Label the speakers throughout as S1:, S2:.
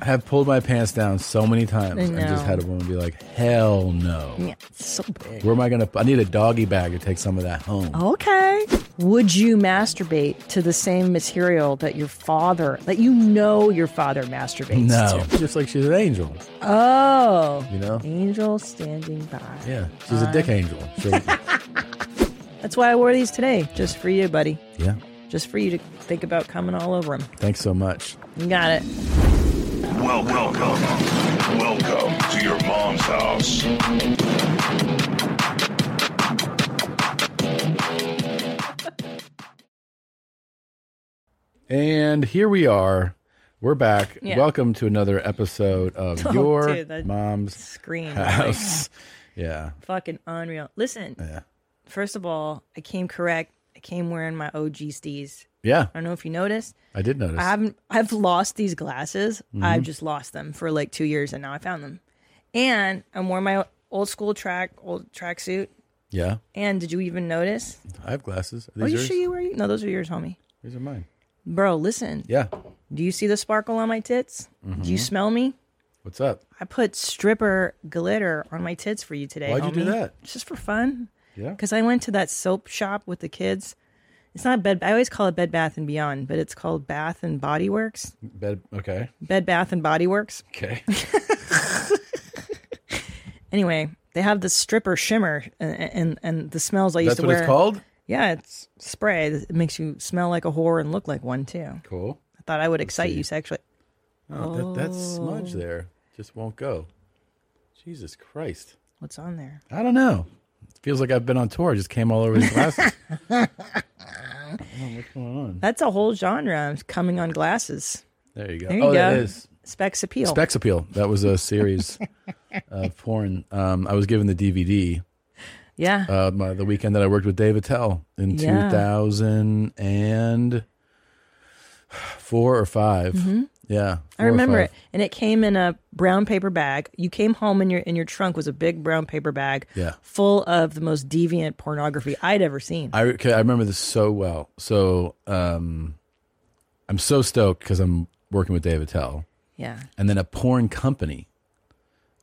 S1: have pulled my pants down so many times
S2: I
S1: and just
S2: know.
S1: had a woman be like, hell no.
S2: Yeah, it's so big.
S1: Where am I going to? I need a doggy bag to take some of that home.
S2: Okay. Would you masturbate to the same material that your father, that you know your father masturbates
S1: no.
S2: to?
S1: Just like she's an angel,
S2: Oh.
S1: you know?
S2: Angel standing by.
S1: Yeah. She's a dick
S2: Uh.
S1: angel. So,
S2: That's why I wore these today, just for you, buddy.
S1: yeah.
S2: Just for you to think about coming all over them.
S1: Thanks so much.
S2: You got it.
S1: Mm-hmm.
S3: Welcome, welcome, welcome to your mom's house.
S1: And here we are. We're back.
S2: Yeah.
S1: Welcome to another episode of
S2: Oh,
S1: Your
S2: dude, that-
S1: Mom's
S2: Scream.
S1: House. Yeah.
S2: Fucking unreal. Listen,
S1: Yeah.
S2: first of all, I came correct. I came wearing my OG stees.
S1: Yeah.
S2: I don't know if you noticed.
S1: I did notice.
S2: I haven't. I've lost these glasses.
S1: Mm-hmm.
S2: I've just lost them for like two years, and now I found them. And I'm wearing my old school track, old tracksuit.
S1: yeah.
S2: And did you even notice?
S1: I have glasses. Are
S2: Are
S1: these
S2: you
S1: yours?
S2: sure you wear? you- No, those are yours, homie.
S1: These are mine.
S2: Bro, listen.
S1: Yeah. Mm-hmm.
S2: Do you see the sparkle on my tits? Do you smell me?
S1: What's up?
S2: I put stripper glitter on my tits for you today.
S1: Why'd you do
S2: homie.
S1: that?
S2: It's just for fun.
S1: Yeah.
S2: Because I went to that soap shop with the kids. It's not bed. I always call it Bed Bath and Beyond, but it's called Bath and Body Works.
S1: Bed. Okay.
S2: Bed Bath and Body Works.
S1: Okay.
S2: Anyway, they have the stripper shimmer and and, and the smells I used
S1: That's
S2: to
S1: what
S2: wear.
S1: it's called?
S2: Yeah, it's spray. It makes you smell like a whore and look like one too.
S1: Cool.
S2: I thought I would excite you sexually.
S1: Oh, That, that smudge there just won't go. Jesus Christ.
S2: What's on there?
S1: I don't know. It feels like I've been on tour. I just came all over these glasses.
S2: That's a whole genre coming on glasses.
S1: There you go.
S2: There you
S1: oh,
S2: go.
S1: that is.
S2: Specs appeal.
S1: Specs Appeal. That was a series of porn. Um, I was given the DVD
S2: yeah.
S1: uh, my, the weekend that I worked with Dave Attell in
S2: Yeah.
S1: 2004 or 5. Yeah.
S2: Mm-hmm. I remember it, and it came in a brown paper bag. You came home, and your in your trunk was a big brown paper bag,
S1: Yeah.
S2: full of the most deviant pornography I'd ever seen.
S1: I, okay, I remember this so well. So um, I'm so stoked because I'm working with Dave Attell
S2: yeah,
S1: and then a porn company.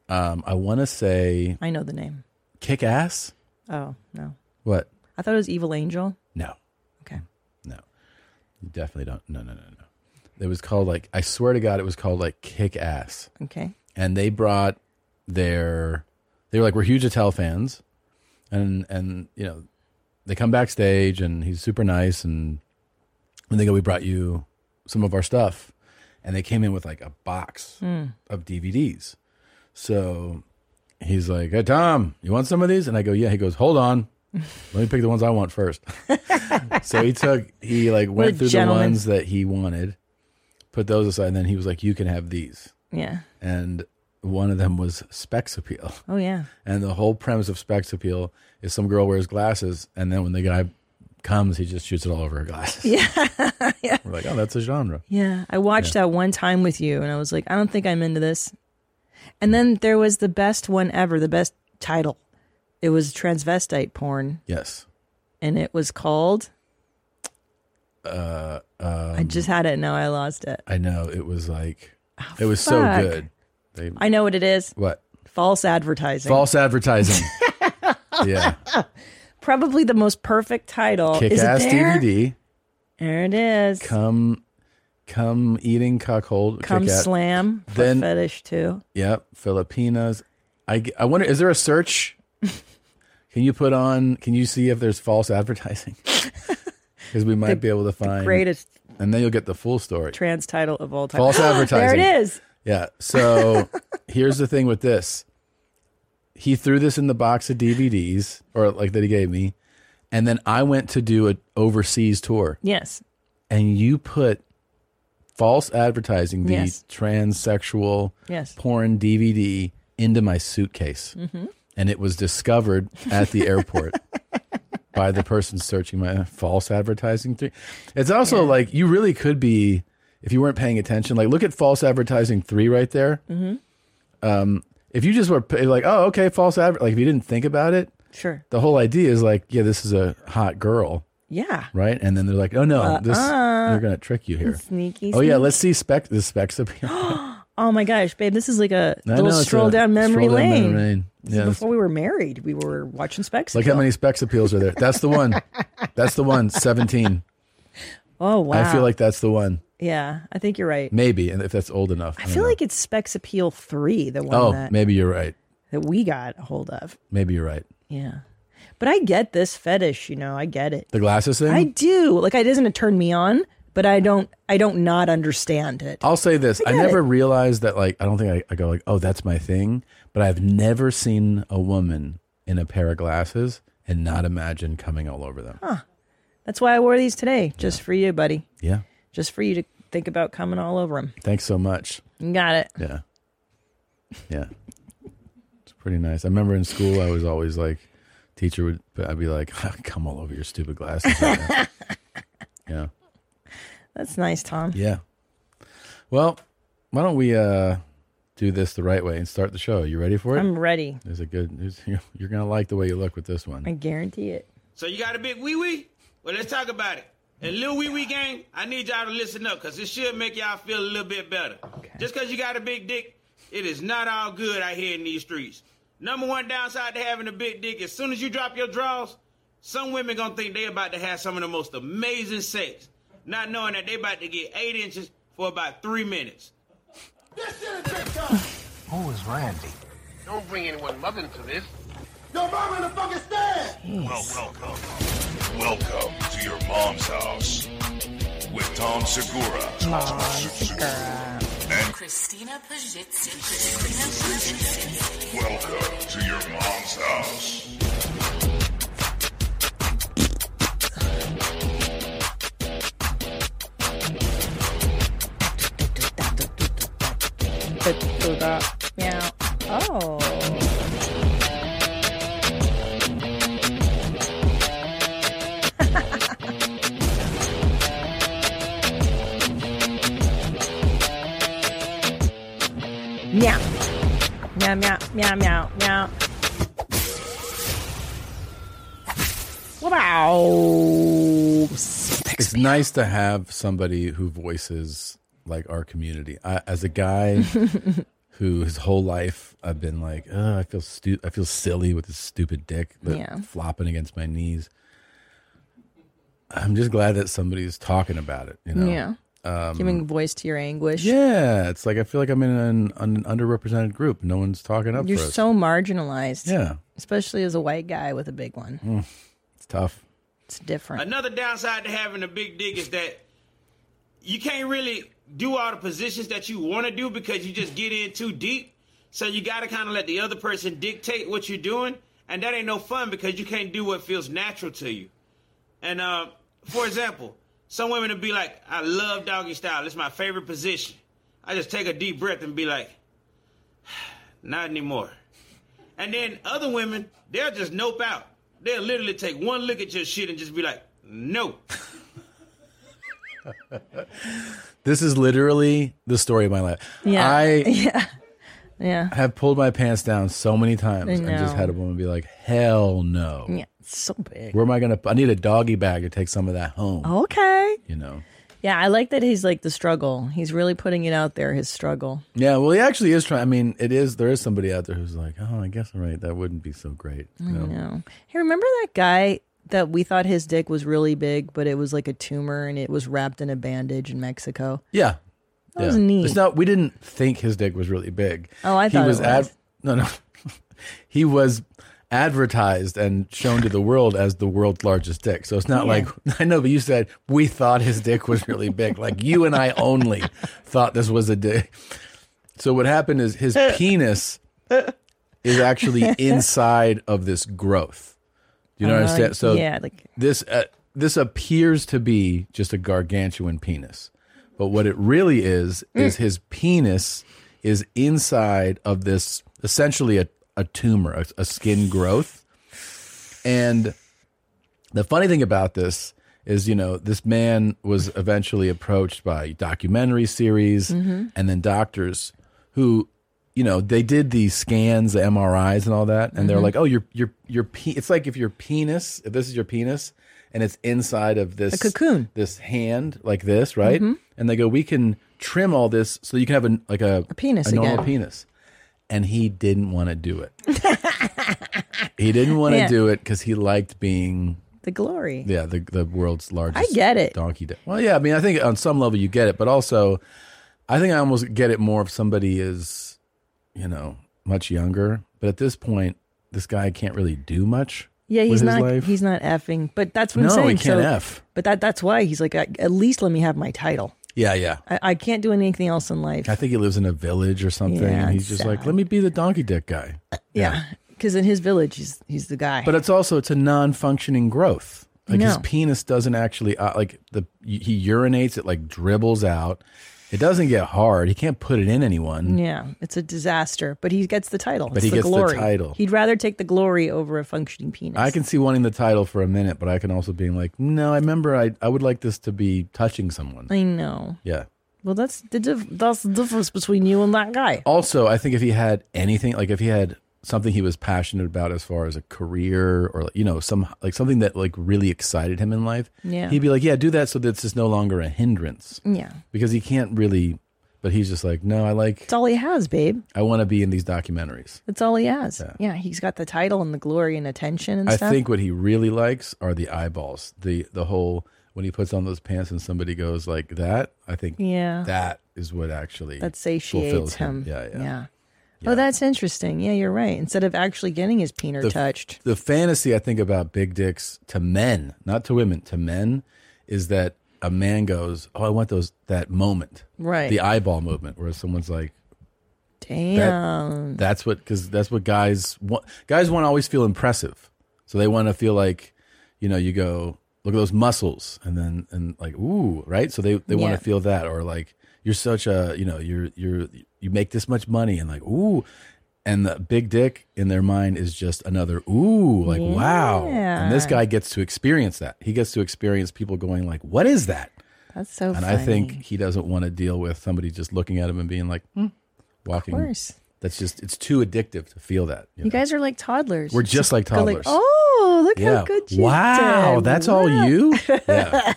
S1: Um, I want to say
S2: I know the name.
S1: Kick Ass.
S2: Oh no,
S1: What?
S2: I thought it was Evil Angel.
S1: No.
S2: Okay,
S1: No, you definitely don't. No, no, no, no. It was called like I swear to God, it was called like Kick Ass,
S2: okay,
S1: and they brought their. They were like, we're huge Attell fans, and and you know, they come backstage and he's super nice and and they go, we brought you some of our stuff, and they came in with like a box of DVDs, so. He's like, hey, Tom, you want some of these? And I go, yeah. He goes, hold on. Let me pick the ones I want first. so he took, he like
S2: a
S1: went through the
S2: gentleman.
S1: ones that he wanted, put those aside, and then he was like, you can have these.
S2: yeah,
S1: And one of them was Specs Appeal.
S2: oh yeah,
S1: And the whole premise of Specs Appeal is some girl wears glasses, and then when the guy comes, he just shoots it all over her glasses. Yeah. We're like, oh, that's a genre.
S2: yeah. I watched that one time with you, and I was like, I don't think I'm into this. And then there was the best one ever, the best title. It was transvestite porn,
S1: Yes.
S2: and it was called. Uh,
S1: Um,
S2: I just had it. Now I lost it. Oh,
S1: I know. It was like, it was
S2: fuck.
S1: so good. They,
S2: I know what it is.
S1: what?
S2: False advertising.
S1: False advertising. yeah.
S2: Probably the most perfect title.
S1: Kick
S2: is
S1: ass
S2: it there?
S1: DVD.
S2: There it is. Come,
S1: Come, come eating cuckold. kick ass-
S2: slam. foot
S1: Then-
S2: fetish too.
S1: Yep. Filipinas. I, I wonder, is there a search? can you put on, can you see if there's false advertising? Because we might be able to find.
S2: Greatest
S1: And then you'll get the full story.
S2: trans title of all time.
S1: False
S2: There
S1: advertising.
S2: it is.
S1: Yeah. So here's the thing with this. He threw this in the box of DVDs or like that he gave me. And then I went to do an overseas tour.
S2: Yes.
S1: and you put false advertising, the
S2: Yes.
S1: transsexual
S2: Yes. Mm-hmm.
S1: porn DVD, into my suitcase. And it was discovered at the airport by the person searching my uh, false advertising. Three. It's also like you really could be, if you weren't paying attention, like look at false advertising three right there. Um, if you just were p- like, oh, okay, false advert, like if you didn't think about it,
S2: Sure.
S1: the whole idea is like, yeah, this is a hot girl
S2: Yeah.
S1: right? And then they're like, "Oh no, this they're gonna trick you here."
S2: Uh-uh. Sneaky.
S1: Oh yeah, let's see spec the specs appeal.
S2: oh my gosh, babe, this is like a
S1: I
S2: little
S1: know, it's
S2: stroll
S1: a-
S2: down memory
S1: stroll down
S2: lane.
S1: memory lane.
S2: This is
S1: Yeah, that's-
S2: before we were married, we were watching Specs.
S1: Look how many specs appeals are there. That's the one. That's the one. 17.
S2: Oh wow.
S1: I feel like that's the one.
S2: yeah, I think you're right.
S1: Maybe, and if that's old enough.
S2: I feel like it's Specs Appeal three, the one
S1: Oh,
S2: that,
S1: maybe you're right.
S2: that we got a hold of.
S1: Maybe you're right.
S2: Yeah, but I get this fetish. You know, I get it.
S1: The glasses thing?
S2: I do. Like, it doesn't turn me on, but I don't. I don't not understand it.
S1: I'll say this. I,
S2: get
S1: never realized that like I don't think I, I go like, oh, that's my thing. But I've never seen a woman in a pair of glasses and not imagine coming all over them.
S2: That's why I wore these today, just for you, buddy.
S1: Yeah.
S2: Just for you to think about coming all over them.
S1: Thanks so much.
S2: Got it.
S1: Yeah. Yeah. it's pretty nice. I remember in school I was always like teacher would I'd be like, come all over your stupid glasses. right now." yeah.
S2: That's nice, Tom.
S1: Yeah. Well, why don't we uh do this the right way and start the show? You ready for it?
S2: I'm ready.
S1: There's a good. There's, you're, you're gonna like the way you look with this
S2: I
S1: one.
S2: guarantee it.
S4: So you got a big wee wee? Well, let's talk about it. And little wee wee gang, I need y'all to listen up because it should make y'all feel a little bit better. Just because you got a big dick, it is not all good out here in these streets. Number one downside to having a big dick, as soon as you drop your drawers, some women gonna think they about to have some of the most amazing sex, not knowing that they about to get eight inches for about three minutes.
S5: Who is Randy?
S6: Don't bring anyone mother into this.
S5: Your mama in the fucking stand!
S3: Well, welcome. Welcome to your mom's house with Tom Segura.
S7: Christina Pajitsin. Christina Pajitsin.
S3: Welcome to your mom's house.
S2: Yeah. Oh. meow. Meow, meow, meow, meow, meow. Wow.
S1: It's nice to have somebody who voices like our community. I, as a guy who his whole life I've been like, oh, I feel stu- I feel silly with this stupid dick that
S2: Yeah.
S1: flopping against my knees. I'm just glad that somebody's talking about it. You know. Um,
S2: Yeah. um, Giving voice to your anguish.
S1: Yeah, it's like I feel like I'm in an, an underrepresented group. No one's talking up
S2: You're
S1: for us.
S2: so marginalized.
S1: yeah,
S2: Especially as a white guy with a big one.
S1: Mm, it's tough.
S2: It's different.
S4: Another downside to having a big dick is that you can't really do all the positions that you want to do because you just get in too deep. So you got to kind of let the other person dictate what you're doing, and that ain't no fun because you can't do what feels natural to you. And uh, for example, some women would be like, "I love doggy style. It's my favorite position." I just take a deep breath and be like, "Not anymore." And then other women, they'll just nope out. They'll literally take one look at your shit and just be like, no.
S1: This is literally the story of my life.
S2: Yeah.
S1: I
S2: Yeah.
S1: have pulled my pants down so many times
S2: I
S1: and just
S2: know.
S1: had a woman be like, "Hell no!
S2: Yeah. It's so big.
S1: Where am I gonna? I need a doggy bag to take some of that home."
S2: Okay.
S1: You know?
S2: Yeah, I like that he's like the struggle. He's really putting it out there, his struggle.
S1: Yeah. Well, he actually is trying. I mean, it is. There is somebody out there who's like, "Oh, I guess all right. That wouldn't be so great." You know?
S2: No. Hey, remember that guy that we thought his dick was really big, but it was like a tumor and it was wrapped in a bandage in Mexico?
S1: Yeah.
S2: That was neat.
S1: It's not we didn't think his dick was really big.
S2: Oh, I thought it was.
S1: no no. he was advertised and shown to the world as the world's largest dick. So it's not
S2: Yeah.
S1: like I know, but you said we thought his dick was really big. like you and I only thought this was a dick. So what happened is his penis is actually inside of this growth. Do you know what I'm saying? So
S2: Uh, yeah, like
S1: this uh, this appears to be just a gargantuan penis, but what it really is is his penis is inside of this essentially a, a tumor, a, a skin growth, and the funny thing about this is, you know, this man was eventually approached by documentary series and then doctors who, you know, they did the scans, the MRIs, and all that, and
S2: Mm-hmm.
S1: they're like, "Oh, your your your pe- it's like if your penis, if this is your penis, and it's inside of this
S2: cocoon. Mm-hmm.
S1: this hand like this, right?" And they go, "We can trim all this so you can have a like a, a
S2: penis
S1: a normal
S2: again.
S1: penis. And he didn't want to do it. he didn't want to
S2: Yeah.
S1: do it because he liked being
S2: The glory.
S1: yeah the the world's largest.
S2: I get it.
S1: Donkey. dick. Well, yeah. I mean, I think on some level you get it, but also, I think I almost get it more if somebody is, you know, much younger. But at this point, this guy can't really do much.
S2: Yeah,
S1: with
S2: he's
S1: his
S2: not.
S1: life.
S2: He's not effing. But that's what
S1: no,
S2: I'm saying.
S1: he can't
S2: so,
S1: f.
S2: But that that's why he's like, "At- at least let me have my title.
S1: Yeah, yeah.
S2: I, I can't do anything else in life.
S1: I think he lives in a village or something,
S2: Yeah,
S1: and he's
S2: it's
S1: just
S2: sad.
S1: like, "Let me be the donkey dick guy."
S2: yeah, because in his village, he's he's the guy.
S1: But it's also it's a non-functioning growth. Like his
S2: No.
S1: penis doesn't actually uh, like the he urinates. It like dribbles out. It doesn't get hard. He can't put it in anyone.
S2: yeah, it's a disaster. But he gets the title. But it's
S1: Mm. he
S2: the
S1: gets the
S2: glory.
S1: title.
S2: He'd rather take the glory over a functioning penis.
S1: I can see wanting the title for a minute, but I can also being like, no, I remember I, I would like this to be touching someone.
S2: I know.
S1: yeah.
S2: Well, that's the diff- that's the difference between you and that guy.
S1: Also, I think if he had anything, like if he had something he was passionate about as far as a career or you know some like something that like really excited him in life,
S2: Yeah.
S1: he'd be like, yeah, do that so that's just no longer a hindrance
S2: Yeah,
S1: because he can't really. But he's just like, no, I like
S2: that's all he has, babe.
S1: I want to be in these documentaries.
S2: That's all he has. Yeah, he's got the title and the glory and attention and
S1: I
S2: stuff.
S1: think what he really likes are the eyeballs. The the whole when he puts on those pants and somebody goes like that. I think
S2: Yeah.
S1: that is what actually
S2: that satiates
S1: fulfills
S2: him.
S1: Yeah, yeah.
S2: Oh, that's interesting. Yeah, you're right. Instead of actually getting his peener
S1: The-
S2: touched,
S1: The fantasy I think about big dicks to men, not to women, to men, is that a man goes, "Oh, I want those that moment,
S2: Right.
S1: The eyeball movement, where someone's like, that,
S2: damn.
S1: that's what because that's what guys want. Guys want to always feel impressive, so they want to feel like, you know, you go look at those muscles, and then and like ooh, right? So they they want
S2: Yeah.
S1: to feel that, or like you're such a you know you're you're you make this much money, and like ooh, and the big dick in their mind is just another ooh, like wow, and this
S2: Yeah.
S1: guy gets to experience that. He gets to experience people going like, what is that?
S2: that's so.
S1: And
S2: funny.
S1: I think he doesn't want to deal with somebody just looking at him and being like, hmm, walking.
S2: of course,
S1: That's just it's too addictive to feel that.
S2: you
S1: You, know?
S2: guys are like toddlers.
S1: We're just like
S2: Go like,
S1: toddlers.
S2: oh, look
S1: yeah.
S2: how good you
S1: wow,
S2: did.
S1: that's
S2: Wow.
S1: all you? Yeah.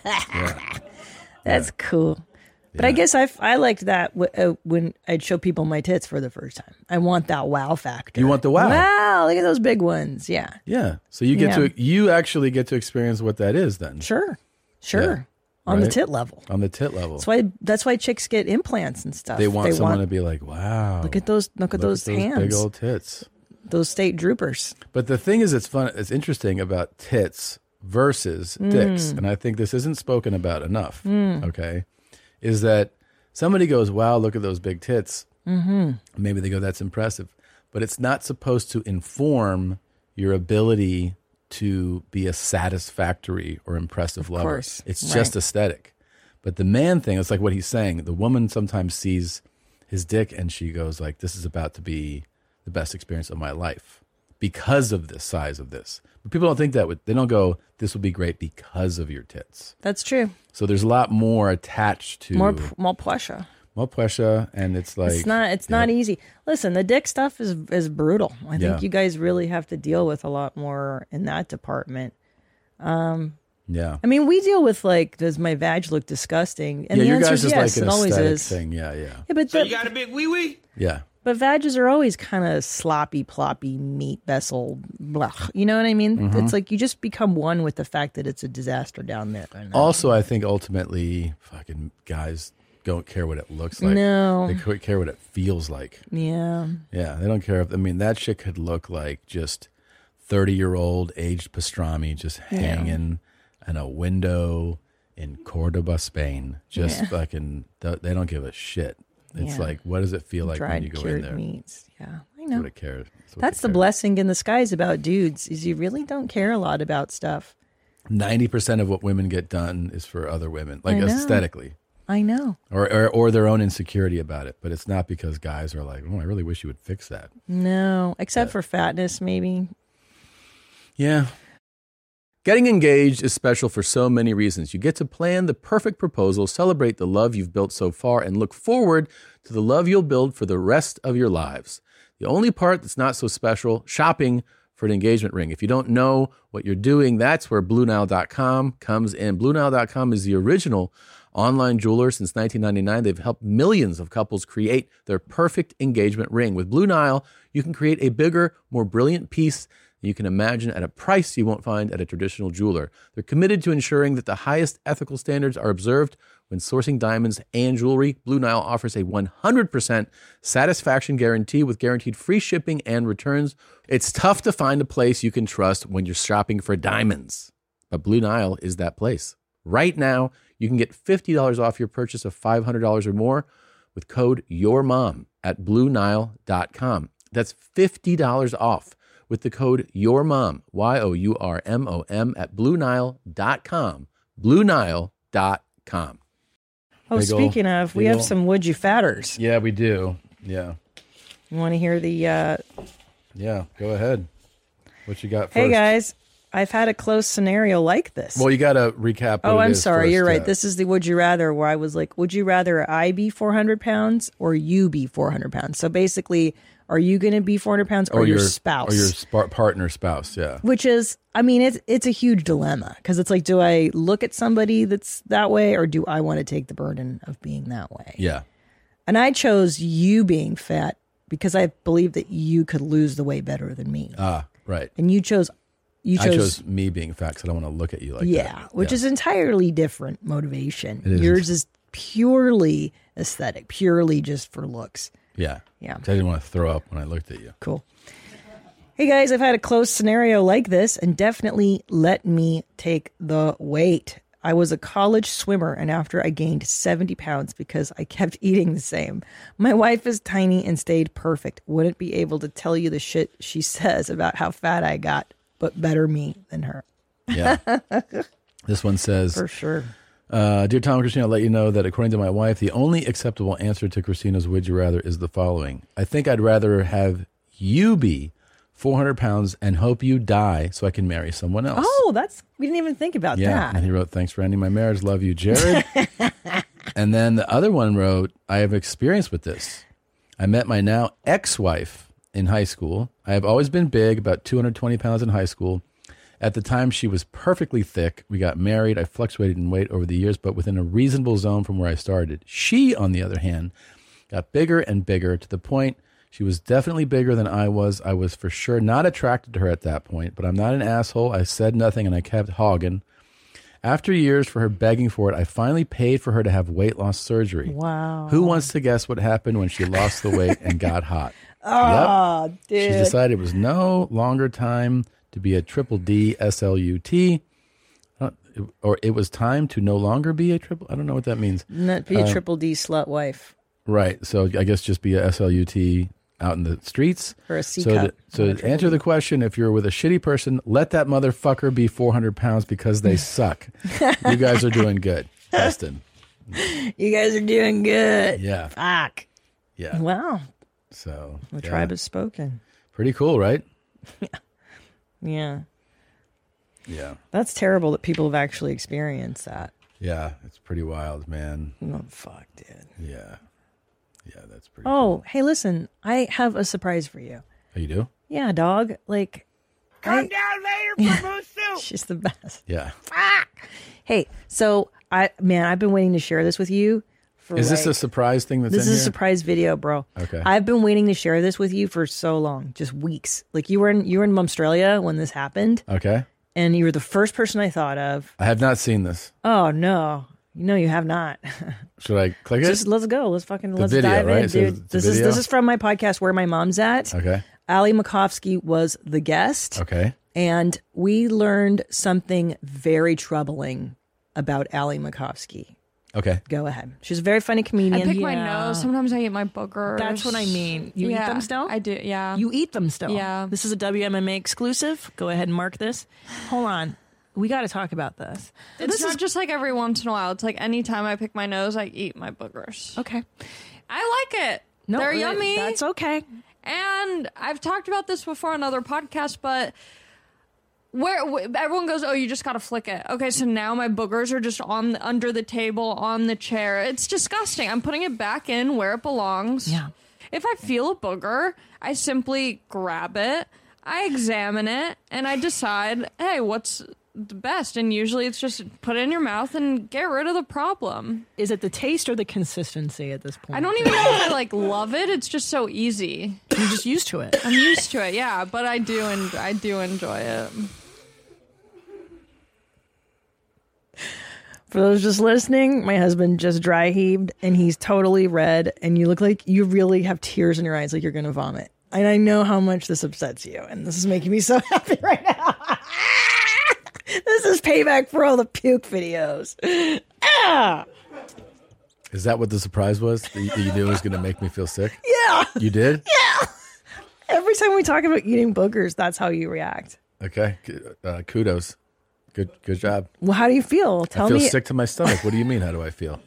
S1: yeah.
S2: That's cool. But I guess I, I liked that w- uh, when I'd show people my tits for the first time. I want that wow factor.
S1: You want the wow.
S2: Wow, look at those big ones. Yeah,
S1: Yeah. So you get
S2: Yeah.
S1: to you actually get to experience what that is then
S2: sure, sure. On the
S1: Right.
S2: tit level.
S1: on the tit level.
S2: That's why. That's why chicks get implants and stuff.
S1: they want someone to be like, "Wow.
S2: Look at those! Look at those, hands!
S1: big old tits."
S2: those state droopers.
S1: But the thing is, it's fun. It's interesting about tits versus dicks, and I think this isn't spoken about enough. Okay, is that somebody goes, "Wow, look at those big tits." Mm-hmm. Maybe they go, "That's impressive," but it's not supposed to inform your ability to be a satisfactory or impressive lover.
S2: course.
S1: It's
S2: Right.
S1: just aesthetic. But the man thing, it's like what he's saying. The woman sometimes sees his dick and she goes like, "This is about to be the best experience of my life because of the size of this." But people don't think that. With, they don't go, "This will be great because of your tits."
S2: That's true.
S1: So there's a lot more attached to
S2: More p- more pressure.
S1: more pressure, and it's like
S2: It's not. It's not easy. Listen, the dick stuff is is brutal. I
S1: Yeah.
S2: think you guys really have to deal with a lot more in that department. Um,
S1: yeah.
S2: I mean, we deal with like, does my vag look disgusting? And
S1: yeah,
S2: the
S1: your
S2: answer
S1: guys
S2: is
S1: is
S2: yes.
S1: like an
S2: it always
S1: aesthetic
S2: is.
S1: thing. Yeah, yeah,
S2: Yeah, but
S4: So
S2: the,
S4: you got a big wee wee?
S1: yeah.
S2: but vages are always kind of sloppy, ploppy meat vessel. Blah. You know what I mean?
S1: Mm-hmm.
S2: It's like you just become one with the fact that it's a disaster down there.
S1: Also, I think ultimately, fucking guys don't care what it looks like.
S2: No.
S1: they qu- care what it feels like.
S2: yeah.
S1: Yeah, they don't care if I mean that shit could look like just thirty-year-old aged pastrami just hanging in a window in Cordoba, Spain. Just fucking, th- they don't give a shit. It's
S2: Yeah.
S1: like, what does it feel like when
S2: Dried
S1: you go in
S2: cured
S1: there?
S2: meats. Yeah, I
S1: That's
S2: know.
S1: what it cares. That's, what
S2: That's the blessing in the skies about dudes is you really don't care a lot about stuff.
S1: Ninety percent of what women get done is for other women, like
S2: I know.
S1: aesthetically.
S2: I know.
S1: Or, or, or their own insecurity about it, but it's not because guys are like, oh, I really wish you would fix that.
S2: No, except for fatness, maybe.
S1: Yeah. Getting engaged is special for so many reasons. You get to plan the perfect proposal, celebrate the love you've built so far, and look forward to the love you'll build for the rest of your lives. The only part that's not so special shopping for an engagement ring. If you don't know what you're doing, that's where BlueNile.com comes in. BlueNile.com is the original
S8: Online jeweler since 1999, they've helped millions of couples create their perfect engagement ring. With Blue Nile, you can create a bigger, more brilliant piece than you can imagine at a price you won't find at a traditional jeweler. They're committed to ensuring that the highest ethical standards are observed when sourcing diamonds and jewelry. Blue Nile offers a 100% satisfaction guarantee with guaranteed free shipping and returns. It's tough to find a place you can trust when you're shopping for diamonds, but Blue Nile is that place. Right now, you can get $50 off your purchase of $500 or more with code YOURMOM at BlueNile.com. That's $50 off with the code YOURMOM, Y O U R M O M, at BlueNile.com. BlueNile.com.
S2: Oh,
S1: Big ol'-
S2: speaking of, we
S1: big
S2: have
S1: ol'-
S2: some would you fatters.
S1: Yeah, we do. Yeah.
S2: You want to hear the? Uh,
S1: Yeah. Go ahead. What you got first?
S2: hey guys, I've had a close scenario like this.
S1: Well, you got to recap.
S2: oh,
S1: what it
S2: I'm
S1: is
S2: sorry,
S1: first,
S2: you're right.
S1: yeah.
S2: This is the would you rather where I was like, would you rather I be 400 pounds or you be 400 pounds? So basically, are you going to be 400 pounds
S1: Oh,
S2: or, your, spouse?
S1: or your spar- partner spouse. Yeah.
S2: which is i mean it's it's a huge dilemma because it's like do i look at somebody that's that way or do i want to take the burden of being that way
S1: Yeah.
S2: and i chose you being fat because i believe that you could lose the way better than me
S1: Ah, right.
S2: and you chose you
S1: I
S2: chose,
S1: chose me being fat because I don't want to look at you like
S2: yeah
S1: that.
S2: which is entirely different motivation
S1: is.
S2: yours is purely aesthetic purely just for looks
S1: Yeah.
S2: Yeah.
S1: 'Cause I didn't want to throw up when I looked at you.
S2: Cool. Hey guys, I've had a close scenario like this, and definitely let me take the weight. I was a college swimmer, and after I gained 70 pounds because I kept eating the same. My wife is tiny and stayed perfect. Wouldn't be able to tell you the shit she says about how fat I got, but better me than her.
S1: Yeah. this one says,
S2: For sure.
S1: Uh, dear Tom and Christina, I'll let you know that according to my wife, the only acceptable answer to Christina's would you rather is the following I think I'd rather have you be 400 pounds and hope you die so I can marry someone else.
S2: Oh, that's, we didn't even think about
S1: yeah.
S2: that.
S1: And he wrote, Thanks for ending my marriage. Love you, Jared. and then the other one wrote, I have experience with this. I met my now ex wife in high school. I have always been big, about 220 pounds in high school. At the time, she was perfectly thick. We got married. I fluctuated in weight over the years, but within a reasonable zone from where I started. She, on the other hand, got bigger and bigger to the point she was definitely bigger than I was. I was for sure not attracted to her at that point, but I'm not an asshole. I said nothing and I kept hogging. After years for her begging for it, I finally paid for her to have weight loss surgery.
S2: Wow.
S1: Who wants to guess what happened when she lost the weight and got hot?
S2: Ah,
S1: She
S2: dude.
S1: decided it was no longer time to be a triple D SLUT, I don't- or Uh, it was time to no longer be a triple. I don't know what that means. Um,
S2: Not
S1: uh,
S2: be a triple D slut wife
S1: Right. So I guess just be a SLUT out in the streets.
S2: or a C
S1: so
S2: cup.
S1: to, so to answer the question, if you're with a shitty person, let that motherfucker be 400 pounds because they suck. you guys are doing good, Justin.
S2: you guys are doing good.
S1: Yeah.
S2: Fuck.
S1: Yeah.
S2: Wow.
S1: So
S2: The
S1: yeah.
S2: tribe has spoken.
S1: pretty cool, right?
S2: Yeah.
S1: Yeah.
S2: That's terrible that people have actually experienced that.
S1: Yeah. It's pretty wild, man.
S2: Oh, fuck, dude.
S1: Yeah. Yeah. That's pretty
S2: Oh,
S1: cool.
S2: hey, listen, I have a surprise for you.
S1: Oh, you do?
S2: Yeah, dog. Like,
S4: Come
S2: I-
S4: down later for moose soup.
S2: she's the best.
S1: Yeah.
S2: Hey, so I, man, I've been waiting to share this with you. For
S1: Is this
S2: like-
S1: a surprise thing that's
S2: This
S1: in
S2: is a
S1: here?
S2: surprise video, bro.
S1: Okay.
S2: I've been waiting to share this with you for so long, just weeks. Like you were in you were in Australia when this happened,
S1: Okay.
S2: and you were the first person I thought of.
S1: I have not seen this.
S2: Oh no, no, you have not.
S1: Should I click it?
S2: Just let's go. Let's fucking let's
S1: video,
S2: dive in,
S1: right? So
S2: dude.
S1: it's the
S2: this is this
S1: video?
S2: is from my podcast where my mom's at.
S1: okay.
S2: Ali Makovsky was the guest,
S1: Okay.
S2: and we learned something very troubling about Ali Makovsky.
S1: Okay.
S2: Go ahead. She's a very funny
S9: I
S2: comedian.
S9: pick my nose. Sometimes I eat my boogers.
S2: That's what I mean. You eat
S9: yeah,
S2: them still?
S9: I do. Yeah.
S2: You eat them still.
S9: Yeah.
S2: This is a WMMA exclusive. Go ahead and mark this. Hold on. We got to talk about this.
S9: It's not just like every once in a while. It's like anytime I pick my nose, I eat my boogers.
S2: okay.
S9: I like it.
S2: No,
S9: They're
S2: that-
S9: yummy.
S2: That's okay.
S9: And I've talked about this before on other podcasts, but where wh- everyone goes, oh, you just gotta flick it. Okay, so now my boogers are just on the, under the table, on the chair. It's disgusting. I'm putting it back in where it belongs.
S2: Yeah.
S9: If I feel a booger, I simply grab it, I examine it, and I decide, hey, what's the best. And usually it's just put it in your mouth and get rid of the problem.
S2: Is it the taste or the consistency at this point?
S9: I don't even know if I like love it. It's just so easy.
S2: You're just used to it.
S9: I'm used to it, yeah, but I do and I do enjoy it.
S2: For those just listening, my husband just dry heaved and he's totally red. And you look like you really have tears in your eyes, like you're going to vomit. And I know how much this upsets you. And this is making me so happy right now. this is payback for all the puke videos. Ah,
S1: Is that what the surprise was? That you, that you knew it was going to make me feel sick?
S2: yeah.
S1: You did?
S2: Every time we talk about eating boogers, that's how you react.
S1: Okay. G- Uh, kudos. Good good job.
S2: Well, how do you feel? Tell
S1: I feel
S2: me.
S1: sick to my stomach. What do you mean? How do I feel?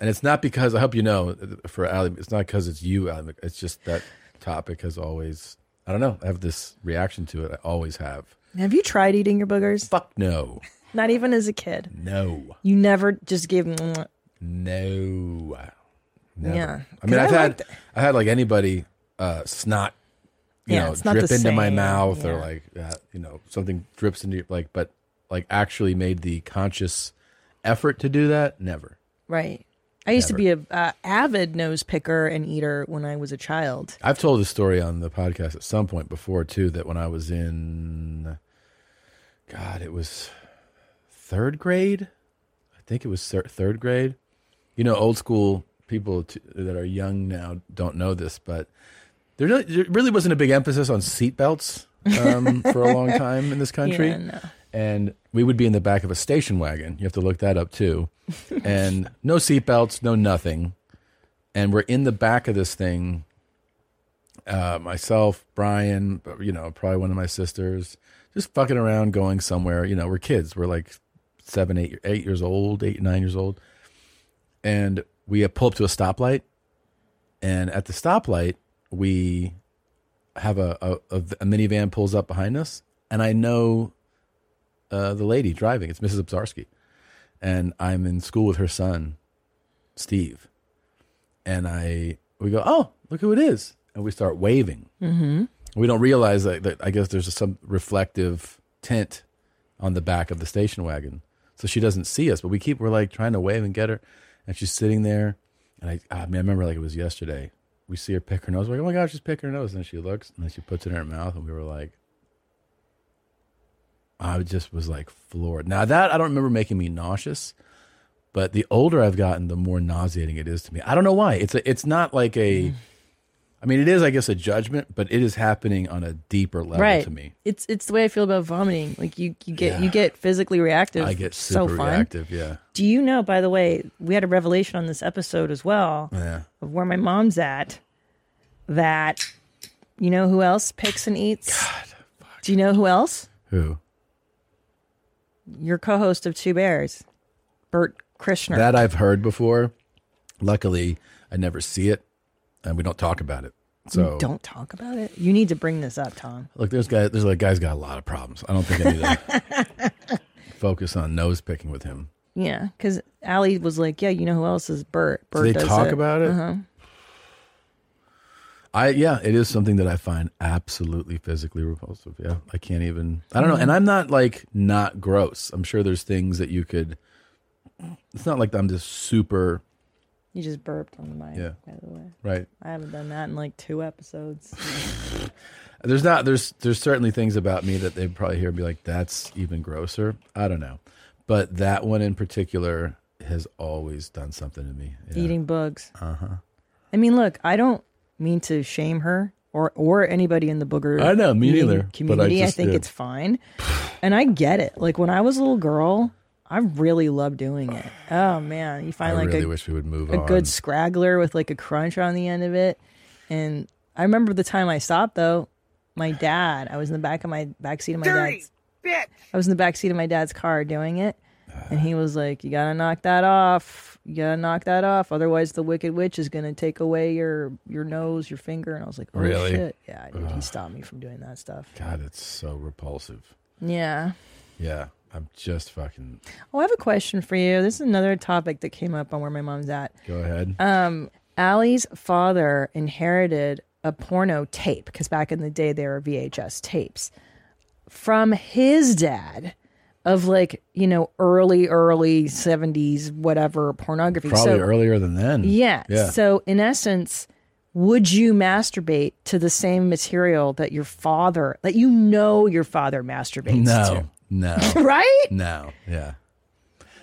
S1: And it's not because I hope you know uh, for Ali. It's not because it's you, Ali. It's just that topic has always. I don't know. I have this reaction to it. I always have.
S2: Have you tried eating your boogers?
S1: Fuck no,
S2: Not even as a kid.
S1: no,
S2: You never just gave. "Mm,
S1: no. Never.
S2: Yeah.
S1: I
S2: 'Cause
S1: mean, I've
S2: I
S1: had
S2: liked-
S1: I've had like anybody uh, snot, you
S2: Yeah,
S1: know,
S2: it's not
S1: drip
S2: the
S1: into my
S2: same.
S1: mouth or
S2: Yeah.
S1: like uh, you know something drips into your like, but like actually made the conscious effort to do that. Never.
S2: Right. I used to be a uh, avid nose picker and eater when I was a child.
S1: I've told this story on the podcast at some point before too. That when I was in, God, it was third grade. I think it was thir- third grade. You know, old school people t- that are young now don't know this, but there really, there really wasn't a big emphasis on seatbelts um, for a long time in this country.
S2: Yeah, no.
S1: And we would be in the back of a station wagon. You have to look that up too. And no seatbelts, no nothing. And we're in the back of this thing uh, myself, Brian, you know, probably one of my sisters, just fucking around, going somewhere. You know, we're kids. We're like seven, eight, eight years old, eight, nine years old, and we uh, pull up to a stoplight. And at the stoplight, we have a a, a, a minivan pulls up behind us, and I know uh, the lady driving. It's Mrs. Obsarski, and I'm in school with her son, Steve and I we go, oh, look who it is, and we start waving. Mm-hmm. We don't realize that, that I guess there's some reflective tint on the back of the station wagon, so she doesn't see us. But we keep we're like trying to wave and get her, and she's sitting there, and I I, mean, I remember like it was yesterday. We see her pick her nose. We're like, oh my gosh, she's picking her nose, and then she looks and then she puts it in her mouth, and we were like. I just was like floored. Now that I don't remember making me nauseous, but the older I've gotten, the more nauseating it is to me. I don't know why. It's a, it's not like
S2: Mm.
S1: a, I mean, it is, I guess, a judgment, but it is happening on a deeper level
S2: Right.
S1: to me.
S2: It's it's the way I feel about vomiting. Like you, you get you get physically reactive.
S1: I get
S2: It's so
S1: super
S2: fun.
S1: reactive. Yeah,
S2: Do you know? By the way, we had a revelation on this episode as well
S1: yeah.
S2: of where my mom's at. That you know who else picks and eats? Do you know who else?
S1: Who
S2: Your co-host of Two Bears, Bert Krishner.
S1: that I've heard before. Luckily, I never see it, and we don't talk about it. So
S2: Don't talk about it. You need to bring this up, Tom.
S1: look, there's guy. There's like guy's got a lot of problems. I don't think I need to focus on nose picking with him.
S2: Yeah, because Allie was like, "Yeah, you know who else is Bert? Bert
S1: Do they
S2: does
S1: talk
S2: it. Uh-huh.
S1: about it? I yeah, it is something that I find absolutely physically repulsive. Yeah, I can't even. I don't know,
S2: Mm.
S1: and I'm not like not gross. I'm sure there's things that you could. It's not like I'm just super
S2: You just burped on the mic,
S1: Yeah.
S2: by the way.
S1: right.
S2: I haven't done that in like two episodes.
S1: There's not there's there's certainly things about me that they probably hear and be like that's even grosser. I don't know, but that one in particular has always done something to me. Yeah. Uh-huh.
S2: Eating bugs. Uh huh. I mean, look, I don't mean to shame her or or anybody in the booger.
S1: I know, me
S2: eating
S1: neither, but I
S2: Community, I,
S1: just
S2: think
S1: did.
S2: it's fine, and I get it. Like when I was a little girl, I really loved doing it. Oh man, you
S1: I
S2: find like
S1: really
S2: a,
S1: wish we would move
S2: a
S1: on.
S2: good scraggler with like a crunch on the end of it. And I remember the time I stopped though. My dad, I was in the back of my back seat of my dad's. I was in the back seat of my dad's car doing it, and he was like, "You gotta knock that off. You gotta knock that off. Otherwise, the Wicked Witch is gonna take away your your nose, your finger." And I was like, "Oh
S1: Really?
S2: shit, yeah, dude, he stopped me from doing that stuff."
S1: God, it's so repulsive.
S2: Yeah.
S1: Yeah, I'm just fucking.
S2: Oh, I have a question for you. This is another topic that came up on where my mom's at.
S1: Go ahead.
S2: Um, Allie's father inherited a porno tape because back in the day they were VHS tapes from his dad of like, you know, early, early 70s, whatever pornography.
S1: Probably
S2: so,
S1: earlier than then.
S2: Yeah.
S1: Yeah.
S2: So, in essence, would you masturbate to the same material that your father, that you know your father masturbates
S1: no. No.
S2: to? Right?
S1: No. Yeah.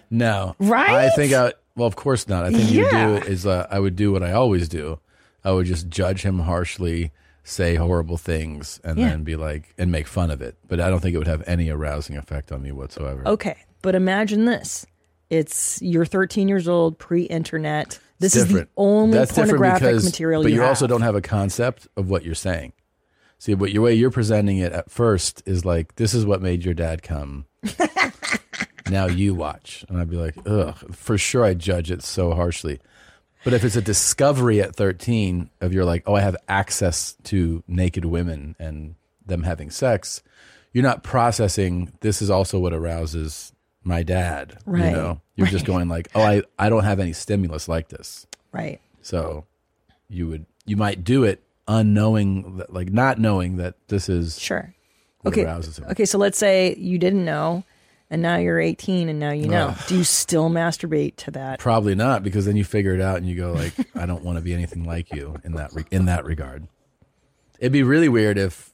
S1: No.
S2: Right?
S1: I think I well, of course not. I think you
S2: Yeah.
S1: do is uh, I would do what I always do. I would just judge him harshly, say horrible things, and
S2: Yeah.
S1: then be like and make fun of it. But I don't think it would have any arousing effect on me whatsoever.
S2: Okay, but imagine this. It's you're 13 years old, pre-internet. This is
S1: different.
S2: the only
S1: That's different
S2: pornographic
S1: because,
S2: material
S1: But
S2: you,
S1: you, also
S2: have.
S1: don't have a concept of what you're saying. See, but your way you're presenting it at first is like, this is what made your dad come. now you watch. And I'd be like, ugh, for sure I judge it so harshly. But if it's a discovery at 13 of you're like, oh, I have access to naked women and them having sex, you're not processing this is also what arouses my dad. You
S2: Right.
S1: know, you're just going like, oh, I, I don't have any stimulus like this.
S2: right.
S1: So you would you might do it unknowing that like not knowing that this is
S2: Sure.
S1: what
S2: okay.
S1: arouses him.
S2: Okay, so let's say you didn't know and now you're 18 and now you know. Do you still masturbate to that?
S1: Probably not because then you figure it out and you go like I don't want to be anything like you in that re- in that regard. It'd be really weird if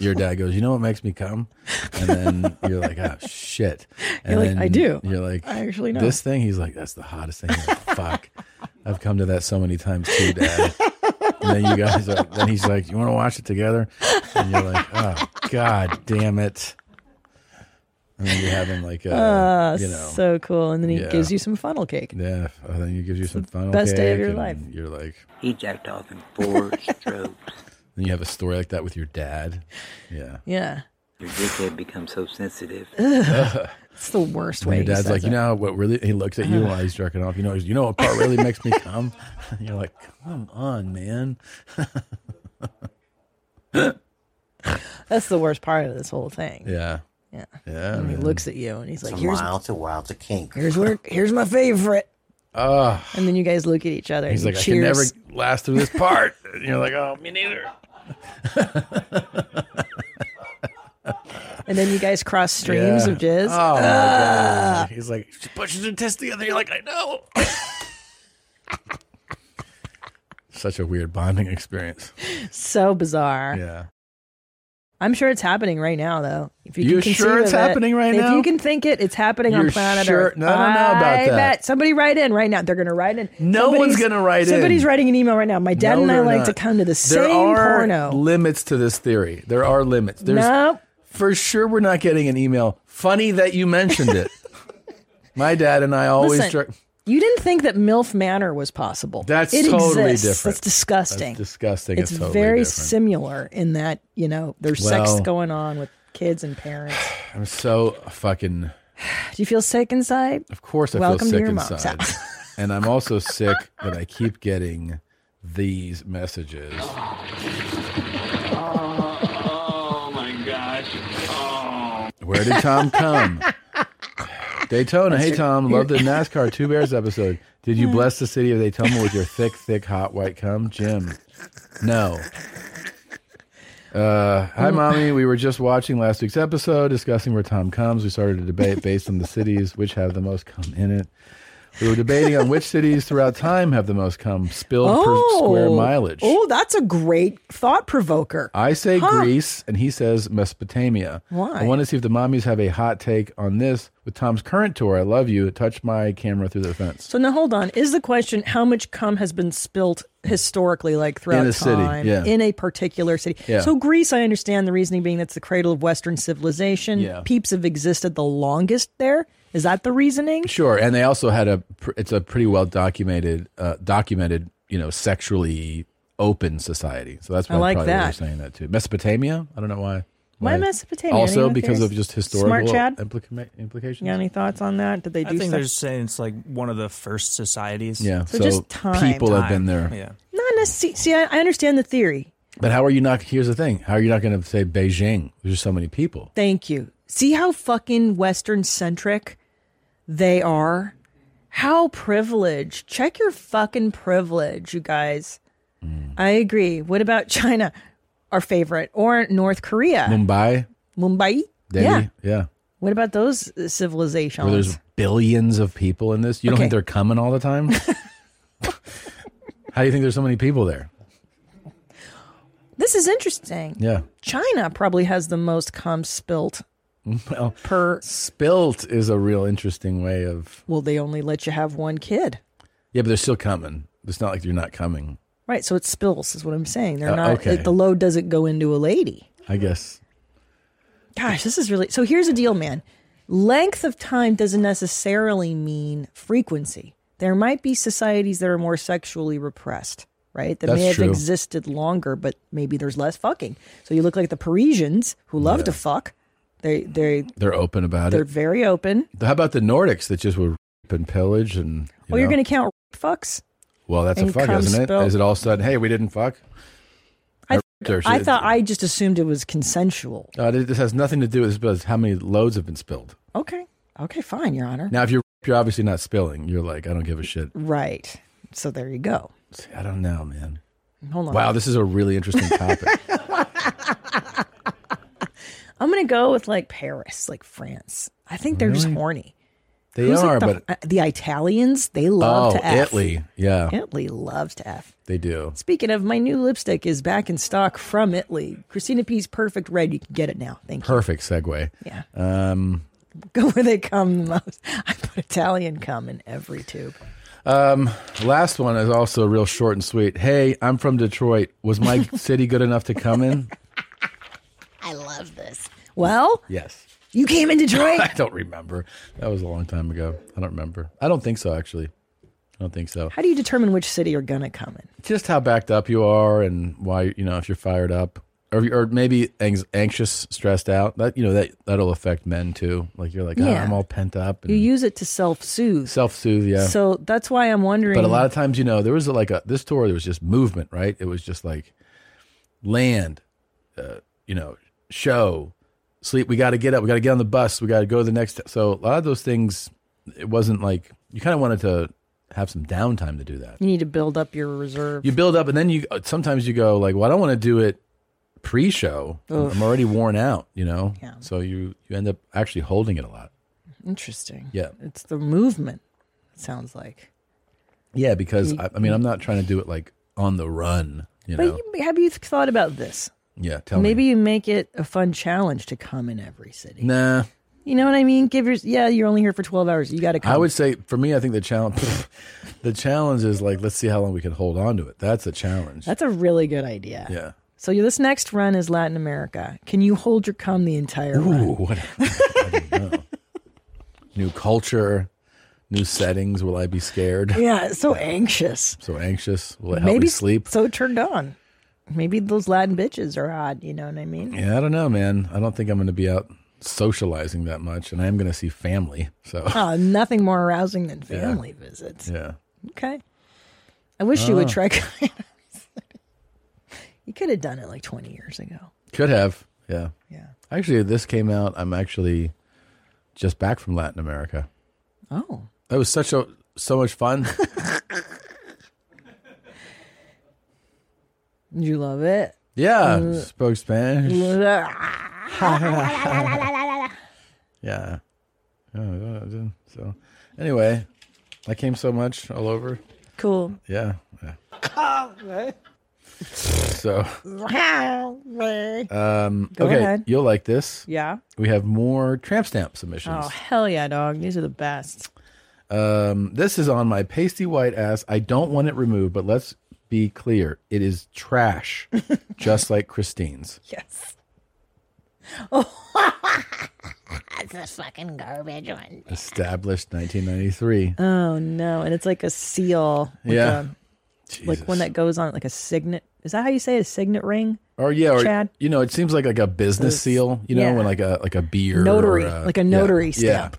S1: your dad goes, "You know what makes me come?" And then you're like, "Oh shit." And
S2: You're like,
S1: then
S2: "I do.
S1: You're like,
S2: I actually know."
S1: This thing, he's like, "That's the hottest thing." You're like, Fuck. I've come to that so many times too, dad. And then you guys are, then he's like, "You want to watch it together?" And you're like, "Oh god, damn it." And then you're having like a, you know,
S2: Ah, so cool. And then he
S1: Yeah.
S2: gives you some funnel cake.
S1: yeah, I think it gives you some funnel
S2: best day of
S1: cake
S2: your
S1: and
S2: life.
S1: You're like,
S10: He jacked off in four strokes.
S1: then you have a story like that with your dad. Yeah.
S2: Yeah.
S10: Your dickhead becomes so sensitive.
S2: It's the worst
S1: When
S2: way.
S1: your
S2: he
S1: dad's
S2: says
S1: like, you
S2: it.
S1: know what really? He looks at you while he's jerking off. You know, you know what part really makes me come? And you're like, come on, man.
S2: That's the worst part of this whole thing.
S1: Yeah.
S2: Yeah.
S1: Yeah.
S2: And he
S1: man.
S2: looks at you and he's like, here's,
S5: to wild to kink.
S2: here's, where, here's my favorite.
S1: Ah.
S2: And then you guys look at each other.
S1: He's
S2: and
S1: like,
S2: cheers.
S1: I can never last through this part. And you're like, oh, me neither.
S2: And then you guys cross streams
S1: Yeah.
S2: of jizz.
S1: Oh, my
S2: uh,
S1: God. He's like, she pushes her tits together. You're like, I know. Such a weird bonding experience.
S2: so bizarre.
S1: Yeah.
S2: I'm sure it's happening right now, though. If you
S1: You
S2: can
S1: sure
S2: conceive
S1: it's
S2: of it.
S1: happening right
S2: If
S1: now?
S2: you can think it, it's happening on
S1: You're
S2: planet
S1: sure-
S2: Earth.
S1: No, I don't know about
S2: I
S1: that.
S2: Bet. Somebody write in right now. They're going to write in.
S1: No one's
S2: Somebody's-
S1: gonna write in.
S2: Somebody's writing an email right now. My dad
S1: No,
S2: and I
S1: they're
S2: like
S1: not.
S2: to come to the
S1: there
S2: same
S1: are
S2: porno.
S1: limits to this theory. There are limits. There's
S2: Nope.
S1: for sure we're not getting an email. Funny that you mentioned it. My dad and I always
S2: Listen,
S1: jerk-
S2: you didn't think that MILF Manor was possible.
S1: That's
S2: it
S1: totally
S2: exists.
S1: different.
S2: That's disgusting.
S1: That's disgusting.
S2: It's,
S1: It's, totally
S2: very
S1: different.
S2: similar in that, you know, there's
S1: Well-
S2: sex going on with kids and parents.
S1: I'm so fucking
S2: Do you feel sick inside?
S1: of course I
S2: Welcome to
S1: feel sick
S2: your mom's
S1: inside. and I'm also sick that I keep getting these messages.
S4: Oh my gosh.
S1: Where did Tom come? Daytona. Hey, Tom. Love the NASCAR Two Bears episode. Did you bless the city of Daytona with your thick, thick, hot white cum? Jim. No. Uh, hi, mommy. We were just watching last week's episode discussing where Tom comes. We started a debate based on the cities which have the most cum in it. We were debating on which cities throughout time have the most cum spilled per square mileage.
S2: Oh, that's a great thought provoker.
S1: I say
S2: Huh.
S1: Greece, and he says Mesopotamia.
S2: Why?
S1: I want to see if the mommies have a hot take on this with Tom's current tour. I love you. Touch my camera through the fence
S2: So now hold on. Is the question how much cum has been spilt historically, like throughout
S1: In a city,
S2: time,
S1: yeah.
S2: in a particular city?
S1: Yeah.
S2: So Greece, I understand the reasoning being that's the cradle of Western civilization.
S1: Yeah.
S2: Peeps have existed the longest there. Is that the reasoning?
S1: Sure, and they also had a. pr- It's a pretty well documented, uh, documented, you know, sexually open society. So that's
S2: I
S1: why
S2: like
S1: probably why
S2: that.
S1: you're saying that too. Mesopotamia. I don't know why.
S2: Why Mesopotamia?
S1: Also
S2: Anyone
S1: because
S2: curious?
S1: of just
S2: Smart
S1: historical
S2: Chad?
S1: implica- implications.
S2: You got any thoughts on that? Did they do
S11: I think
S2: such-
S11: they're saying it's like one of the first societies.
S1: Yeah,
S2: So just time.
S1: people have been there.
S11: Yeah.
S2: not necessarily? See, I, I understand the theory.
S1: But how are you not? Here's the thing: How are you not going to say Beijing? There's just so many people.
S2: Thank you. See how fucking Western centric they are? How privileged. Check your fucking privilege, you guys.
S1: Mm.
S2: I agree. What about China, our favorite, or North Korea?
S1: Mumbai,
S2: Mumbai. Yeah.
S1: Delhi? yeah.
S2: What about those uh, civilizations?
S1: Where there's billions of people in this. You don't
S2: Okay.
S1: think they're coming all the time? How do you think there's so many people there?
S2: this is interesting.
S1: Yeah.
S2: China probably has the most cum spilt.
S1: Well, per spilt is a real interesting way of
S2: Well, they only let you have one kid.
S1: yeah, but they're still coming. It's not like you're not coming.
S2: Right, so it spills is what I'm saying. They're
S1: Uh,
S2: not
S1: okay.
S2: the load doesn't go into a lady.
S1: I guess.
S2: Gosh, this is really so. Here's the deal, man. Length of time doesn't necessarily mean frequency. There might be societies that are more sexually repressed, right? That
S12: That's
S2: may have
S12: true.
S2: existed longer, but maybe there's less fucking. So you look like the Parisians who love to fuck. They they
S1: They're open about
S2: they're
S1: it.
S2: very open.
S1: How about the Nordics that just would rape and pillage and you
S2: oh, you're
S1: know?
S2: gonna count fucks?
S1: Well, that's a
S2: and
S1: fuck,
S2: cum
S1: isn't it?
S2: spilt.
S1: Is it all of a sudden, hey, we didn't fuck? I, raped her. She
S2: I
S1: did-
S2: thought I just assumed it was consensual.
S1: Uh, this has nothing to do with this, but it's how many loads have been spilled.
S2: Okay, okay, fine, Your Honor.
S1: Now, if you're you're obviously not spilling, you're like, I don't give a shit.
S2: Right. So there you go.
S1: See, I don't know, man.
S2: Hold on.
S1: Wow, this is a really interesting topic.
S2: I'm gonna go with like Paris, like France. I think they're just
S1: Really?
S2: horny.
S1: They
S2: Who's,
S1: are,
S2: like, the, uh, the Italians they love
S1: oh,
S2: to f.
S1: Italy, yeah,
S2: Italy loves to f.
S1: they do.
S2: Speaking of, my new lipstick is back in stock from Italy. Christina P's Perfect Red. You can get it now. Thank you.
S1: Perfect segue.
S2: Yeah.
S1: Um,
S2: Go where they come the most. I put Italian cum in every tube.
S1: um, last one is also real short and sweet. Hey, I'm from Detroit. Was my city good enough to come in?
S2: I love this. Well,
S1: Yes.
S2: you came in Detroit.
S1: I don't remember. That was a long time ago. I don't remember. I don't think so, actually. I don't think so.
S2: How do you determine which city you're gonna come in?
S1: Just how backed up you are, and why you know if you're fired up, or or maybe anx- anxious, stressed out. That you know that that'll affect men too. Like you're like, "Ah,
S2: Yeah.
S1: I'm all pent up.
S2: You
S1: And
S2: use it to self-soothe.
S1: Self-soothe, yeah.
S2: So that's why I'm wondering.
S1: But a lot of times, you know, there was like a this tour. There was just movement, right? It was just like land, uh, you know, show, sleep. We got to get up. We got to get on the bus. We got to go to the next. So a lot of those things, it wasn't like you kind of wanted to have some downtime to do that.
S2: you need to build up your reserve.
S1: You build up, and then you sometimes you go like, "Well, I don't want to do it pre-show.
S2: Oof.
S1: I'm already worn out," you know. Yeah. So you you end up actually holding it a lot.
S2: Interesting.
S1: Yeah.
S2: It's the movement, it sounds like.
S1: Yeah, because
S2: You-
S1: I, I mean, I'm not trying to do it like on the run. You know.
S2: But you, have you thought about this?
S1: yeah. Tell me.
S2: Maybe you make it a fun challenge to come in every city.
S1: Nah.
S2: You know what I mean? Give your yeah. You're only here for twelve hours. You got to come.
S1: I would say for me, I think the challenge, the challenge is like let's see how long we can hold on to it. That's a challenge.
S2: That's a really good idea.
S1: yeah.
S2: So you- this next run is Latin America. Can you hold your cum the entire run?
S1: Ooh, what? I don't know. New culture, new settings. Will I be scared?
S2: Yeah, it's so anxious.
S1: So anxious. Will it help me sleep?
S2: so turned on. Maybe those Latin bitches are hot. You know what I mean?
S1: Yeah, I don't know, man. I don't think I'm going to be out socializing that much, and I am going to see family. So
S2: Oh, nothing more arousing than
S1: Yeah.
S2: family visits.
S1: yeah,
S2: Okay. I wish you would
S1: Ah.
S2: try. going you could have done it like 20 years ago.
S1: could have. Yeah,
S2: Yeah.
S1: Actually, this came out. I'm actually just back from Latin America.
S2: Oh.
S1: That was such a so much fun.
S2: You love it.
S1: Yeah,
S2: Mm.
S1: spoke
S2: uh,
S1: Spanish. Yeah. Yeah, yeah, I did. So, anyway, I came so much all over.
S2: cool.
S1: Yeah. yeah. So, um,
S2: Go
S1: okay,
S2: ahead.
S1: you'll like this.
S2: Yeah.
S1: We have more tramp stamp submissions.
S2: Oh, hell yeah, dog. These are the best.
S1: Um, this is on my pasty white ass. I don't want it removed, but let's be clear: it is trash, just like Christine's.
S2: Yes. Oh.
S12: That's a fucking garbage one.
S1: Established 1993.
S2: Oh, no. And it's like a seal. with
S1: Yeah.
S2: a- like one that goes on, like a signet. Is that how you say it? A signet ring?
S1: Or yeah, or,
S2: Chad?
S1: you know, it seems like like a business
S2: This-
S1: seal. You know,
S2: yeah.
S1: when like a like a beer
S2: Notary,
S1: or a,
S2: like a notary
S1: yeah,
S2: stamp.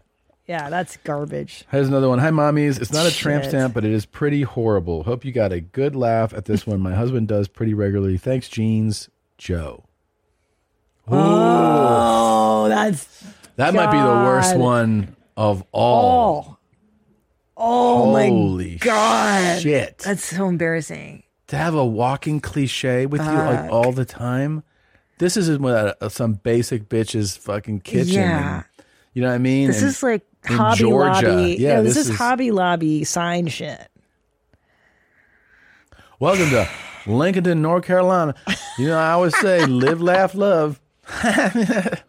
S2: Yeah, that's garbage.
S1: Yeah. Here's another one. Hi, mommies. It's not a tramp
S2: Shit.
S1: stamp, but it is pretty horrible. Hope you got a good laugh at this one. My husband does pretty regularly. Thanks, jeans, Joe.
S2: Oh, that's
S1: That might be the worst
S2: God.
S1: one of all.
S2: Oh. Oh
S1: Holy
S2: my god.
S1: shit.
S2: That's so embarrassing.
S1: To have a walking cliche with you like
S2: Fuck.
S1: all the time. This is what uh, some basic bitch's fucking kitchen.
S2: Yeah.
S1: and- you know what I mean?
S2: This
S1: And-
S2: is like
S1: in
S2: Hobby
S1: Georgia.
S2: Lobby.
S1: Yeah,
S2: No, this,
S1: this
S2: is,
S1: is-
S2: Hobby Lobby sign shit.
S1: Welcome to Lincolnton, North Carolina. You know, I always say, live, laugh, love.
S2: It's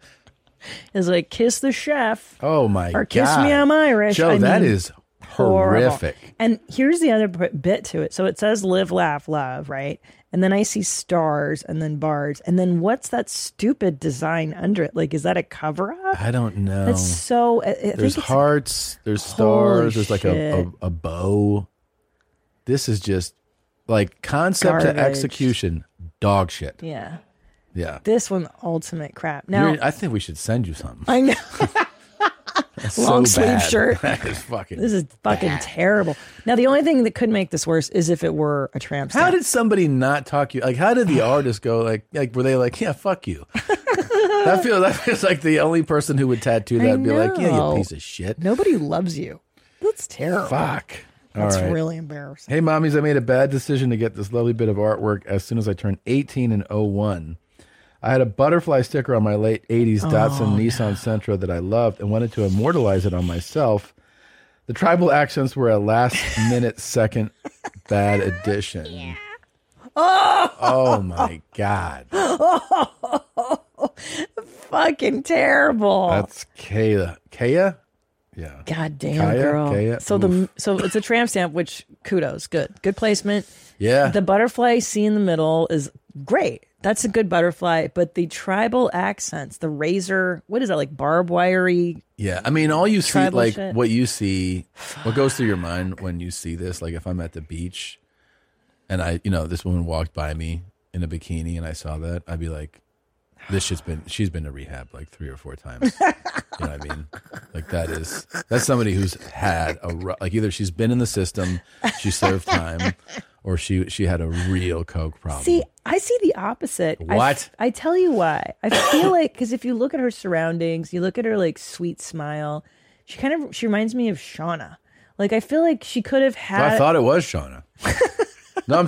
S2: like kiss the chef.
S1: Oh my god!
S2: Or kiss me, I'm Irish.
S1: Joe,
S2: I
S1: that
S2: mean,
S1: is
S2: horrible.
S1: horrific.
S2: And here's the other b- bit to it. So it says live, laugh, love, right? And then I see stars and then bars. And then what's that stupid design under it? Like, is that a cover up?
S1: I don't know.
S2: That's so. I, I think
S1: there's
S2: it's-
S1: hearts. There's
S2: Holy
S1: stars. There's like a,
S2: shit.
S1: a a bow. This is just like concept to
S2: Garbage.
S1: execution, dog shit.
S2: Yeah.
S1: Yeah.
S2: This one, ultimate crap. Now,
S1: You're- I think we should send you something.
S2: I know.
S1: That's
S2: Long
S1: so
S2: sleeve
S1: bad.
S2: shirt.
S1: That is fucking.
S2: This is fucking
S1: bad.
S2: terrible. Now, the only thing that could make this worse is if it were a tramp stamp.
S1: How did somebody not talk you? Like, how did the artist go? Like, like were they like, yeah, fuck you? that feels that feels like the only person who would tattoo
S2: I
S1: that would be like, yeah,
S2: know.
S1: you piece of shit.
S2: Nobody loves you. That's terrible.
S1: Fuck. All
S2: That's
S1: right.
S2: really embarrassing.
S1: Hey, mommies, I made a bad decision to get this lovely bit of artwork as soon as I turned 18 in 01. I had a butterfly sticker on my late 80s Datsun
S13: Oh,
S1: Nissan Sentra that I loved and wanted to immortalize it on myself. The tribal accents were a last minute, second bad addition.
S2: Oh,
S1: Oh my God.
S2: fucking terrible.
S1: That's Kaya. Kaya?
S2: Oh. God damn
S1: Kaya,
S2: girl.
S1: Kaya,
S2: so the so it's a tramp stamp, which kudos, good, good placement.
S1: Yeah.
S2: The butterfly C in the middle is great. That's a good butterfly, but the tribal accents, the razor, what is that like barbed wirey?
S1: Yeah, I mean, all you see,
S2: Tribal
S1: like
S2: shit.
S1: what you see, what goes through your mind when you see this. Like, if I'm at the beach, and I, you know, this woman walked by me in a bikini, and I saw that, I'd be like, "This shit's been, she's been to rehab like three or four times." you know what I mean? Like that is that's somebody who's had a ru- like either she's been in the system, she served time, or she she had a real coke problem.
S2: See, I see the opposite. I f-
S1: What?
S2: I tell you why. I feel like because if you look at her surroundings, you look at her like sweet smile. She kind of she reminds me of Shauna. Like I feel like she could have
S1: So
S2: had.
S1: I thought it was Shauna. no, I'm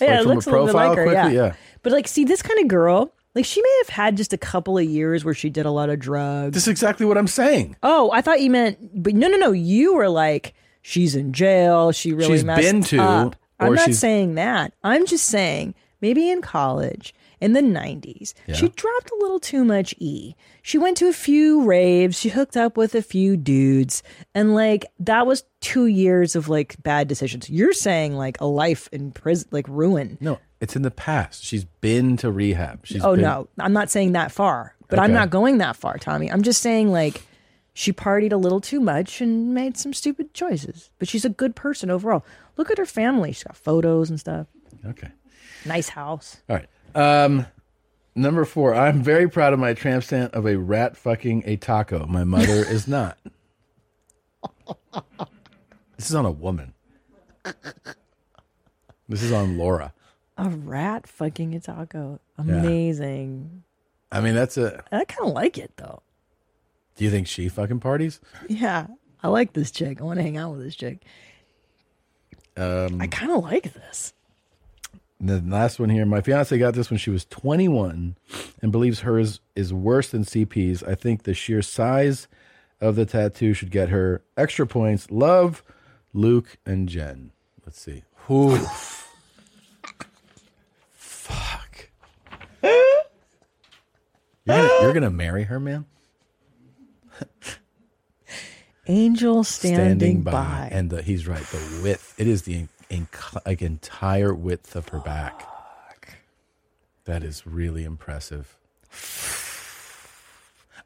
S2: Yeah,
S1: like
S2: it
S1: from
S2: looks
S1: a
S2: a little bit
S1: profile
S2: like her,
S1: quickly,
S2: yeah.
S1: yeah.
S2: But like, see, this kind of girl, like, she may have had just a couple of years where she did a lot of drugs.
S1: That's exactly what I'm saying.
S2: Oh, I thought you meant, but no, no, no. You were like, she's in jail. She really
S1: She's
S2: messed
S1: been to,
S2: up. I'm
S1: or
S2: not
S1: she's-
S2: saying that. I'm just saying maybe in college in the 90s, she dropped a little too much E. She went to a few raves. She hooked up with a few dudes. And like, that was two years of like bad decisions. You're saying like a life in prison, like ruin.
S1: No, it's in the past. She's been to rehab. She's
S2: oh
S1: been-
S2: no, I'm not saying that far, but I'm
S1: Okay.
S2: not going that far, Tommy. I'm just saying like she partied a little too much and made some stupid choices, but she's a good person overall. Look at her family; she's got photos and stuff.
S1: Okay.
S2: Nice house.
S1: All right. Um, number four. I'm very proud of my tramp stamp of a rat fucking a taco. My mother is not. This is on a woman. This is on Laura.
S2: A rat fucking a taco.
S1: Yeah.
S2: Amazing.
S1: I mean, that's a.
S2: I kind of like it though.
S1: Do you think she fucking parties?
S2: Yeah, I like this chick. I want to hang out with this chick.
S1: Um,
S2: I kind of like this.
S1: And then the last one here. My fiance got this when she was 21 and believes hers is worse than CP's. I think the sheer size of the tattoo should get her extra points. Love, Luke, and Jen. Let's see. Who? Fuck. You're gonna, you're gonna marry her, man?
S2: Angel standing, by.
S1: And the, he's right. The width. It is the en- enc- like entire width of her back. That is really impressive.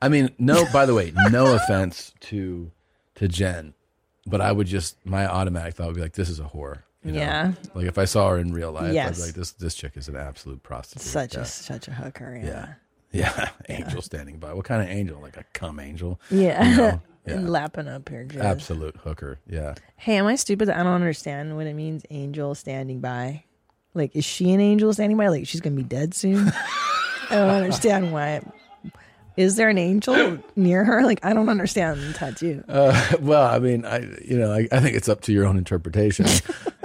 S1: I mean, no. By the way, no offense to to Jen, but I would just my automatic thought would be like, this is a whore. You know?
S2: Yeah.
S1: Like if I saw her in real life, I'd
S2: Yes.
S1: be like, this this chick is an absolute prostitute.
S2: Such
S1: Yeah.
S2: a such a hooker.
S1: yeah. Yeah, angel standing by. What kind of angel? Like a cum angel?
S2: Yeah.
S1: You know?
S2: And lapping up her jizz.
S1: Absolute hooker. Yeah.
S2: Hey, am I stupid? that I don't understand what it means. Angel standing by. Like, is she an angel standing by? Like, she's gonna be dead soon. I don't understand why. Is there an angel near her? Like, I don't understand the tattoo.
S1: Uh, well, I mean, I you know, I, I think it's up to your own interpretation.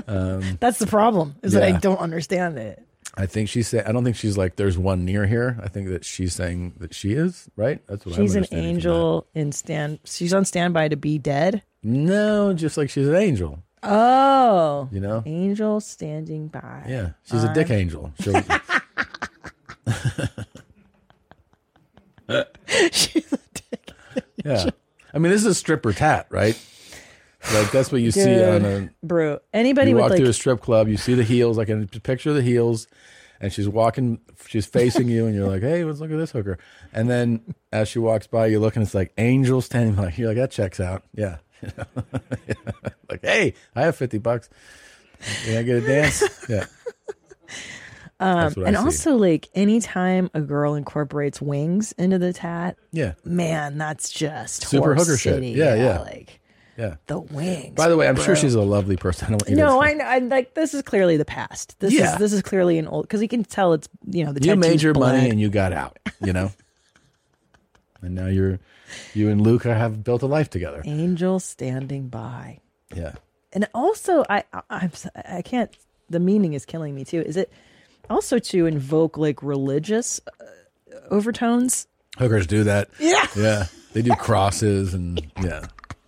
S1: um,
S2: That's the problem. Is that
S1: Yeah.
S2: I don't understand it.
S1: I think she's saying. I don't think she's like. There's one near here. I think that she's saying that she is right. That's what I'm
S2: She's an
S1: understanding from
S2: angel in stand. She's on standby to be dead.
S1: that. No, just like she's an angel.
S2: Oh,
S1: You know?
S2: angel standing by. Um,
S1: Yeah, she's a dick
S2: I'm-
S1: angel. She'll,
S2: she's a dick.
S1: yeah, I mean, this is a stripper tat, right? Like that's what you see on a.
S2: bro. Anybody
S1: you
S2: with
S1: walk
S2: like
S1: through a strip club, you see the heels. I can picture the heels, and she's walking, she's facing you, and you're like, "Hey, let's look at this hooker." And then as she walks by, you look, and it's like angel standing by. You're like, "That checks out." Yeah. like, hey, I have fifty bucks. Can I get a dance? Yeah.
S2: Um,
S1: That's what I
S2: and
S1: see.
S2: also, like, anytime a girl incorporates wings into the tat,
S1: Yeah.
S2: man, that's just
S1: Super
S2: horse
S1: hooker
S2: city.
S1: shit. Yeah, yeah.
S2: Like
S1: yeah.
S2: the wings.
S1: By the way, I'm
S2: bro.
S1: sure she's a lovely person. I don't want you to
S2: No, I know. I like this is clearly the past. This
S1: Yeah.
S2: is this is clearly an old because you can tell it's you know the
S1: you made
S2: tattoo's
S1: your money
S2: blood.
S1: and you got out, you know? and now you're you and Luca have built a life together.
S2: angel standing by.
S1: Yeah.
S2: and also I, I I'm s- I can't the meaning is killing me too. Is it also to invoke like religious uh, overtones?
S1: Hookers do that.
S2: Yeah.
S1: Yeah. They do crosses and yeah.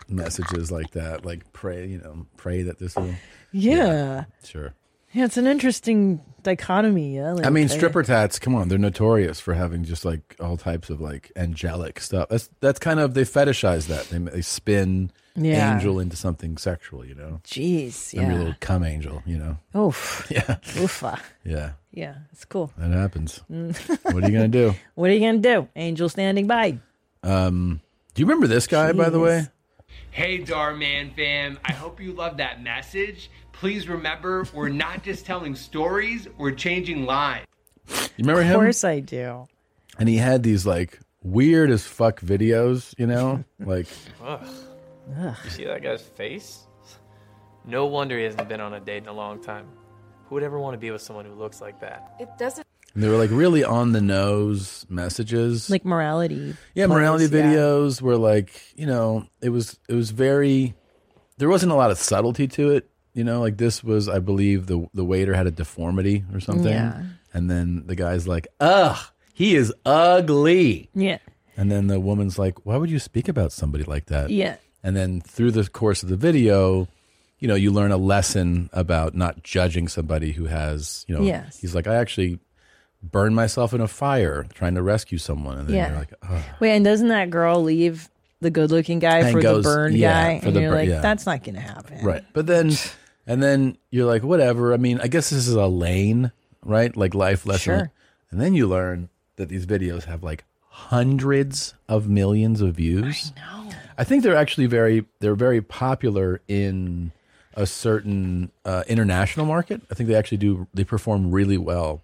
S1: Messages like that. Like pray, you know, pray that this will
S2: Yeah, yeah.
S1: sure.
S2: it's an interesting dichotomy. Yeah,
S1: I mean,
S2: Like,
S1: stripper tats. Come on, they're notorious for having just like all types of like angelic stuff. That's that's kind of they fetishize that. They, they spin
S2: Yeah.
S1: angel into something sexual. You know,
S2: Jeez,
S1: Every
S2: yeah. Oh.
S1: little cum angel. You know,
S2: Oof.
S1: Yeah.
S2: Oofa.
S1: Yeah.
S2: Yeah, it's cool.
S1: that happens.
S2: Mm.
S1: what are you gonna do?
S2: What are you gonna do? Angel standing by.
S1: Um, do you remember this guy by the way?
S13: Hey, Darman fam. I hope you love that message. Please remember, we're not just telling stories, we're changing lives.
S1: You remember him?
S2: Of course I do.
S1: and he had these like weird as fuck videos, you know, like
S14: Ugh. You see that guy's face? No wonder he hasn't been on a date in a long time. Who would ever want to be with someone who looks like that?
S7: It doesn't.
S1: and they were like really on the nose messages,
S2: Like morality.
S1: yeah,
S2: plays,
S1: morality
S2: yeah.
S1: videos were like you know it was it was very there wasn't a lot of subtlety to it, you know, like this was I believe the the waiter had a deformity or something,
S2: Yeah.
S1: and then the guy's like, ugh, he is ugly,
S2: Yeah.
S1: and then the woman's like, why would you speak about somebody like that?
S2: Yeah.
S1: And then through the course of the video, you know, you learn a lesson about not judging somebody who has, you know,
S2: Yes.
S1: he's like, I actually burned myself in a fire trying to rescue someone. And then
S2: Yeah.
S1: you're like, oh,
S2: Wait, and doesn't that girl leave the good-looking guy
S1: And
S2: for
S1: goes-
S2: the burned
S1: yeah,
S2: guy?
S1: for
S2: and
S1: the
S2: you're
S1: bur-
S2: like,
S1: yeah.
S2: that's not gonna happen.
S1: right. But then, and then you're like, whatever. I mean, I guess this is a lane, right? Like life lesson.
S2: Sure.
S1: And then you learn that these videos have like hundreds of millions of views. I know. I think they're actually very they're very popular in a certain uh, international market. I think they actually do they perform really well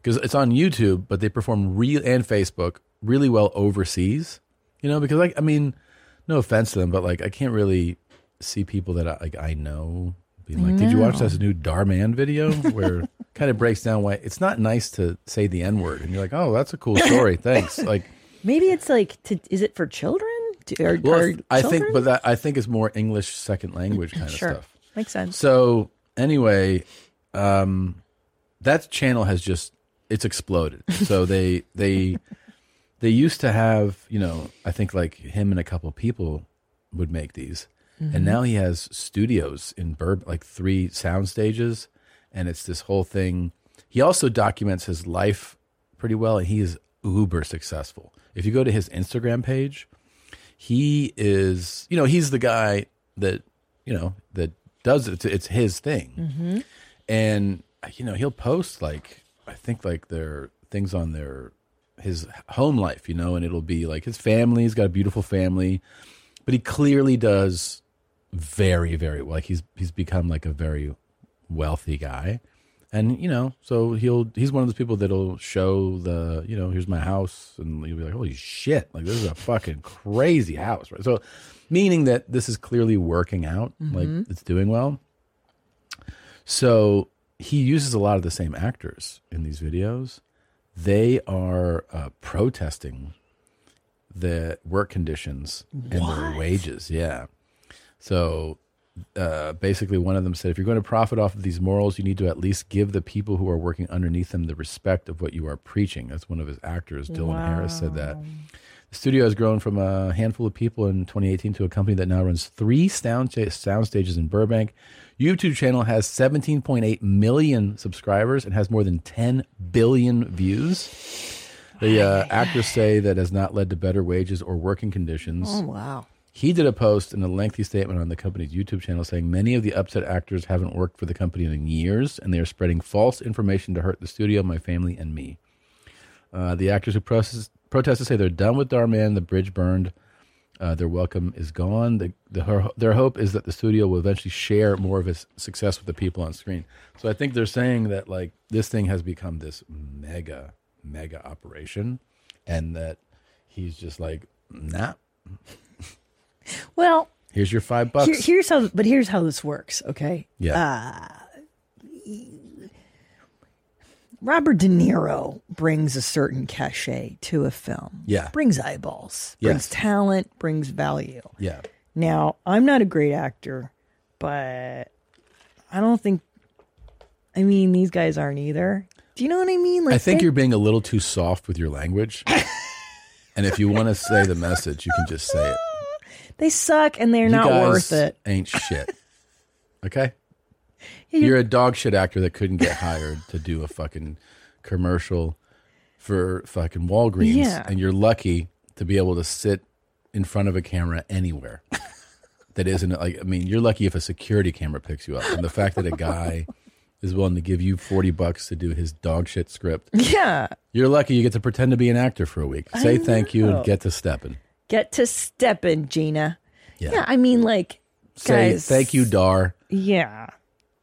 S1: because it's on YouTube, but they perform real and Facebook really well overseas. You know, because like I mean, no offense to them, but like I can't really see people that I, like I know being like, "Did you watch
S15: No.
S1: this new Darman video?" Where kind of breaks down why it's not nice to say the N word, and you're like, "Oh, that's a cool story, thanks." Like,
S2: Maybe it's like, to, is it for children? Do, are,
S1: well,
S2: are
S1: I think,
S2: children?
S1: but that I think it's more English second language kind
S2: sure,
S1: of stuff.
S2: makes sense.
S1: So anyway, um, that channel has just it's exploded. So they they they used to have you know I think like him and a couple people would make these,
S15: Mhm.
S1: and
S2: Mm-hmm.
S1: now he has studios in Burb like three sound stages, and it's this whole thing. He also documents his life pretty well, and he is uber successful. If you go to his Instagram page, he is you know he's the guy that you know that does it. It's, it's his thing
S15: Mm-hmm.
S1: and you know he'll post like i think like their things on their his home life you know and it'll be like his family he's got a beautiful family but he clearly does very very well like he's he's become like a very wealthy guy and you know so he'll he's one of those people that'll show the you know here's my house and you'll be like holy shit like this is a fucking crazy house right so meaning that this is clearly working out like
S15: Mhm.
S1: it's doing well so he uses a lot of the same actors in these videos. They are uh, protesting the work conditions and their wages. Yeah. So uh, basically one of them said, if you're going to profit off of these morals, you need to at least give the people who are working underneath them the respect of what you are preaching. That's one of his actors, Dylan Harris, said that. The studio has grown from a handful of people in 2018 to a company that now runs three sound, sta- sound stages in Burbank. YouTube channel has 17.8 million subscribers and has more than 10 billion views. The uh, actors say that has not led to better wages or working conditions.
S2: Oh, wow.
S1: He did a post and a lengthy statement on the company's YouTube channel saying many of the upset actors haven't worked for the company in years and they are spreading false information to hurt the studio, my family, and me. Uh, the actors who process, protested say they're done with Darman, the bridge burned, uh, their welcome is gone. The, the, her, their hope is that the studio will eventually share more of its success with the people on screen. So I think they're saying that like this thing has become this mega, mega operation and that he's just like, nah,
S2: Well,
S1: here's your five bucks.
S2: Here- here's how, but here's how this works. Okay.
S1: Yeah.
S2: Uh, Robert De Niro brings a certain cachet to a film.
S1: Yeah.
S2: Brings eyeballs. Brings
S1: Yes.
S2: talent. Brings value.
S1: yeah.
S2: Now, I'm not a great actor, but I don't think. I mean, these guys aren't either. Do you know what I mean?
S1: I think
S2: they-
S1: you're being a little too soft with your language. and if you want to say the message, you can just say it.
S2: They suck, and they're
S1: You
S2: not
S1: guys
S2: worth it.
S1: Ain't shit. Okay?
S2: Yeah, you're-
S1: You're a dog shit actor that couldn't get hired to do a fucking commercial for fucking Walgreens.
S2: Yeah.
S1: And you're lucky to be able to sit in front of a camera anywhere. That isn't like I mean, you're lucky if a security camera picks you up. And the fact that a guy is willing to give you forty bucks to do his dog shit script
S2: Yeah.
S1: You're lucky you get to pretend to be an actor for a week.
S2: I
S1: Say thank you
S2: know.
S1: and get to stepping.
S2: Get to stepping, Gina.
S1: Yeah.
S2: I mean, like,
S1: Say
S2: guys.
S1: thank you, Dar.
S2: Yeah.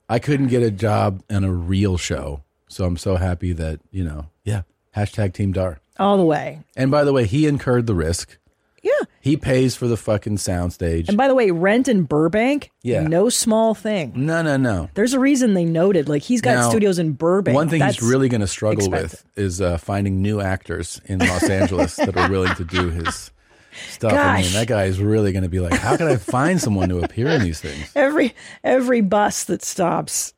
S1: I couldn't get a job on a real show. So I'm so happy that, you know, yeah. Hashtag Team Dar.
S2: All the way.
S1: And by the way, he incurred the risk.
S2: Yeah.
S1: He pays for the fucking soundstage.
S2: And by the way, rent in Burbank,
S1: Yeah.
S2: no small thing.
S1: No, no, no.
S2: There's a reason they noted. Like he's got
S1: Now,
S2: studios in Burbank.
S1: One thing
S2: That's
S1: he's really going to struggle
S2: expensive.
S1: with is uh, finding new actors in Los Angeles that are willing to do his stuff. I
S2: Gosh.
S1: mean, that guy is really going to be like, how can I find someone to appear in these things?
S2: every every bus that stops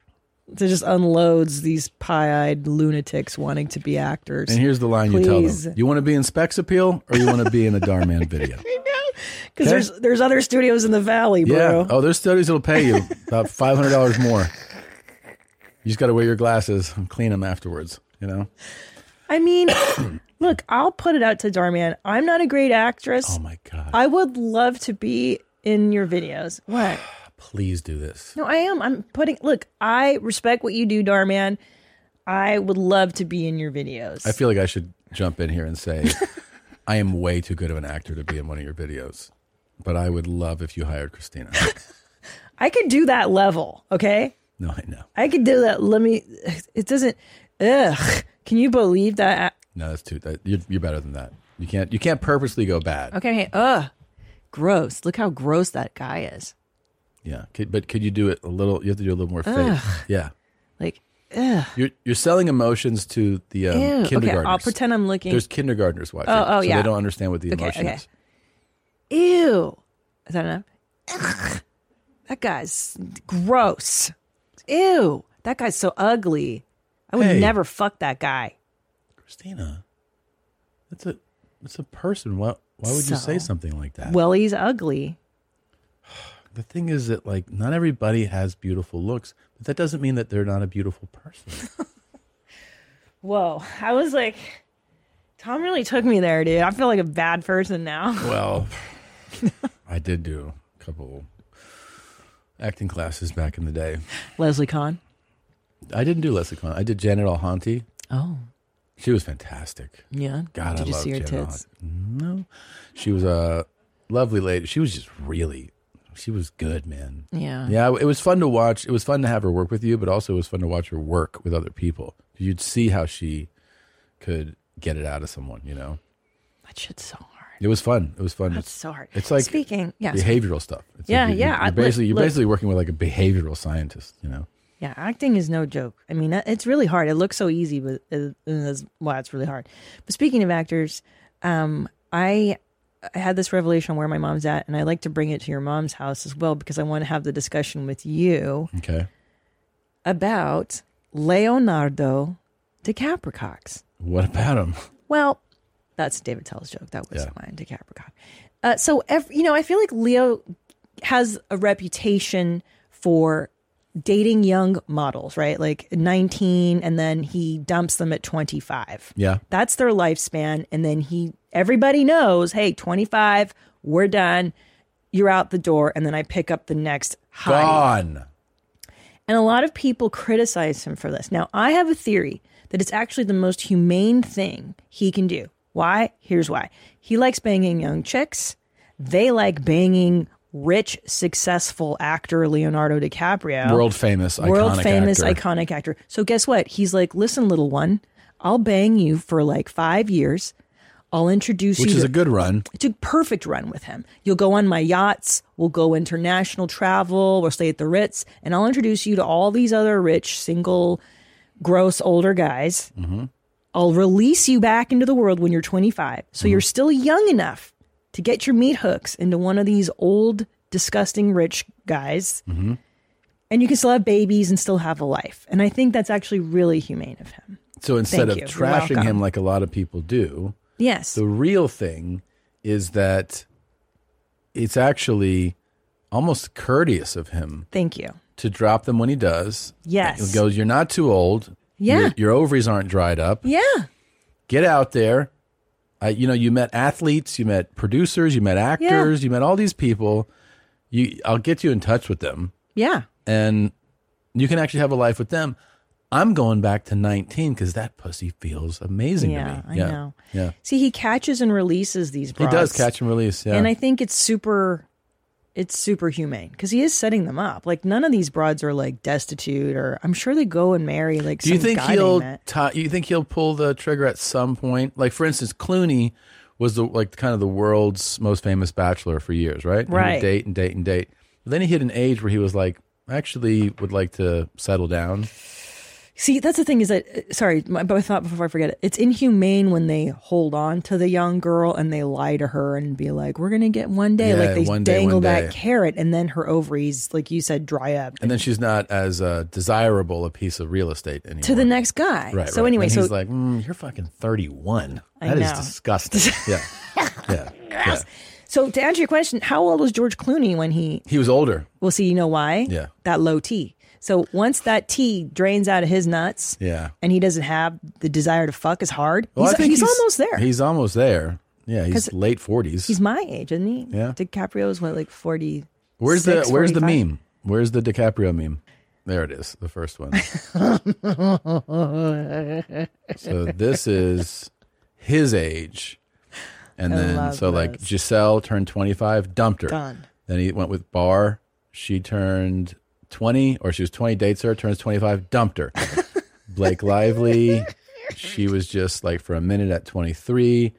S2: that just unloads these pie-eyed lunatics wanting to be actors.
S1: And here's the line you tell
S2: Please.
S1: them: You want to be in Specs Appeal or you want to be in a Darman video?
S2: because there's there's other studios in the valley, bro.
S1: yeah. Oh, there's studies that'll pay you about five hundred dollars more. You just got to wear your glasses and clean them afterwards. You know.
S2: I mean, look, I'll put it out to Darman. I'm not a great actress. Oh
S1: my god.
S2: I would love to be in your videos. What?
S1: Please do this.
S2: No, I am. I'm putting. Look, I respect what you do, Darman. I would love to be in your videos.
S1: I feel like I should jump in here and say, I am way too good of an actor to be in one of your videos, but I would love if you hired Christina.
S2: I could do that level. Okay,
S1: No, I know.
S2: I could do that. Let me. It doesn't. Ugh. Can you believe that?
S1: No, that's too. That, you're, you're better than that. You can't. You can't purposely go bad.
S2: Okay. hey, Ugh. Gross. Look how gross that guy is.
S1: Yeah. Could, but could you do it a little? You have to do a little more fake.
S2: Ugh.
S1: Yeah.
S2: Like. Ugh.
S1: You're you're selling emotions to the um,
S2: Ew. Okay,
S1: kindergartners.
S2: I'll pretend I'm looking.
S1: There's kindergartners watching.
S2: Oh, oh,
S1: so
S2: yeah.
S1: They don't understand what the
S2: Okay,
S1: emotion
S2: okay.
S1: is.
S2: Ew. Is that enough? Ugh. That guy's gross. Ew. That guy's so ugly. I would
S1: Hey.
S2: never fuck that guy.
S1: Christina, that's a that's a person. Why why would you say
S2: So?
S1: something like that?
S2: Well, he's ugly.
S1: the thing is that like not everybody has beautiful looks, but that doesn't mean that they're not a beautiful person.
S2: Whoa. I was like, Tom really took me there, dude. I feel like a bad person now.
S1: well, I did do a couple acting classes back in the day.
S2: Leslie Kahn.
S1: I didn't do Leslie Con. I did Janet Alhanty.
S2: Oh.
S1: She was fantastic.
S2: Yeah?
S1: God,
S2: Did
S1: I
S2: you
S1: love
S2: see her
S1: Janet
S2: tits?
S1: Alhanty. No. She was a lovely lady. She was just really, she was good, man.
S2: Yeah.
S1: Yeah. It was fun to watch. It was fun to have her work with you, but also it was fun to watch her work with other people. You'd see how she could get it out of someone, you know?
S2: That shit's so hard.
S1: It was fun. It was fun.
S2: That's so hard.
S1: It's like
S2: Speaking- yeah.
S1: behavioral stuff. It's
S2: Yeah,
S1: like you-
S2: yeah,
S1: You're,
S2: I- look-
S1: basically, you're
S2: look.
S1: basically working with like a behavioral scientist, you know?
S2: Yeah, acting is no joke. I mean, it's really hard. It looks so easy, but it- that's why it's really hard. But speaking of actors, um, I I had this revelation on where my mom's at, and I like to bring it to your mom's house as well because I want to have the discussion with you
S1: Okay.
S2: about Leonardo DiCapricox.
S1: What about him?
S2: Well, that's David Tell's joke. That was
S1: Yeah.
S2: mine, DiCapricox. Uh, so, ev you know, I feel like Leo has a reputation for dating young models, right? Like 19, and then he dumps them at 25.
S1: Yeah.
S2: That's their lifespan. And then he, everybody knows, hey, 25, we're done. You're out the door. And then I pick up the next hottie.
S1: Gone.
S2: And a lot of people criticize him for this. Now, I have a theory that it's actually the most humane thing he can do. Why? Here's why. He likes banging young chicks. They like banging rich, successful actor Leonardo DiCaprio.
S1: World famous,
S2: World
S1: iconic
S2: famous,
S1: actor.
S2: iconic actor. So guess what? He's like, listen, little one, I'll bang you for like five years. I'll introduce
S1: Which
S2: you.
S1: is
S2: to-
S1: a good run.
S2: it's a perfect run with him. You'll go on my yachts. We'll go international travel. We'll stay at the Ritz, and I'll introduce you to all these other rich, single, gross older guys.
S1: Mhm.
S2: I'll release you back into the world when you're 25, so
S1: Mm-hmm.
S2: you're still young enough to get your meat hooks into one of these old, disgusting rich guys,
S1: Mm-hmm.
S2: and you can still have babies and still have a life. And I think that's actually really humane of him.
S1: So
S2: Thank
S1: instead of
S2: you. You're
S1: trashing
S2: welcome.
S1: him like a lot of people do,
S2: Yes.
S1: the real thing is that it's actually almost courteous of him
S2: Thank you.
S1: to drop them when he does.
S2: Yes.
S1: He goes, You're not too old.
S2: Yeah.
S1: Your, your ovaries aren't dried up.
S2: Yeah.
S1: Get out there. I, you know, you met athletes, you met producers, you met actors, you met all these people. You, I'll get you in touch with them
S2: Yeah.
S1: and you can actually have a life with them. I'm going back to 19 because that pussy feels amazing
S2: Yeah,
S1: to
S2: I
S1: me. yeah,
S2: know.
S1: Yeah.
S2: See, he catches and releases these.
S1: He
S2: Broads.
S1: does catch and release. Yeah.
S2: And I think it's super it's super humane because he is setting them up. Like none of these broads are like destitute or I'm sure they go and marry like
S1: do you
S2: some
S1: think
S2: guy they
S1: he'll
S2: met.
S1: ti you think he'll pull the trigger at some point? Like for instance, Clooney was the like kind of the world's most famous bachelor for years, right? He would
S2: Right.
S1: date and date and date. But then he hit an age where he was like, I actually would like to settle down.
S2: See, that's the thing is that uh, sorry, my, but I thought before I forget it, it's inhumane when they hold on to the young girl and they lie to her and be like, "We're gonna get one day."
S1: Yeah,
S2: like they
S1: one day,
S2: dangle
S1: one day.
S2: that carrot and then her ovaries, like you said, dry up
S1: And then she's not as uh, desirable a piece of real estate anymore.
S2: to the next guy.
S1: Right.
S2: so
S1: right.
S2: anyway,
S1: And
S2: so
S1: he's like, "Mm, you're fucking 31.
S2: I
S1: That is
S2: know.
S1: disgusting. yeah. yeah. Yeah.
S2: so to answer your question, how old was George Clooney when he
S1: He was older.
S2: Well, see, you know why?
S1: Yeah.
S2: That low T. So once that T drains out of his nuts
S1: Yeah.
S2: and he doesn't have the desire to fuck as hard,
S1: Well, I
S2: he's,
S1: think
S2: he's, almost there. He's,
S1: He's almost there. Yeah.
S2: 'Cause
S1: He's late 40s.
S2: my age, isn't he?
S1: Yeah.
S2: DiCaprio's what, like 40.
S1: Where's the Where's the meme? Where's the DiCaprio meme? There it is, the first one.
S2: meme?
S1: so this is his age, and
S2: I
S1: then
S2: love
S1: so like Giselle turned twenty five, dumped her.
S2: Done.
S1: Then he went with Barr. She turned twenty, or she was twenty, dates her, turns twenty five, dumped her. Blake Lively, she was just like for a minute at twenty three.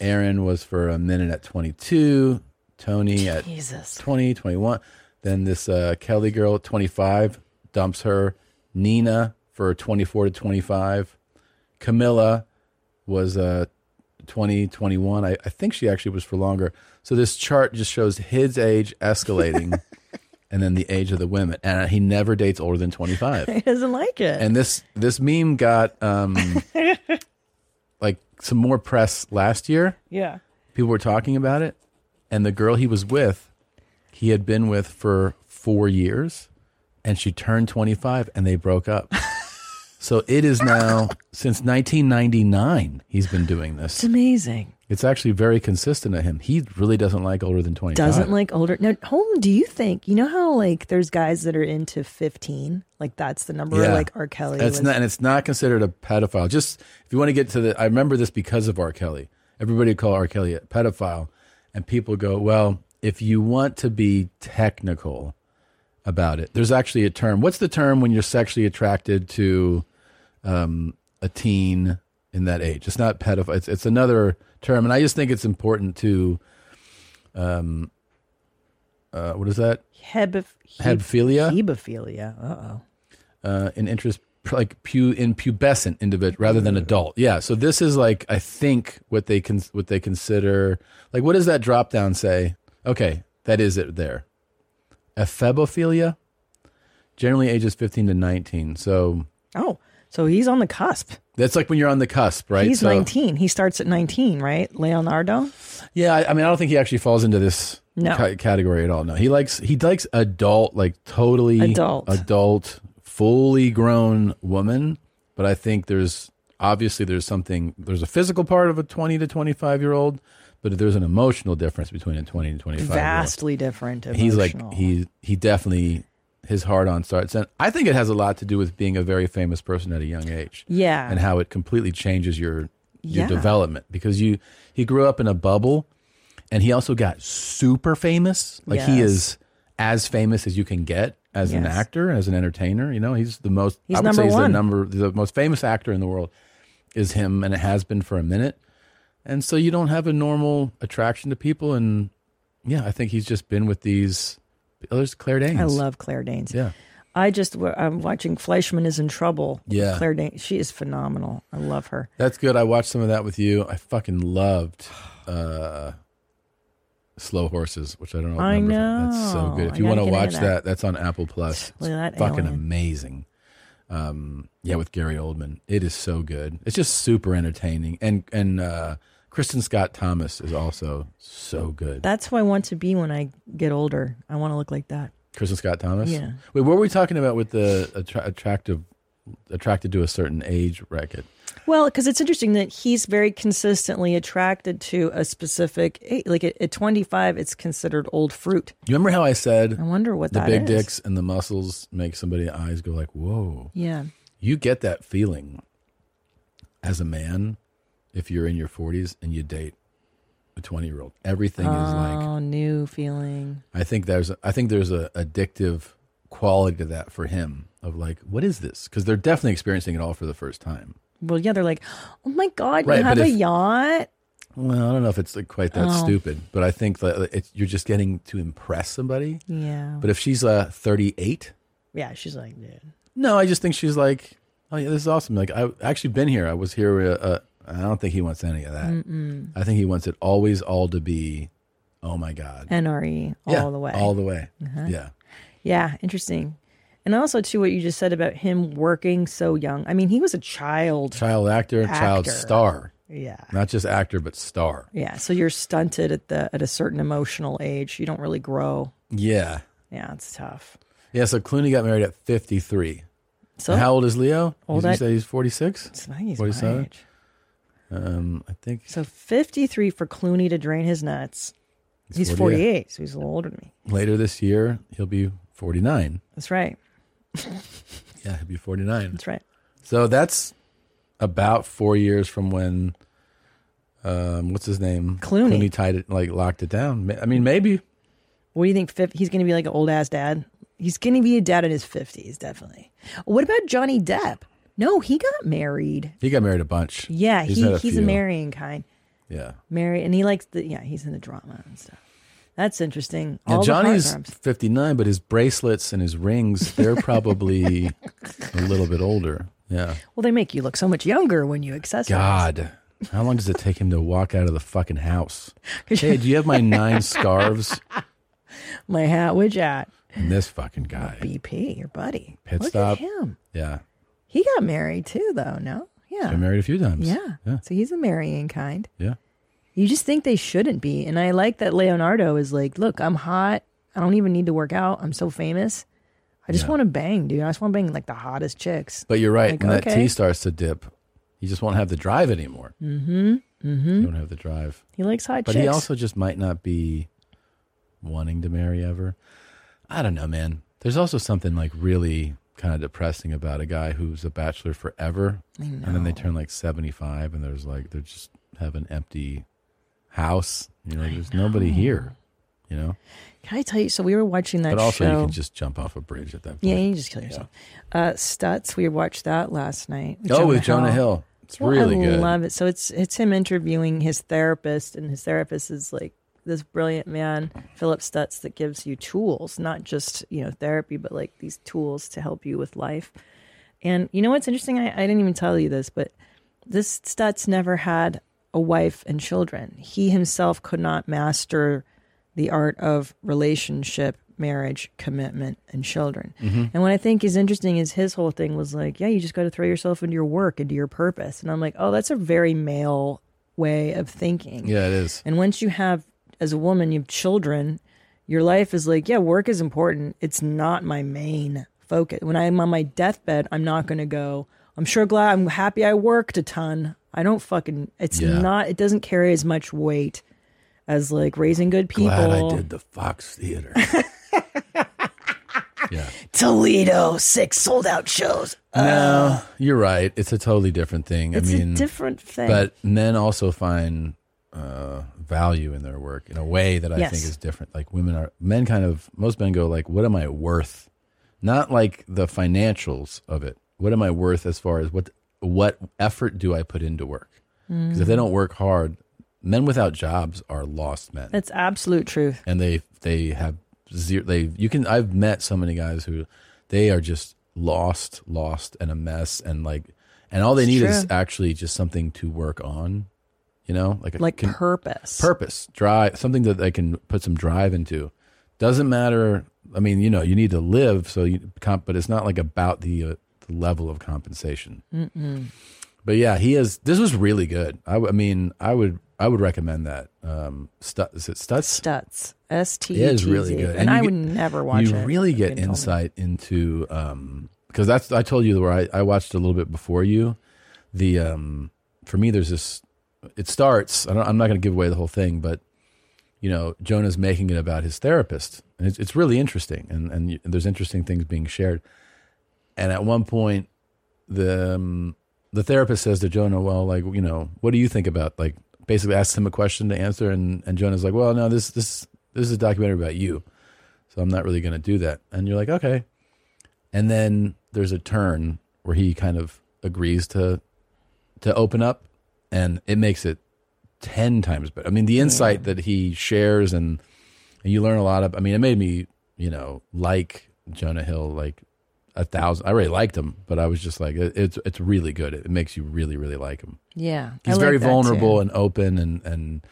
S1: Aaron was for a minute at twenty two. Tony at
S2: Jesus.
S1: 20, 21. Then this uh, Kelly girl at 25 dumps her. Nina for 24 to 25. Camilla was uh, 20, 21. I, I think she actually was for longer. So this chart just shows his age escalating and then the age of the women. And he never dates older than 25
S2: he doesn't like it.
S1: and this this meme got um like some more press last year
S2: Yeah.
S1: people were talking about it and the girl he was with he had been with for four years and she turned 25 and they broke up so it is now since 1999 he's been doing
S2: It's
S1: this
S2: amazing.
S1: it's actually very consistent of him he really doesn't like older than 25
S2: Doesn't like older. Now, Holm, do you think, you know how like there's guys that are into 15? Like that's the number,
S1: Yeah.
S2: like R. Kelly.
S1: It's
S2: was-
S1: not, and it's not considered a pedophile. Just if you want to get to the, I remember this because of R. Kelly. Everybody would call R. Kelly a pedophile, and people go, "Well, if you want to be technical about it, there's actually a term. What's the term when you're sexually attracted to um, a teen in that age? It's not pedophile. It's, it's another term, and I just think it's important to, um, uh, what is that?
S2: Heb-
S1: Hebphilia.
S2: Hebophilia. Uh oh.
S1: uh, an interest like pu in pubescent individual rather than adult. Yeah. So this is like I think what they can what they consider like what does that drop down say? Okay, that is it there. Ephebophilia generally ages 15 to 19. So
S2: Oh, so he's on the cusp.
S1: that's like when you're on the cusp, right?
S2: He's
S1: So-
S2: 19. He starts at 19, right? Leonardo?
S1: Yeah, I, I mean I don't think he actually falls into this
S2: No.
S1: ca- category at all. No. He likes he likes adult like totally
S2: Adult.
S1: adult fully grown woman, but I think there's obviously there's something there's a physical part of a 20 to 25 year old, but there's an emotional difference between a 20 and 25 year old.
S2: Vastly different.
S1: he's like
S2: emotional.
S1: he he definitely his hard on starts and i think it has a lot to do with being a very famous person at a young age
S2: Yeah.
S1: and how it completely changes your your
S2: Yeah.
S1: development because you he grew up in a bubble and he also got super famous like he
S2: Yes.
S1: is as famous as you can get as an
S2: Yes.
S1: actor as an entertainer you know he's the most
S2: He's
S1: i would
S2: number
S1: say he's
S2: one.
S1: the number the most famous actor in the world is him and it has been for a minute and so you don't have a normal attraction to people and yeah, I think he's just been with these. Oh, there's Claire Danes.
S2: I love Claire Danes.
S1: Yeah.
S2: I just, I'm watching Fleischman is in Trouble.
S1: Yeah.
S2: Claire Danes. She is phenomenal. I love her.
S1: That's good. I watched some of that with you. I fucking loved uh, Slow Horses, which I don't know.
S2: I
S1: remember from- That's so
S2: know.
S1: good. If
S2: I
S1: you
S2: gotta
S1: want to
S2: get into
S1: watch
S2: that.
S1: that. that's on Apple Plus.
S2: Look at that
S1: It's fucking
S2: alien.
S1: amazing. Um, yeah, with Gary Oldman, it is so good. It's just super entertaining, and and uh, Kristen Scott Thomas is also so good.
S2: That's who I want to be when I get older. I want to look like that.
S1: Kristen Scott Thomas.
S2: Yeah.
S1: Wait, what were we talking about with the attra- attractive, attracted to a certain age record?
S2: Well, because it's interesting that he's very consistently attracted to a specific, a- like at, at 25, it's considered old fruit.
S1: You remember how I said?
S2: I wonder what
S1: the
S2: that
S1: big
S2: is.
S1: dicks and the muscles make somebody's eyes go like, "Whoa!"
S2: Yeah.
S1: You get that feeling as a man if you're in your 40s and you date a 20 year old. Everything is like.
S2: oh, new feeling.
S1: I think there's I think there's a addictive quality to that for him of like, what is this? Because they're definitely experiencing it all for the first time.
S2: Well, yeah, they're like, oh my God,
S1: Right,
S2: you
S1: but
S2: have a
S1: if-
S2: yacht?
S1: Well, I don't know if it's like quite that
S2: Oh.
S1: stupid, but I think that it's, you're just getting to impress somebody.
S2: Yeah.
S1: But if she's uh, 38,
S2: Yeah, she's like, dude.
S1: no, I just think she's like, oh yeah, this is awesome. Like I've actually been here. I was here. Uh, uh, I don't think he wants any of that.
S2: Mm-mm.
S1: I think he wants it always all to be, oh my god,
S2: NRE E all
S1: Yeah,
S2: the way.
S1: all the way.
S2: Uh-huh.
S1: Yeah,
S2: Yeah, interesting. And also, too, what you just said about him working so young. I mean, he was a child.
S1: child actor, child
S2: Actor.
S1: star.
S2: Yeah.
S1: not just actor, but star.
S2: Yeah, so you're stunted at the at a certain emotional age. You don't really grow.
S1: Yeah,
S2: Yeah, it's tough.
S1: yeah. So Clooney got married at 53.
S2: So-
S1: And how old is Leo?
S2: Old
S1: Did you
S2: at-
S1: say he's 46?
S2: I think he's my age.
S1: Um, I think
S2: So 53 for Clooney to drain his nuts.
S1: He's
S2: He's 48,
S1: 48.
S2: so he's a little older than me.
S1: later this year he'll be 49.
S2: That's right.
S1: Yeah, he'll be 49. That's
S2: right.
S1: So that's about four years from when, um, what's his name?
S2: Clooney.
S1: Clooney tied it, like locked it down. Ma- I mean, maybe.
S2: What do you think? Fif- he's going to be like an old ass dad. He's going to be a dad in his 50s, definitely. What about Johnny Depp? No, he got married.
S1: He got married a bunch.
S2: Yeah,
S1: He's
S2: he,
S1: had a
S2: he's a
S1: few.
S2: marrying kind.
S1: Yeah.
S2: Marry, and he likes the, yeah, he's in the drama and stuff. That's interesting.
S1: Now,
S2: All
S1: Johnny's
S2: the heartthrobs.
S1: 59, but his bracelets and his rings, they're probably a little bit older. Yeah.
S2: Well, they make you look so much younger when you accessorize.
S1: God. How long does it take him to walk out of the fucking house? Hey, do you have my nine scarves?
S2: My hat, which hat?
S1: And this fucking guy.
S2: BP, your buddy.
S1: Pit
S2: Look
S1: stop.
S2: at him.
S1: Yeah.
S2: He got married too, though. No, yeah,
S1: Been married a few times.
S2: yeah.
S1: Yeah.
S2: So he's a marrying kind.
S1: Yeah.
S2: You just think they shouldn't be, and I like that Leonardo is like, look, I'm hot. I don't even need to work out. I'm so famous. I just
S1: Yeah.
S2: want to bang, dude. I just want to bang like the hottest chicks.
S1: But you're right.
S2: Like,
S1: when that
S2: okay.
S1: T starts to dip, you just won't have the drive anymore.
S2: Mm-hmm.
S1: You
S2: Mm-hmm.
S1: don't have the drive.
S2: He likes hot
S1: But
S2: chicks.
S1: he also just might not be wanting to marry ever. I don't know, man. There's also something like really kind of depressing about a guy who's a bachelor forever.
S2: I
S1: And then they turn like 75 and there's like, they just have an empty house. You know, there's nobody here, you know?
S2: Can I tell you? So we were watching that
S1: but also,
S2: show.
S1: you can just jump off a bridge at that point.
S2: yeah, you can just kill yourself. Uh, Stutz, we watched that last night.
S1: Oh, with Jonah Hill. It's
S2: Well,
S1: really
S2: I
S1: good.
S2: love it. So it's it's him interviewing his therapist, and his therapist is like this brilliant man, Philip Stutz, that gives you tools, not just you know therapy, but like these tools to help you with life. And you know what's interesting? I, I didn't even tell you this, but this Stutz never had a wife and children. He himself could not master the art of relationship, marriage, commitment, and children.
S15: Mhm.
S2: And what I think is interesting is his whole thing was like, yeah, you just got to throw yourself into your work, into your purpose. And I'm like, oh, that's a very male way of thinking.
S1: Yeah, it is.
S2: And once you have, as a woman, you have children, your life is like, yeah, work is important. It's not my main focus. When I'm on my deathbed, I'm not going to go, I'm sure glad, I'm happy I worked a ton. I don't fucking, it's
S1: Yeah.
S2: not, it doesn't carry as much weight as like raising good people.
S1: Glad I did the Fox Theater.
S2: Toledo, six sold out shows.
S1: no, you're right. It's a totally different thing.
S2: Uh, It's
S1: I
S2: a
S1: mean,
S2: different thing.
S1: But men also find uh, value in their work in a way that I
S2: Yes.
S1: think is different. Like women are, men kind of, most men go like, "What am I worth?" Not like the financials of it. What am I worth as far as what what effort do I put into work? Because if they
S2: Mm.
S1: don't work hard, men without jobs are lost men
S2: That's absolute truth.
S1: and they they have zero they you can i've met so many guys who they are just lost lost and a mess and like and all they
S2: It's
S1: need
S2: true.
S1: is actually just something to work on you know like a
S2: Like purpose.
S1: purpose drive something that they can put some drive into doesn't matter i mean you know you need to live so you comp but it's not like about the, uh, the level of compensation
S2: Mm-mm.
S1: but yeah, he is. This was really good. I, w- I mean, I would I would recommend that. Um, Stutz, is it Stutz?
S2: Stutz. S T U T Z.
S1: It is really good,
S2: And, I
S1: you
S2: would
S1: get-
S2: never watch
S1: You
S2: it.
S1: really
S2: if
S1: get
S2: didn't tell me.
S1: insight into um because that's I told you where I, I watched a little bit before you. The um for me, there's this. It starts. I don't, I'm not going to give away the whole thing, but you know, Jonah's making it about his therapist, and it's, it's really interesting, and and you- there's interesting things being shared. And at one point, the um, the therapist says to Jonah, "Well, like you know, what do you think about like?" Basically, asks him a question to answer, and and Jonah's like, "Well, no, this this this is a documentary about you, so I'm not really going to do that." And you're like, "Okay," and then there's a turn where he kind of agrees to to open up, and it makes it ten times better. I mean, the insight that he shares, and and you learn a lot of. I mean, it made me, you know, like Jonah Hill, like a thousand. I really liked him, but I was just like, it- it's it's really good. It makes you really really like him.
S2: Yeah, I
S1: he's
S2: like
S1: very
S2: that,
S1: vulnerable
S2: too.
S1: and open and and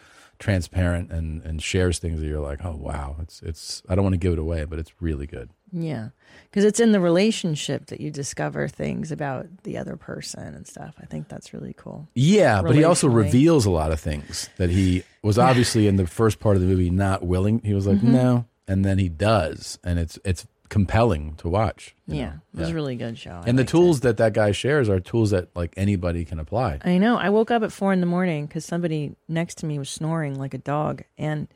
S1: transparent and and shares things that you're like, oh wow, it's it's. I don't want to give it away, but it's really good.
S2: Yeah. Because it's in the relationship that you discover things about the other person and stuff. I think that's really cool.
S1: Yeah, but he also
S2: Relationally.
S1: reveals a lot of things that he was
S2: Yeah.
S1: obviously in the first part of the movie not willing. He was like,
S2: Mhm.
S1: no, and then he does, and it's it's compelling to watch. you
S2: Yeah,
S1: know?
S2: it was a really good show. Oh, I
S1: and the tools that that guy shares are tools that like anybody can apply.
S2: I know. I woke up at four in the morning because somebody next to me was snoring like a dog. And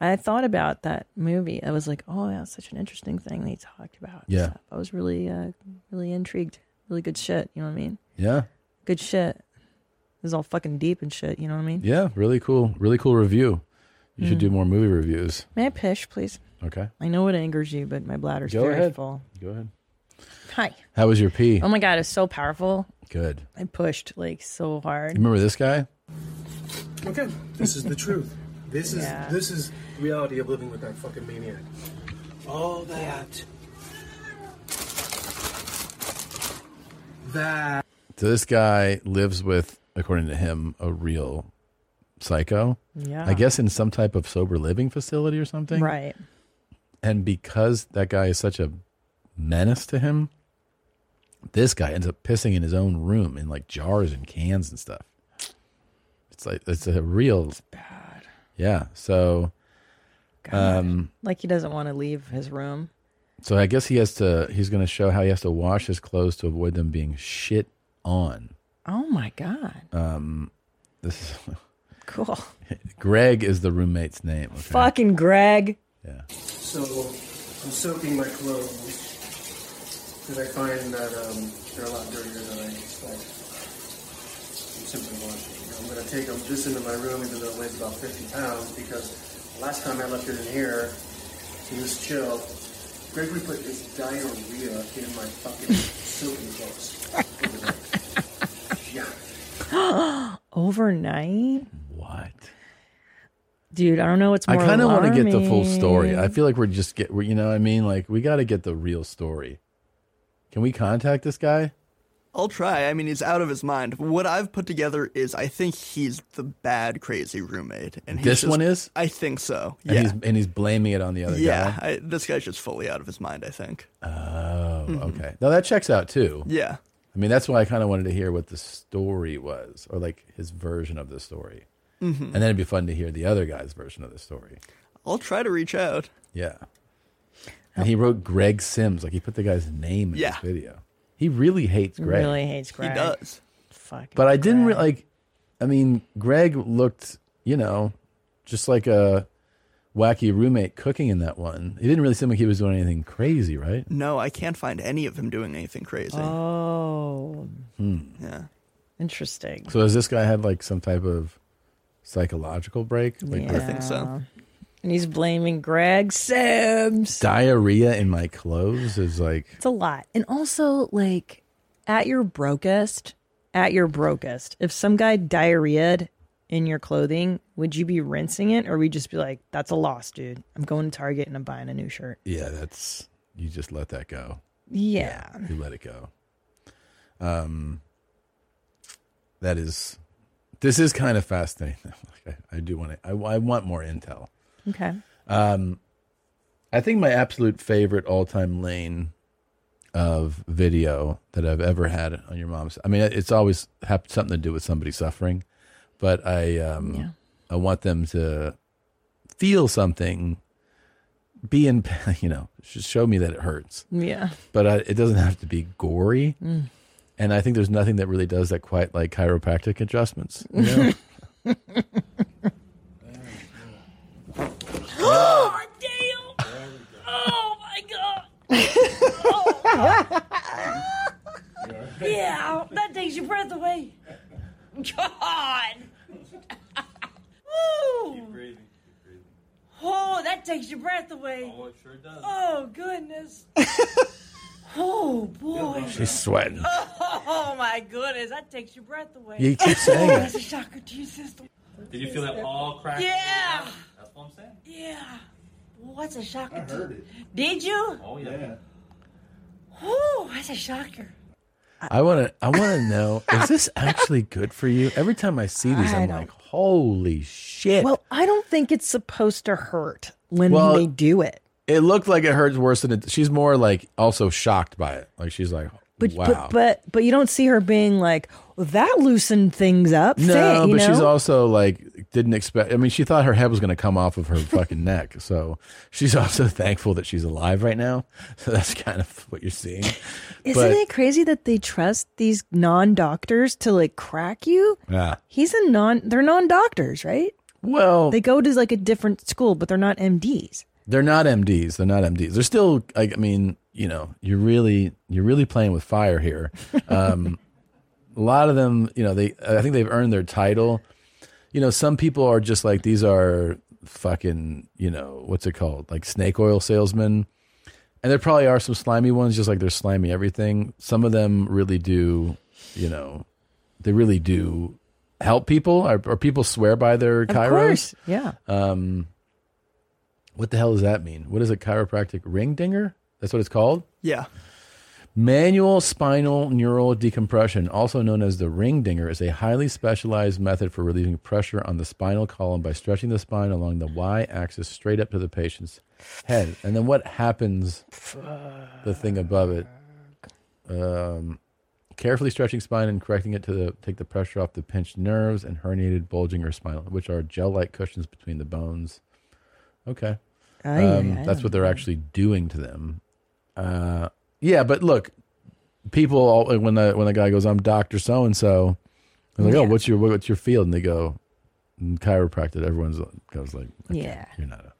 S2: I thought about that movie. I was like, oh, that's such an interesting thing they talked about. and
S1: Yeah.
S2: stuff. I was really, uh, really intrigued. Really good shit. You know what I mean?
S1: Yeah.
S2: Good shit. This is all fucking deep and shit. You know what I mean?
S1: Yeah, really cool, really cool review. You should
S2: Mm.
S1: do more movie reviews.
S2: May I pish, please?
S1: Okay.
S2: I know it angers you, but my bladder's
S1: Go
S2: very
S1: ahead.
S2: full.
S1: Go ahead.
S2: Hi.
S1: How was your pee?
S2: Oh my god, it's so powerful.
S1: Good.
S2: I pushed like so
S1: You
S2: hard.
S1: remember this guy?
S16: Okay, this is the truth. This is
S2: Yeah.
S16: this is reality of living with that fucking maniac. All that. That.
S1: So this guy lives with, according to him, a real psycho.
S2: Yeah.
S1: I guess in some type of sober living facility or something.
S2: Right.
S1: And because that guy is such a menace to him, this guy ends up pissing in his own room in like jars and cans and stuff. It's like it's a real bad. Yeah. So um
S2: Like he doesn't want to leave his room.
S1: so I guess he has to he's gonna show how he has to wash his clothes to avoid them being shit on.
S2: Oh my god.
S1: Um this is
S2: Cool.
S1: Greg is the roommate's name. okay?
S2: Fucking Greg.
S16: So I'm soaking my clothes because I find that um, they're a lot dirtier than I expect. I'm simply washing. I'm going to take them this into my room, even though it weighs about 50 pounds, because last time I left it in here, he was chill. Gregory put his diarrhea in my fucking soaking clothes.
S2: Overnight?
S1: What?
S2: Dude, I don't know what's
S1: I
S2: more
S1: kind of want to get the full story. I
S2: alarming.
S1: feel like we're just get, we're, you know, what I mean, like we got to get the real story. Can we contact this guy?
S15: I'll try. I mean, he's out of his mind. What I've put together is I think he's the bad crazy roommate, and he's
S1: This
S15: just-
S1: one is?
S15: I think so.
S1: And
S15: yeah,
S1: he's and he's blaming it on the other
S15: yeah.
S1: guy.
S15: I, this guy's just fully out of his mind. I think.
S1: Oh,
S15: Mhm.
S1: okay. Now that checks out too.
S15: Yeah.
S1: I mean, that's why I kind of wanted to hear what the story was, or like his version of the story,
S15: Mhm.
S1: and then it'd be fun to hear the other guy's version of the story.
S15: I'll try to reach out.
S1: Yeah. And he wrote Greg Sims, like he put the guy's name in
S15: Yeah.
S1: his video. He really hates Greg.
S2: Really hates Greg.
S15: He does.
S2: Fuck.
S1: But I didn't re- like. I mean, Greg looked, you know, just like a wacky roommate cooking in that one. He didn't really seem like he was doing anything crazy, right?
S15: No, I can't find any of him doing anything crazy.
S2: Oh,
S1: Hmm.
S15: Yeah.
S2: interesting.
S1: So has this guy had like some type of psychological break? Like
S2: Yeah. And he's blaming Greg Sims.
S1: Diarrhea in my clothes is like
S2: It's a lot. And also, like, at your brokest, at your brokest, if some guy diarrheaed in your clothing, would you be rinsing it or would you just be like, that's a loss, dude? I'm going to Target and I'm buying a new shirt.
S1: Yeah, that's you just let that go.
S2: Yeah.
S1: you let it go. Um, that is, this is kind of fascinating. Like, I, I do want to. I, I want more intel.
S2: Okay.
S1: Um, I think my absolute favorite all-time lane of video that I've ever had on your mom's. I mean, it's always have something to do with somebody suffering, but I um, I want them to feel something, be in, pain, you know, just show me that it hurts.
S2: Yeah.
S1: But I, it doesn't have to be gory.
S2: Mm.
S1: And I think there's nothing that really does that quite like chiropractic adjustments. you know?
S7: Oh, damn! Oh my god! Oh. yeah, that takes your breath away. God! Woo! Oh, that takes your breath away. Oh, it sure does. Oh, goodness. oh, boy.
S1: She's sweating.
S7: Oh, my goodness, that takes your breath away.
S1: You keep saying
S7: Oh,
S1: it.
S7: That's a shocker to your system.
S17: Did you feel that all crack?
S7: Yeah.
S17: That's what I'm saying.
S7: Yeah. What's a shocker?
S17: I heard
S7: to-
S17: it.
S7: Did you?
S17: Oh yeah.
S7: Oh, that's a shocker.
S1: I want to. I want to know: is this actually good for you? Every time I see these,
S2: I
S1: I'm
S2: don't-
S1: like, "Holy shit!"
S2: Well, I don't think it's supposed to hurt when
S1: Well,
S2: they do it.
S1: It looked like it hurts worse than it. She's more like also shocked by it. Like she's like,
S2: But,
S1: "Wow."
S2: but but but you don't see her being like well, that loosened things up.
S1: no,
S2: Say, you
S1: but she's
S2: know?
S1: also like didn't expect. I mean, she thought her head was going to come off of her fucking neck. So she's also thankful that she's alive right now. So that's kind of what you're seeing.
S2: Isn't
S1: But-
S2: it crazy that they trust these non doctors to like crack you?
S1: Yeah.
S2: He's a non. They're non doctors, right?
S1: Well,
S2: they go to like a different school, but they're not MDs.
S1: They're not MDs. They're not MDs. They're still. I, I mean, you know, you're really you're really playing with fire here. Um, a lot of them, you know, they. I think they've earned their title. You know, some people are just like these are fucking. You know, what's it called? Like snake oil salesmen. And there probably are some slimy ones, just like there's slimy everything. Some of them really do, you know, they really do help people, or, or people swear by their
S2: Of
S1: kairos.
S2: course, yeah.
S1: Um, what the hell does that mean? What is a chiropractic ring dinger? That's what it's called.
S15: Yeah.
S1: Manual spinal neural decompression, also known as the ring dinger, is a highly specialized method for relieving pressure on the spinal column by stretching the spine along the y axis straight up to the patient's head. And then what happens? The thing above it. Um, carefully stretching spine and correcting it to the, take the pressure off the pinched nerves and herniated, bulging, or spinal, which are gel like cushions between the bones. Okay.
S2: Aye, aye,
S1: Um,
S2: aye.
S1: that's what they're actually doing to them. Uh, yeah, but look, people all, when the when the guy goes, "I'm Doctor So and So," they're like, "Oh, what's your what's your field?" And they go, "Chiropractic." Everyone's goes like,
S2: yeah.
S1: "You're not a."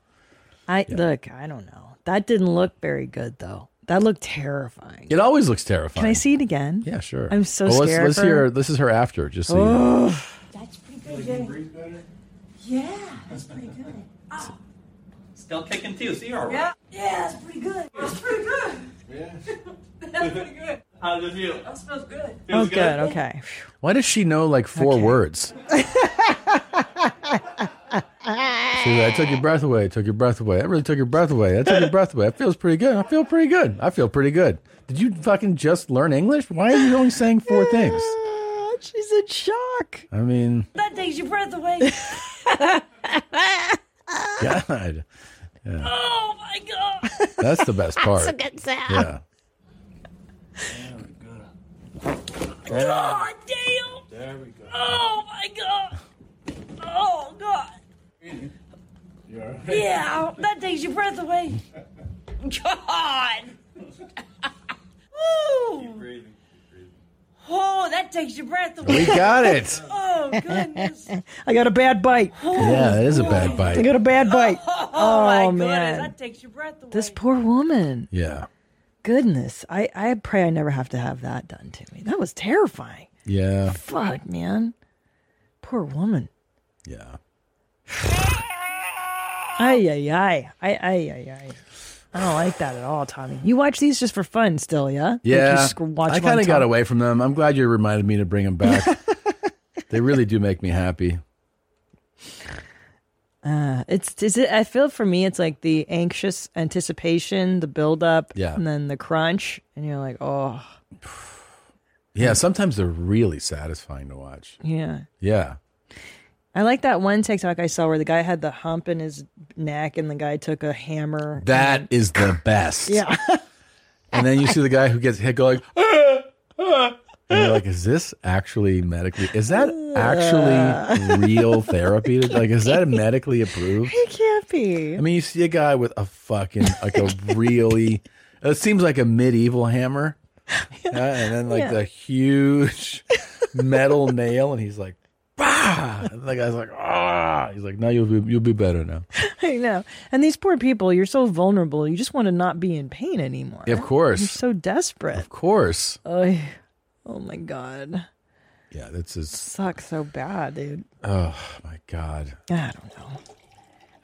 S2: I look. I don't know. That didn't look very good though. That looked terrifying.
S1: It always looks terrifying.
S2: Can I see it again?
S1: Yeah, sure.
S2: I'm so
S1: Well, let's,
S2: scared.
S1: Let's
S2: for her. Oh.
S1: hear. This is her after. Just so you know.
S2: Ugh.
S7: That's pretty good. Yeah, yeah that's pretty good. Oh,
S17: Ah. Still kicking too. See, all right.
S7: yeah, yeah, that's pretty good. That's pretty good. Yeah. that's pretty good.
S17: How does it feel?
S7: That smells good.
S2: Oh, good. Okay.
S1: Why does she know like four words? See, I took your breath away. Took your breath away. That really took your breath away. That took your breath away. That feels pretty good. I feel pretty good. I feel pretty good. Did you fucking just learn English? Why are you only saying four things?
S2: She's in shock.
S1: I mean,
S7: That takes your breath away.
S1: God. Yeah.
S7: oh my god.
S1: That's the best part.
S7: That's a good sound.
S1: Yeah.
S7: God damn.
S17: There we go.
S7: Oh my god. Oh god.
S17: You all right?
S7: Yeah, that takes your breath away. God. Woo. Oh, that takes your breath away.
S1: We got it.
S7: Oh goodness.
S2: I got a bad bite.
S1: Yeah, that is a bad bite.
S2: I got a bad bite.
S7: Oh,
S2: Oh,
S7: my goodness,
S2: man,
S7: that takes your breath away.
S2: this poor woman.
S1: Yeah.
S2: Goodness, I I pray I never have to have that done to me. That was terrifying.
S1: Yeah.
S2: Fuck, man. Poor woman.
S1: Yeah.
S2: Ay ay ay. Ay ay ay ay. I don't like that at all, Tommy. You watch these just for fun, still, yeah? Like you
S1: Yeah.
S2: sc- watch
S1: I
S2: them
S1: kind
S2: on
S1: of got
S2: top-
S1: away from them. I'm glad you reminded me to bring them back. they really do make me happy.
S2: Uh, it's is it. I feel for me, it's like the anxious anticipation, the buildup,
S1: Yeah.
S2: and then the crunch, and you're like, oh,
S1: Yeah. Sometimes they're really satisfying to watch.
S2: yeah.
S1: Yeah.
S2: I like that one TikTok I saw where the guy had the hump in his neck, and the guy took a hammer.
S1: That is the best.
S2: Yeah,
S1: And then you see the guy who gets hit going, and you're like, is this actually medically, is that actually real therapy? Like, is that medically approved?
S2: it can't be.
S1: I mean, you see a guy with a fucking like a really it seems like a medieval hammer, Uh, and then like
S2: Yeah.
S1: the huge metal nail, and he's like, bah! And the guy's like, ah! He's like, no, you'll be you'll be better now.
S2: I know. And these poor people, you're so vulnerable. You just want to not be in pain anymore.
S1: Yeah, of course.
S2: You're so desperate.
S1: Of course,
S2: Oh, oh my god,
S1: yeah, that's is.
S2: sucks so bad, dude.
S1: Oh my god,
S2: I don't know.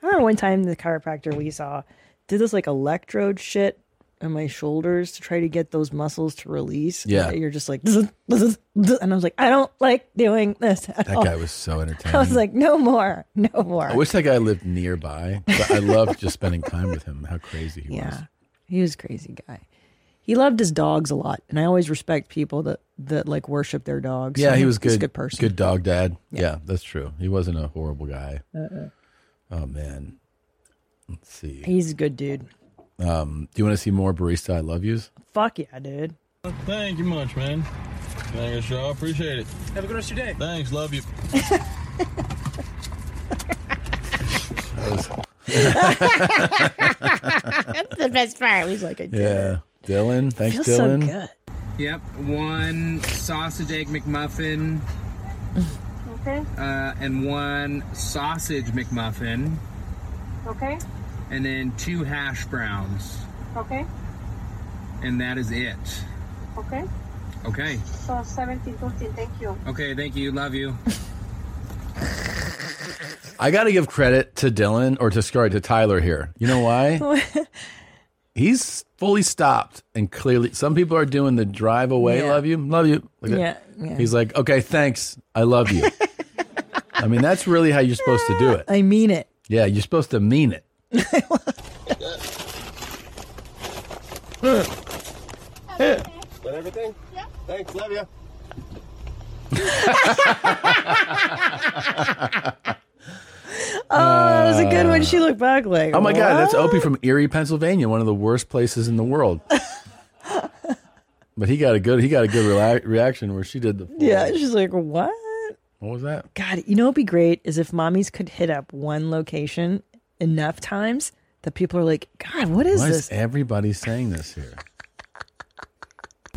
S2: I remember one time the chiropractor we saw did this like electrode shit on my shoulders to try to get those muscles to release.
S1: Yeah.
S2: And you're just like, "Zzz, zzz, zzz," and I was like, I don't like doing this at
S1: that
S2: all.
S1: guy was so entertaining.
S2: I was like, no more, no more.
S1: I wish that guy lived nearby, but I loved just spending time with him. How crazy he was.
S2: yeah, he was a crazy guy. He loved his dogs a lot, and I always respect people that that like worship their dogs.
S1: Yeah, he was
S2: He's
S1: good.
S2: a good person.
S1: Good dog dad. Yeah. that's true. He wasn't a horrible guy.
S2: Uh-uh.
S1: Oh man. Let's see.
S2: He's a good dude.
S1: Um, do you want to see more barista I love yous?
S2: Fuck yeah, dude.
S18: Thank you much, man. Thanks, y'all. Appreciate it. Have a good rest of your day. Thanks. Love you.
S12: That's the best part.
S2: He's like, I
S12: did
S1: Yeah. Dylan. Thanks,
S12: Feels so
S1: Dylan.
S12: good.
S19: Yep, one sausage egg McMuffin. Okay. Uh, and one sausage McMuffin,
S20: Okay,
S19: and then two hash browns,
S20: okay,
S19: and that is it.
S20: okay.
S19: Okay.
S20: So 1714, thank you.
S19: Okay. Thank you. Love you.
S1: I gotta give credit to Dylan or to sorry to Tyler here. You know why? He's fully stopped and clearly some people are doing the drive away,
S2: Yeah.
S1: love you, love you. Like that.
S2: Yeah, yeah.
S1: He's like, Okay, thanks. I love you. I mean, that's really how you're supposed to do it.
S2: I mean it.
S1: Yeah, you're supposed to mean it.
S18: Is that everything? Yeah. Thanks. Love you.
S2: Oh, that was a good one. She looked back like,
S1: Oh my God, that's
S2: "What?"
S1: Opie from Erie, Pennsylvania, one of the worst places in the world. but he got a good he got a good rela- reaction where she did the
S2: Yeah, she's like, what?
S1: what was that?
S2: God, you know what'd be great is if mommies could hit up one location enough times that people are like, God, what is
S1: Why
S2: this?
S1: is everybody saying this here?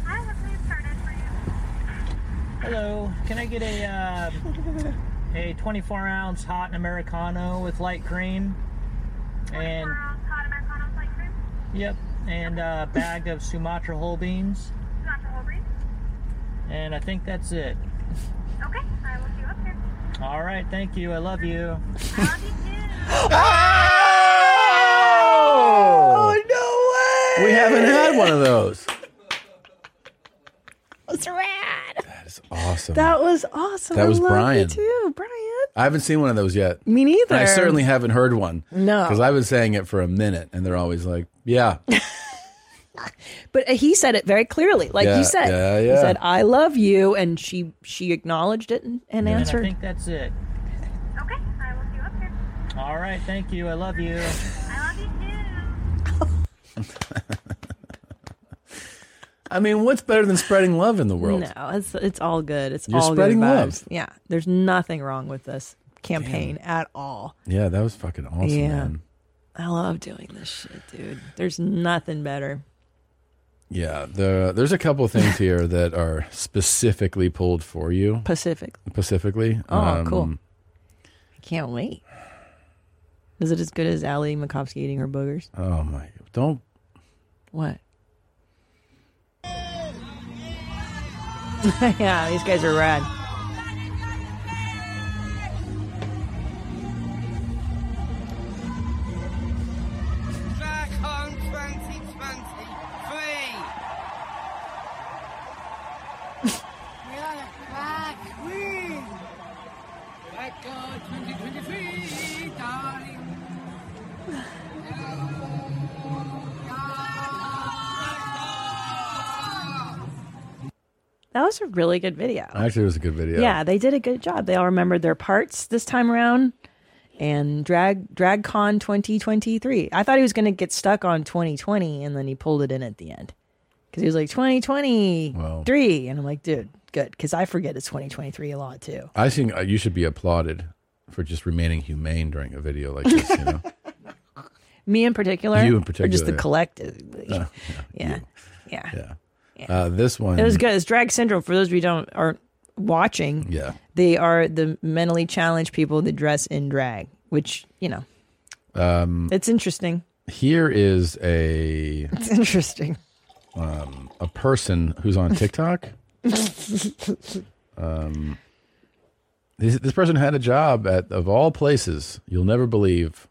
S21: Hello, can I get a um, a 24 ounce hot Americano with light cream? And yep, and a bag of Sumatra whole beans. And I think that's it.
S20: Okay, I will see you up here.
S21: All right, thank you. I love you.
S1: Oh, no way! We haven't had one of those.
S2: That was rad.
S1: That's awesome.
S2: That was awesome.
S1: That
S2: I
S1: was
S2: love you
S1: Brian.
S2: too, Brian.
S1: I haven't seen one of those yet.
S2: Me neither.
S1: And I certainly haven't heard one.
S2: No.
S1: Because I've been saying it for a minute and they're always like, yeah.
S2: But uh, he said it very clearly, like
S1: Yeah,
S2: you said.
S1: yeah,
S2: He
S1: yeah.
S2: said, "I love you," and she she acknowledged it and, and
S21: And I
S2: answered.
S21: think that's it.
S20: Okay, I will see you up there.
S21: All right. Thank you. I love you.
S20: I love you too.
S1: I mean, what's better than spreading love in the world?
S2: No, it's it's all good. It's
S1: You're
S2: all
S1: spreading
S2: good
S1: love.
S2: vibes. Yeah, there's nothing wrong with this campaign at all.
S1: Yeah, that was fucking awesome,
S2: yeah,
S1: man.
S2: I love doing this shit, dude. There's nothing better.
S1: Yeah, the, there's a couple things here that are specifically pulled for you. Um,
S2: Pacific.
S1: Specifically.
S2: Oh, cool. I can't wait. Is it as good as Allie Makovsky eating her boogers?
S1: Oh my! Don't
S2: What? yeah, these guys are rad.
S6: Back home 2023. we are the Black Queen. Back home 2023, darling.
S2: That was a really good video.
S1: Actually, it was a good video.
S2: Yeah, they did a good job. They all remembered their parts this time around. And drag DragCon 2023. I thought he was going to get stuck on 2020, and then he pulled it in at the end because he was like 2023, and I'm like, dude, good because I forget it's 2023 a lot too.
S1: I think uh, you should be applauded for just remaining humane during a video like this. You know,
S2: Me in particular,
S1: you in
S2: or
S1: particular,
S2: just the collective.
S1: Uh,
S2: yeah, yeah.
S1: uh, this one.
S2: It was good. It's drag syndrome. For those of you who don't aren't watching,
S1: Yeah.
S2: they are the mentally challenged people that dress in drag, which you know,
S1: Um,
S2: it's interesting.
S1: here is a
S2: It's interesting.
S1: um, a person who's on TikTok. um, this this person had a job at of all places. You'll never believe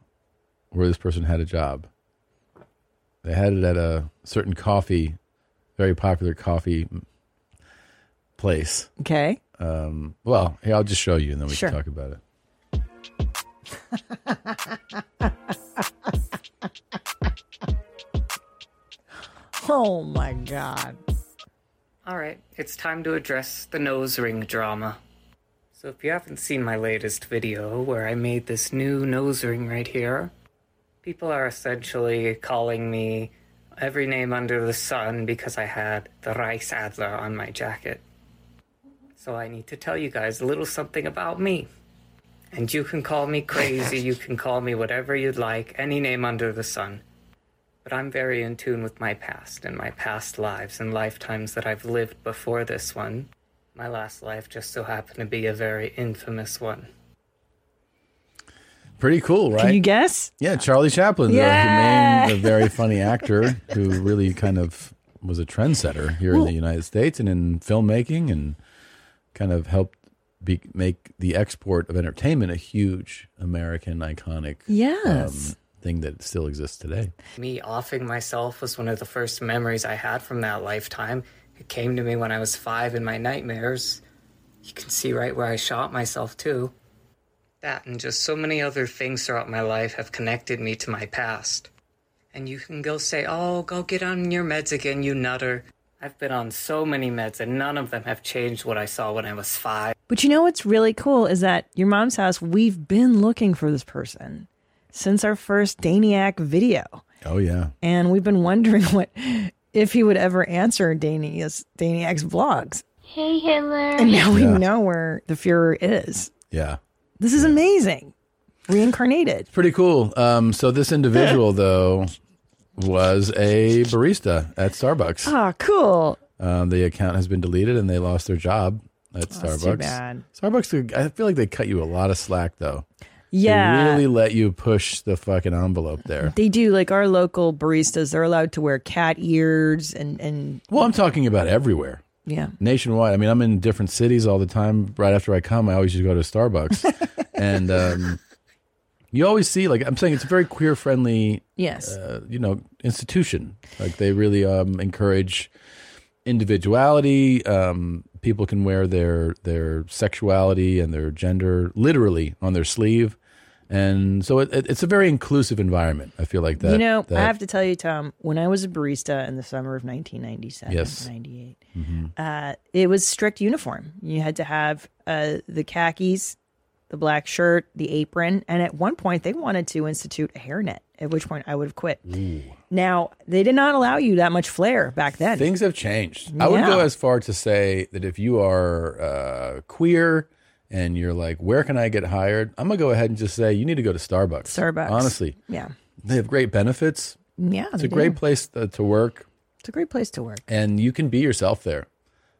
S1: where this person had a job. They had it at a certain coffee, very popular coffee place.
S2: Okay.
S1: Um, well, hey, I'll just show you, and then we
S2: Sure.
S1: can talk about it.
S2: oh my god.
S22: All right, it's time to address the nose ring drama. So, if you haven't seen my latest video where I made this new nose ring right here, people are essentially calling me every name under the sun because I had the Reichsadler on my jacket. So, I need to tell you guys a little something about me. And you can call me crazy, you can call me whatever you'd like, any name under the sun but I'm very in tune with my past and my past lives and lifetimes that I've lived before this one. My last life just so happened to be a very infamous one.
S1: Pretty cool, right?
S2: you guess?
S1: Yeah, Charlie Chaplin,
S22: Yeah.
S1: the humane, the very funny actor who really kind of was a trendsetter here in the United States and in filmmaking, and kind of helped be, make the export of entertainment a huge American iconic, um,
S22: Yes.
S1: thing that still exists today.
S22: Me offing myself was one of the first memories I had from that lifetime. It came to me when I was five in my nightmares. You can see right where I shot myself, too. That and just so many other things throughout my life have connected me to my past. And you can go say, oh, go get on your meds again, you nutter. I've been on so many meds, and none of them have changed what I saw when I was five.
S2: But you know what's really cool is that your mom's house, we've been looking for this person since our first Daniac video.
S1: Oh yeah,
S2: And we've been wondering what if he would ever answer Dania's Daniac's vlogs.
S20: Hey,
S1: Mm-hmm.
S20: Hitler.
S2: And now we
S1: Yeah.
S2: know where the Fuhrer is.
S1: yeah.
S2: This is amazing. Reincarnated.
S1: Pretty cool. Um, so this individual though was a barista at Starbucks.
S2: Ah, cool.
S1: Um, the account has been deleted and they lost their job at Starbucks.
S2: Oh, that's too bad.
S1: Starbucks, I feel like they cut you a lot of slack though.
S2: Yeah.
S1: They really let you push the fucking envelope there.
S2: They do like our local baristas. They're allowed to wear cat ears and and
S1: Well, I'm talking about everywhere.
S2: yeah.
S1: Nationwide. I mean, I'm in different cities all the time. Right after I come, I always just go to Starbucks. and um, you always see, like, I'm saying it's a very queer friendly,
S2: Yes.
S1: uh, you know, institution. Like, they really um, encourage individuality, um, people can wear their their sexuality and their gender literally on their sleeve, and so it, it- it's a very inclusive environment. I feel like that.
S2: you know,
S1: that-
S2: I have to tell you, Tom, when I was a barista in the summer of 1997,
S1: Yes.
S2: 98,
S1: Mhm.
S2: uh, it was strict uniform. You had to have uh, the khakis, the black shirt, the apron. And at one point, they wanted to institute a hairnet, at which point I would have quit. Now, they did not allow you that much flair back then.
S1: Things have changed. I would go
S2: Yeah.
S1: as far to say that if you are uh, queer and you're like, where can I get hired? I'm gonna go ahead and just say you need to go to Starbucks.
S2: Starbucks.
S1: honestly,
S2: Yeah.
S1: they have great benefits.
S2: Yeah.
S1: it's
S2: they
S1: a great
S2: do.
S1: place uh, to work,
S2: It's a great place to work.
S1: and you can be yourself there.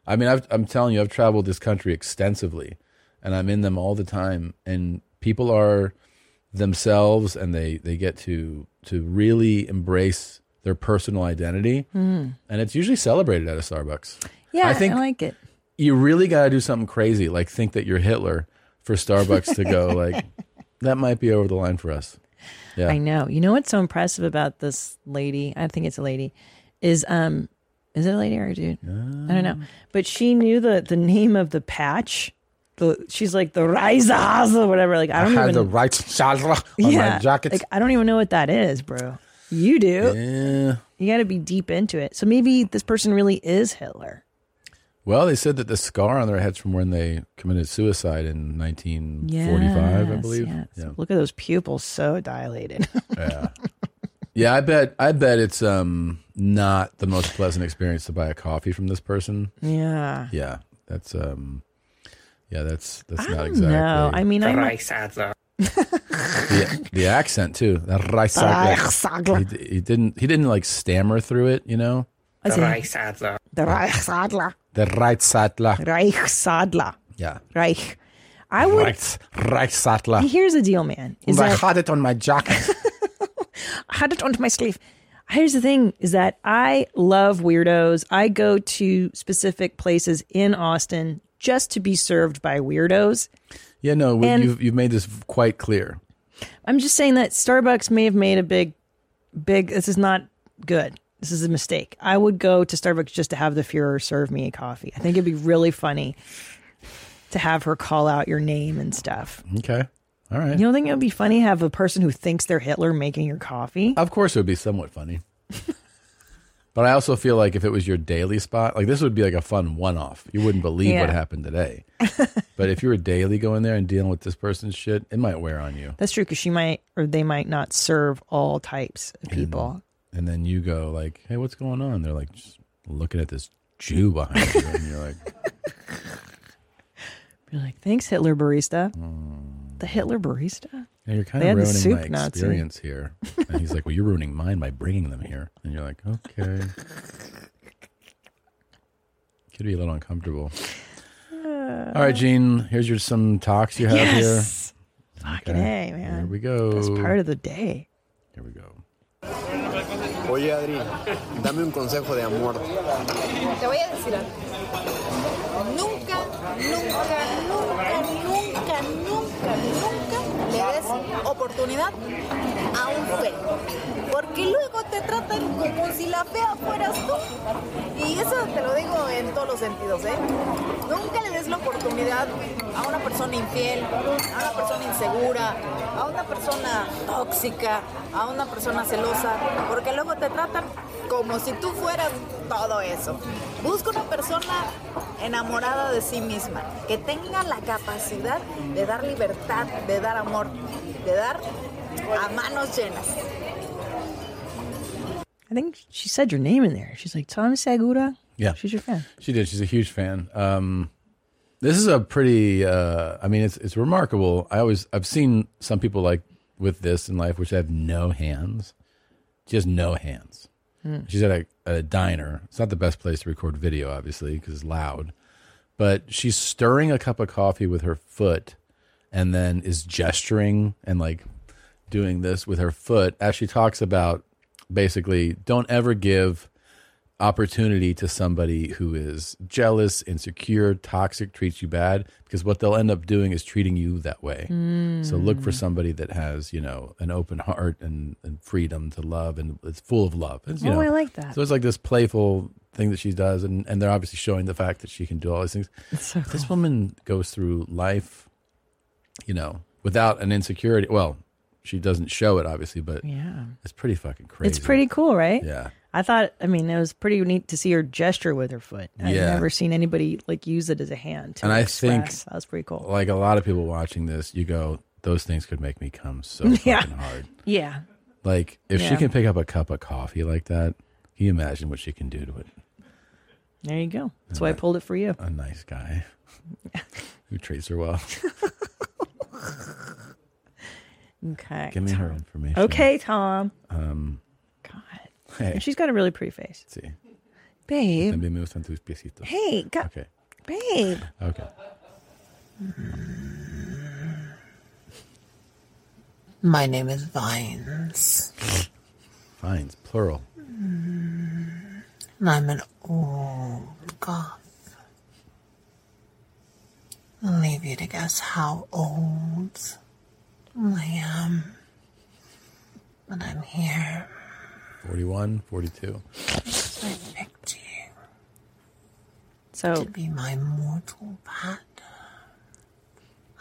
S1: I mean, I've, I'm telling you, I've traveled this country extensively, and I'm in them all the time. And people are themselves, and they they get to to really embrace their personal identity,
S2: Hmm.
S1: and it's usually celebrated at a Starbucks.
S2: Yeah,
S1: I think
S2: I like it.
S1: you really got to do something crazy, like think that you're Hitler for Starbucks to go like that might be over the line for us. Yeah,
S2: I know. You know what's so impressive about this lady? I think it's a lady. Is um is it a lady or a dude? I don't know.
S1: Um.
S2: But she knew the the name of the patch. The she's like the Rizaz or whatever. Like I don't
S1: had
S2: even
S1: the right genre on my jacket.
S2: Like I don't even know what that is, bro. You do.
S1: Yeah.
S2: You got to be deep into it. So maybe this person really is Hitler.
S1: Well, they said that the scar on their heads from when they committed suicide in 1945, I
S2: Yes,
S1: believe.
S2: yes.
S1: Yeah.
S2: Look at those pupils, so dilated.
S1: yeah. Yeah, I bet I bet it's um not the most pleasant experience to buy a coffee from this person.
S2: Yeah.
S1: Yeah. That's um yeah, that's that's not
S2: No,
S1: exactly.
S2: I mean, I'm not-
S1: the, the accent too. That Reichsadler.
S2: Reichsadler.
S1: He, he didn't he didn't like stammer through it, you know.
S2: I see.
S1: Reichsadler.
S2: the Reichsadler.
S1: The Reichsadler.
S2: Reichsadler.
S1: Yeah.
S2: Reich. I would.
S1: Reichs- Reichsadler.
S2: Here's the deal, man. Is
S1: And I
S2: that
S1: had it on my jacket.
S2: I had it onto my sleeve. Here's the thing: is that I love weirdos. I go to specific places in Austin just to be served by weirdos.
S1: Yeah, no, we,
S2: And-
S1: you've you've made this quite clear.
S2: I'm just saying that Starbucks may have made a big, big. This is not good. This is a mistake. I would go to Starbucks just to have the Fuhrer serve me a coffee. I think it'd be really funny to have her call out your name and stuff.
S1: Okay, all right.
S2: You don't think it would be funny to have a person who thinks they're Hitler making your coffee?
S1: Of course, it would be somewhat funny. but I also feel like if it was your daily spot, like this would be like a fun one-off. You wouldn't believe what
S2: Yeah.
S1: happened today. but if you were daily going there and dealing with this person's shit, it might wear on you.
S2: That's true because she might or they might not serve all types of people.
S1: And then you go like, "Hey, what's going on?" They're like, "Just looking at this Jew behind you," and you're like,
S2: Be like, thanks, Hitler barista. The Hitler barista.
S1: Mm. "Yeah, "You're kind
S2: They
S1: of
S2: had the
S1: ruining
S2: soup
S1: my
S2: Nazi.
S1: experience here." And he's like, "Well, you're ruining mine by bringing them here." And you're like, "Okay." Could be a little uncomfortable.
S2: Uh.
S1: All right, Gene. Here's your some talks you have
S2: Yes.
S1: here.
S2: Fucking
S1: Okay,
S2: A, man.
S1: Here we go.
S2: That's part of the day.
S5: Oye, Adri, dame un consejo de amor.
S3: Te voy a decir algo. Nunca, nunca, nunca, nunca, nunca, nunca le des oportunidad a un feo. Porque luego te tratan como si la fea fueras tú. Y eso te lo digo en todos los sentidos, ¿eh? Nunca le des la oportunidad a una persona infiel, a una persona insegura, a una persona tóxica, a una persona celosa, porque luego te tratan como si tú fueras todo eso. Busca una persona enamorada de sí misma, que tenga la capacidad de dar libertad, de dar amor, de dar a manos llenas.
S2: I think she said your name in there. She's like, Tom Segura.
S1: Yeah.
S2: She's your fan.
S1: She did. She's a huge fan. Um, this is a pretty. Uh, I mean, it's it's remarkable. I always I've seen some people like with this in life, which have no hands, just no hands.
S8: Hmm.
S1: She's at a, at a diner. It's not the best place to record video, obviously, because it's loud. But she's stirring a cup of coffee with her foot, and then is gesturing and like doing this with her foot as she talks about basically don't ever give opportunity to somebody who is jealous, insecure, toxic, treats you bad, because what they'll end up doing is treating you that way. So
S2: Hmm.
S1: look for
S8: Mm.
S1: somebody that has, you know, an open heart and, and freedom to love and it's full of love. It's, you
S8: Oh,
S1: know,
S8: I like that.
S1: So it's like this playful thing that she does and, and they're obviously showing the fact that she can do all these things. This woman goes through life, you know, without an insecurity. Well, she doesn't show it obviously, but
S2: Yeah.
S1: it's pretty fucking crazy.
S2: It's pretty cool, right?
S1: Yeah.
S2: I thought, I mean, it was pretty neat to see her gesture with her foot. I've
S1: Yeah.
S2: never seen anybody like use it as a hand. To
S1: and I
S2: express.
S1: think
S2: that was pretty cool.
S1: Like a lot of people watching this, you go, those things could make me come so fucking
S2: Yeah.
S1: hard.
S2: Yeah.
S1: Like if she
S2: Yeah.
S1: can pick up a cup of coffee like that, can you imagine what she can do to it?
S2: There you go. That's why I pulled it for you.
S1: A nice guy who treats her well.
S2: Okay.
S1: Give me her
S2: Tom.
S1: information.
S2: Okay, Tom.
S1: Um, God. Hey,
S2: And she's got a really pretty face.
S1: Sí.
S2: Babe.
S1: También me gustan tus piecitos.
S2: Hey, God.
S1: Okay.
S2: Babe.
S1: Okay.
S3: My name is Vines.
S1: Fines, plural.
S3: And I'm an old goth. I'll leave you to guess how old I am. But I'm here.
S1: 41, 42.
S3: So I picked you
S2: so.
S3: to be my mortal pet.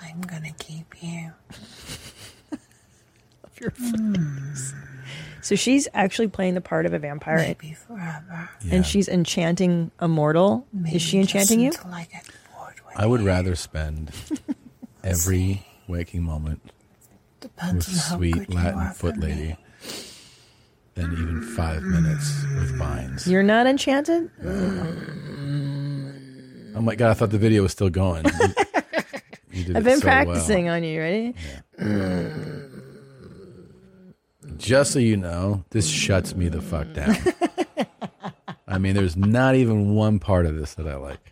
S3: I'm gonna keep you.
S2: Your face. So she's actually playing the part of a vampire.
S3: Maybe forever.
S1: Yeah.
S2: And she's enchanting a mortal.
S3: Maybe
S2: Is she enchanting you?
S3: just until I get
S1: I would rather spend every waking moment
S3: Depends
S1: with
S3: on how
S1: sweet
S3: good you
S1: Latin
S3: are for
S1: foot lady than even five minutes with vines.
S2: You're not enchanted?
S1: Oh my god! I thought the video was still going. You- you did
S2: I've
S1: it
S2: been
S1: so well.
S2: practicing on you. Ready?
S1: Just so you know, this shuts me the fuck down. I mean, there's not even one part of this that I like.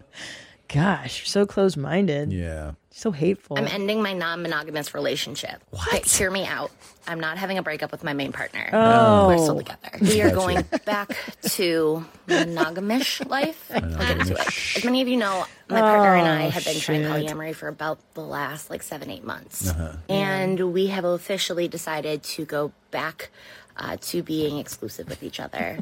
S2: Gosh, you're so close minded.
S1: Yeah.
S2: So hateful.
S9: I'm ending my non monogamous relationship. What? But hear me out. I'm not having a breakup with my main partner.
S2: Oh.
S9: We're still together. We are
S2: Gotcha.
S9: going back to monogamish life. We'll get into it. As many of you know, my partner and I
S2: Oh,
S9: have been trying
S2: shit.
S9: polyamory for about the last like seven, eight months.
S2: Uh-huh.
S9: And we have officially decided to go back uh, to being exclusive with each other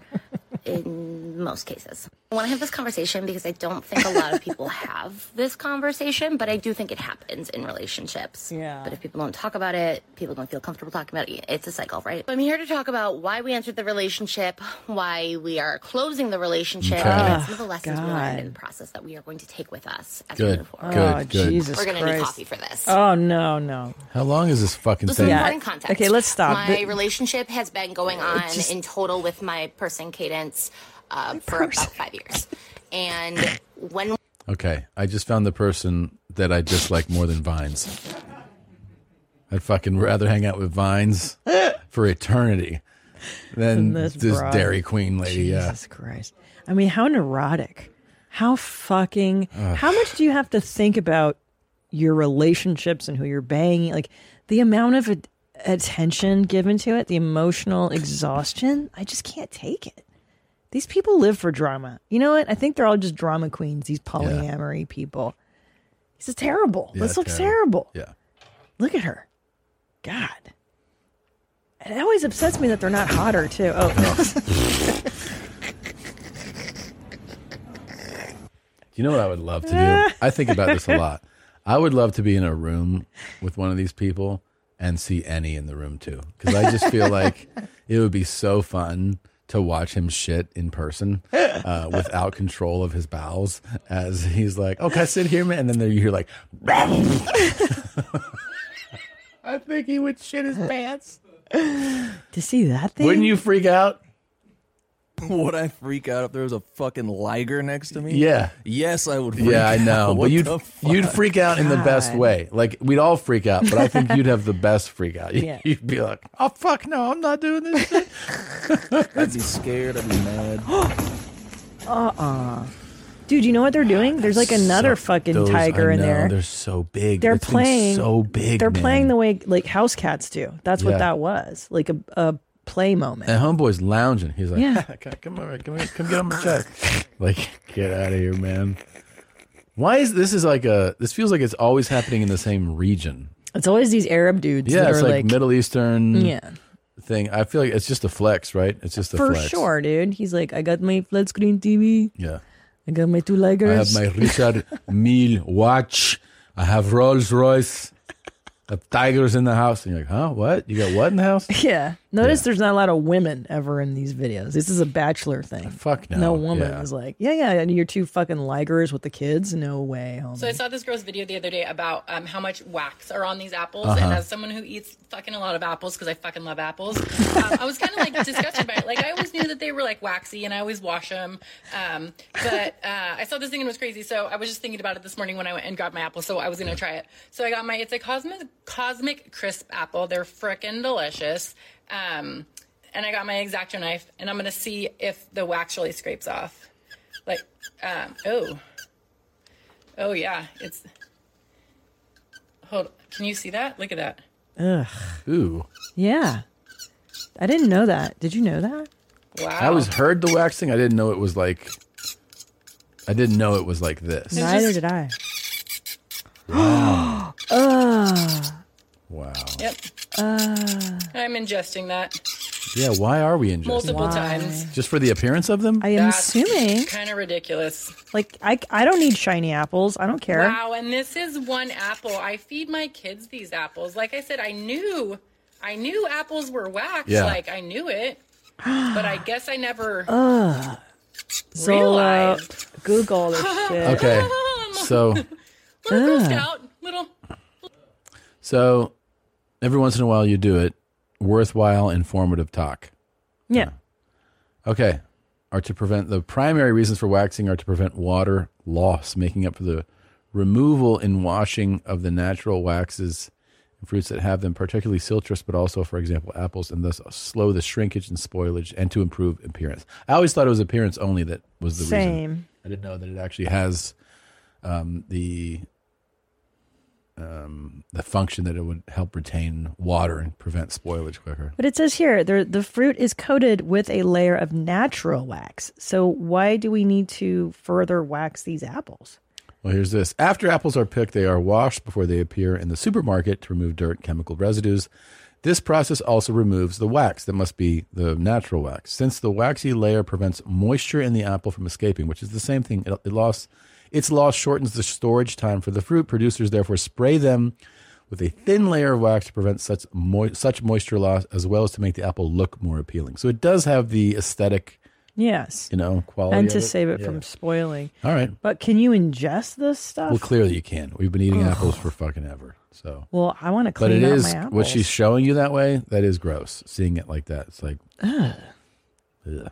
S9: in most cases. I want to have this conversation because I don't think a lot of people have this conversation, but I do think it happens in relationships. Yeah. But if people don't talk about it, people don't feel comfortable talking about it. It's a cycle, right? I'm here to talk about why we entered the relationship, why we are closing the relationship,
S1: Okay.
S9: and
S1: Ah,
S9: some of the lessons we learned in the process that we are going to take with us as we
S1: Good,
S9: move forward.
S1: good, Oh, good.
S2: Ah, Jesus
S9: We're gonna need
S2: Christ.
S9: coffee for this.
S2: Oh, no, no.
S1: How long is this fucking
S9: This is
S1: thing?
S9: important context.
S2: Okay, let's stop.
S9: My
S2: Th-
S9: relationship has been going on in total with my person cadence uh, for about five years. And when
S1: Okay, I just found the person that I dislike more than vines. I'd fucking rather hang out with vines for eternity
S2: Than
S1: than
S2: this
S1: this,
S2: broad.
S1: Dairy Queen lady.
S2: Jesus Christ. I mean, how neurotic. How fucking.
S1: Ugh.
S2: How much do you have to think about your relationships and who you're banging? Like the amount of at- attention given to it, the emotional exhaustion. I just can't take it. These people live for drama. You know what? I think they're all just drama queens, these polyamory people. This is terrible.
S1: Yeah,
S2: this looks
S1: terrible.
S2: terrible.
S1: Yeah.
S2: Look at her. God. And It always upsets me that they're not hotter, too. Oh,
S1: Do you know what I would love to do? I think about this a lot. I would love to be in a room with one of these people and see any in the room too, because I just feel like it would be so fun to watch him shit in person uh, without control of his bowels as he's like, "Oh, can I sit here, man?" And then there you hear like, I think he would shit his pants.
S2: to see that thing?
S1: Wouldn't you freak out?
S23: Would I freak out if there was a fucking liger next to me?
S1: Yeah.
S23: Yes, I would. Freak
S1: Yeah, I
S23: out.
S1: know.
S23: What
S1: But you'd
S23: the fuck?
S1: you'd freak out in the best
S23: God.
S1: way. Like we'd all freak out, but I think you'd have the best freak out.
S23: Yeah.
S1: You'd be like, Oh fuck no, I'm not doing this shit.
S23: I'd be scared. I'd be mad.
S2: Uh-uh. Dude, you know what they're doing? There's like another fucking
S1: Those-
S2: tiger
S1: I
S2: in
S1: know,
S2: there.
S1: They're so big.
S2: They're
S1: That thing's
S2: playing
S1: so big.
S2: They're
S1: man.
S2: playing the way like house cats do. That's what
S1: Yeah.
S2: that was. Like a, a play moment.
S1: And homeboy's lounging. He's like,
S2: Yeah.
S1: come over, come here, come get on my chest. like, get out of here, man. Why is this is like a this feels like it's always happening in the same region.
S2: It's always these Arab dudes
S1: yeah,
S2: that
S1: it's
S2: are
S1: like,
S2: like,
S1: Middle Eastern
S2: Yeah.
S1: thing. I feel like it's just a flex, right? It's just a
S2: for
S1: flex.
S2: sure, dude. He's like, I got my flat screen TV.
S1: Yeah.
S2: I got my two
S1: I have
S2: leggers.
S1: my Richard Mille watch. I have Rolls Royce. I have tigers in the house. And you're like, huh? What? You got what in the house?
S2: Yeah. Notice there's not a lot of women ever in these videos. This is a bachelor thing.
S1: Fuck no.
S2: woman
S1: yeah.
S2: is like, yeah, yeah, and you're two fucking ligers with the kids. No way, homie.
S20: So I saw this girl's video the other day about um, how much wax are on these apples, and
S2: Uh-huh.
S20: as someone who eats fucking a lot of apples because I fucking love apples, um, I was kind of like disgusted by it. Like I always knew that they were like waxy, and I always wash them. Um, but uh, I saw this thing and it was crazy. So I was just thinking about it this morning when I went and grabbed my apple. So I was gonna try it. So I got my it's a cosmic cosmic crisp apple. They're frickin' delicious. Um, and I got my exacto knife, and I'm gonna see if the wax really scrapes off. Like, um, oh. Oh yeah, it's. Hold. Can you see that? Look at that.
S2: Ugh.
S1: Ooh.
S2: Yeah. I didn't know that. Did you know that?
S20: Wow.
S1: I always heard the wax thing. I didn't know it was like. I didn't know it was like this.
S2: Neither did I.
S1: Wow.
S2: Ugh.
S1: wow.
S20: Yep.
S2: Uh,
S20: I'm ingesting that.
S1: Yeah. Why are we in just
S20: Multiple Why? times.
S1: Just for the appearance of them?
S2: I am assuming.
S20: Kind of ridiculous.
S2: Like, I, I don't need shiny apples. I don't care.
S20: Wow. And this is one apple. I feed my kids these apples. Like I said, I knew, I knew apples were waxed.
S2: Yeah.
S20: Like I knew it, but I guess I never.
S2: Ugh. Zola, Google this shit.
S1: Okay. So,
S2: Ah.
S20: Little Girl
S1: Ugh.
S20: Scout, little.
S1: so every once in a while you do it. Worthwhile, informative talk.
S2: Yeah.
S1: Okay. Are to prevent the primary reasons for waxing are to prevent water loss, making up for the removal in washing of the natural waxes and fruits that have them, particularly citrus, but also, for example, apples, and thus slow the shrinkage and spoilage and to improve appearance. I always thought it was appearance only that was the reason.
S2: Same.
S1: I didn't know that it actually has um, the um, the function that it would help retain water and prevent spoilage quicker.
S2: But it says here the the fruit is coated with a layer of natural wax. So why do we need to further wax these apples?
S1: Well, here's this. After apples are picked, they are washed before they appear in the supermarket to remove dirt, chemical residues. This process also removes the wax that must be the natural wax, since the waxy layer prevents moisture in the apple from escaping, which is the same thing. It, it lost, its loss shortens the storage time for the fruit. Producers therefore spray them with a thin layer of wax to prevent such mo- such moisture loss, as well as to make the apple look more appealing. So it does have the aesthetic,
S2: Yes.
S1: you know, quality,
S2: and to
S1: of
S2: save it
S1: Yeah.
S2: from spoiling.
S1: All right.
S2: But can you ingest this stuff?
S1: Well, clearly you can. We've been eating
S2: Ugh.
S1: apples for fucking ever. So.
S2: Well, I want to
S1: But
S2: clean
S1: it
S2: out
S1: is
S2: my apples.
S1: what she's showing you that way. That is gross. Seeing it like that, it's like,
S2: Ugh.
S1: ugh.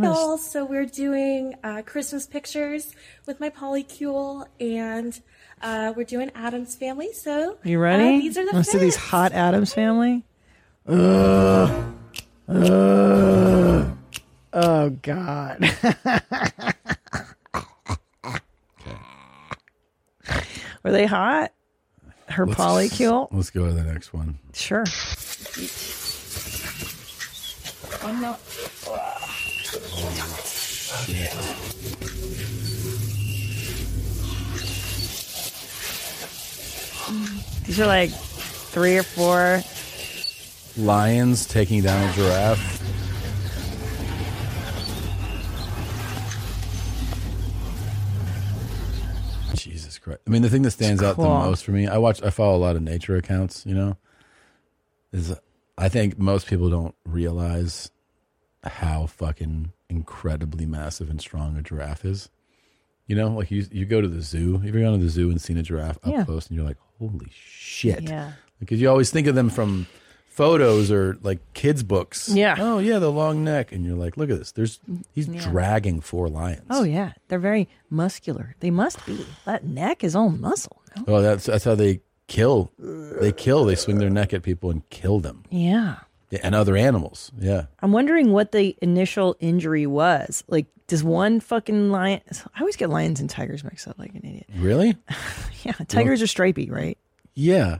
S8: Y'all, so we're doing uh, Christmas pictures with my polycule, and uh, we're doing Adam's family. So
S2: You
S8: Uh,
S2: ready?
S8: these are the
S2: Let's do these
S8: fits.
S2: hot Adams family. Ugh. Ugh. Oh God. Were they hot? Her
S1: Let's-
S2: polycule?
S1: Let's go to the next one.
S2: Sure.
S20: Oh no.
S2: These are like three or four.
S1: Lions taking down a giraffe. Jesus Christ! I mean, the thing that stands out the
S2: cool.
S1: most for me, I watch, I follow a lot of nature accounts. You know, is I think most people don't realize how fucking incredibly massive and strong a giraffe is. You know, like you you go to the zoo. Have you ever gone to the zoo and seen a giraffe up
S2: Yeah.
S1: close, and you're like, holy shit!
S2: Yeah.
S1: because you always think of them from photos or like kids' books.
S2: Yeah.
S1: Oh yeah, the long neck, and you're like, look at this. There's he's dragging four lions.
S2: Oh yeah, they're very muscular. They must be. That neck is all muscle.
S1: Oh, that's that's how they kill. They kill. They swing their neck at people and kill them
S2: Yeah.
S1: Yeah, and other animals. Yeah.
S2: I'm wondering what the initial injury was. Like, does one fucking lion? I always get lions and tigers mixed up like an idiot.
S1: Really?
S2: Yeah, tigers are stripy, right?
S1: Yeah.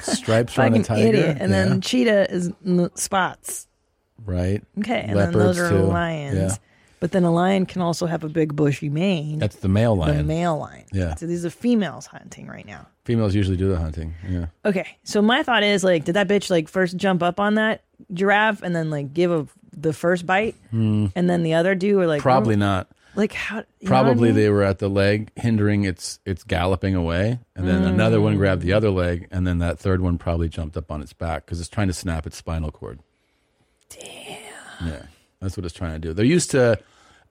S1: Stripes
S2: like
S1: are on a
S2: an
S1: tiger.
S2: idiot. And
S1: yeah.
S2: then cheetah is in the spots.
S1: right.
S2: Okay, and
S1: Leopards
S2: then those are
S1: too.
S2: lions.
S1: Yeah.
S2: But then a lion can also have a big bushy mane.
S1: That's the male lion.
S2: The male lion.
S1: Yeah.
S2: So these are females hunting right now.
S1: Females usually do the hunting. Yeah.
S2: Okay, so my thought is like, did that bitch like first jump up on that giraffe and then like give a the first bite,
S1: Hmm.
S2: and then the other do or like
S1: Probably
S2: where-
S1: not.
S2: Like how? you know what I
S1: Probably
S2: mean?
S1: they were at the leg, hindering its its galloping away, and then another one grabbed the other leg, and then that third one probably jumped up on its back because it's trying to snap its spinal cord. Damn. Yeah, that's what it's trying to do. They're used to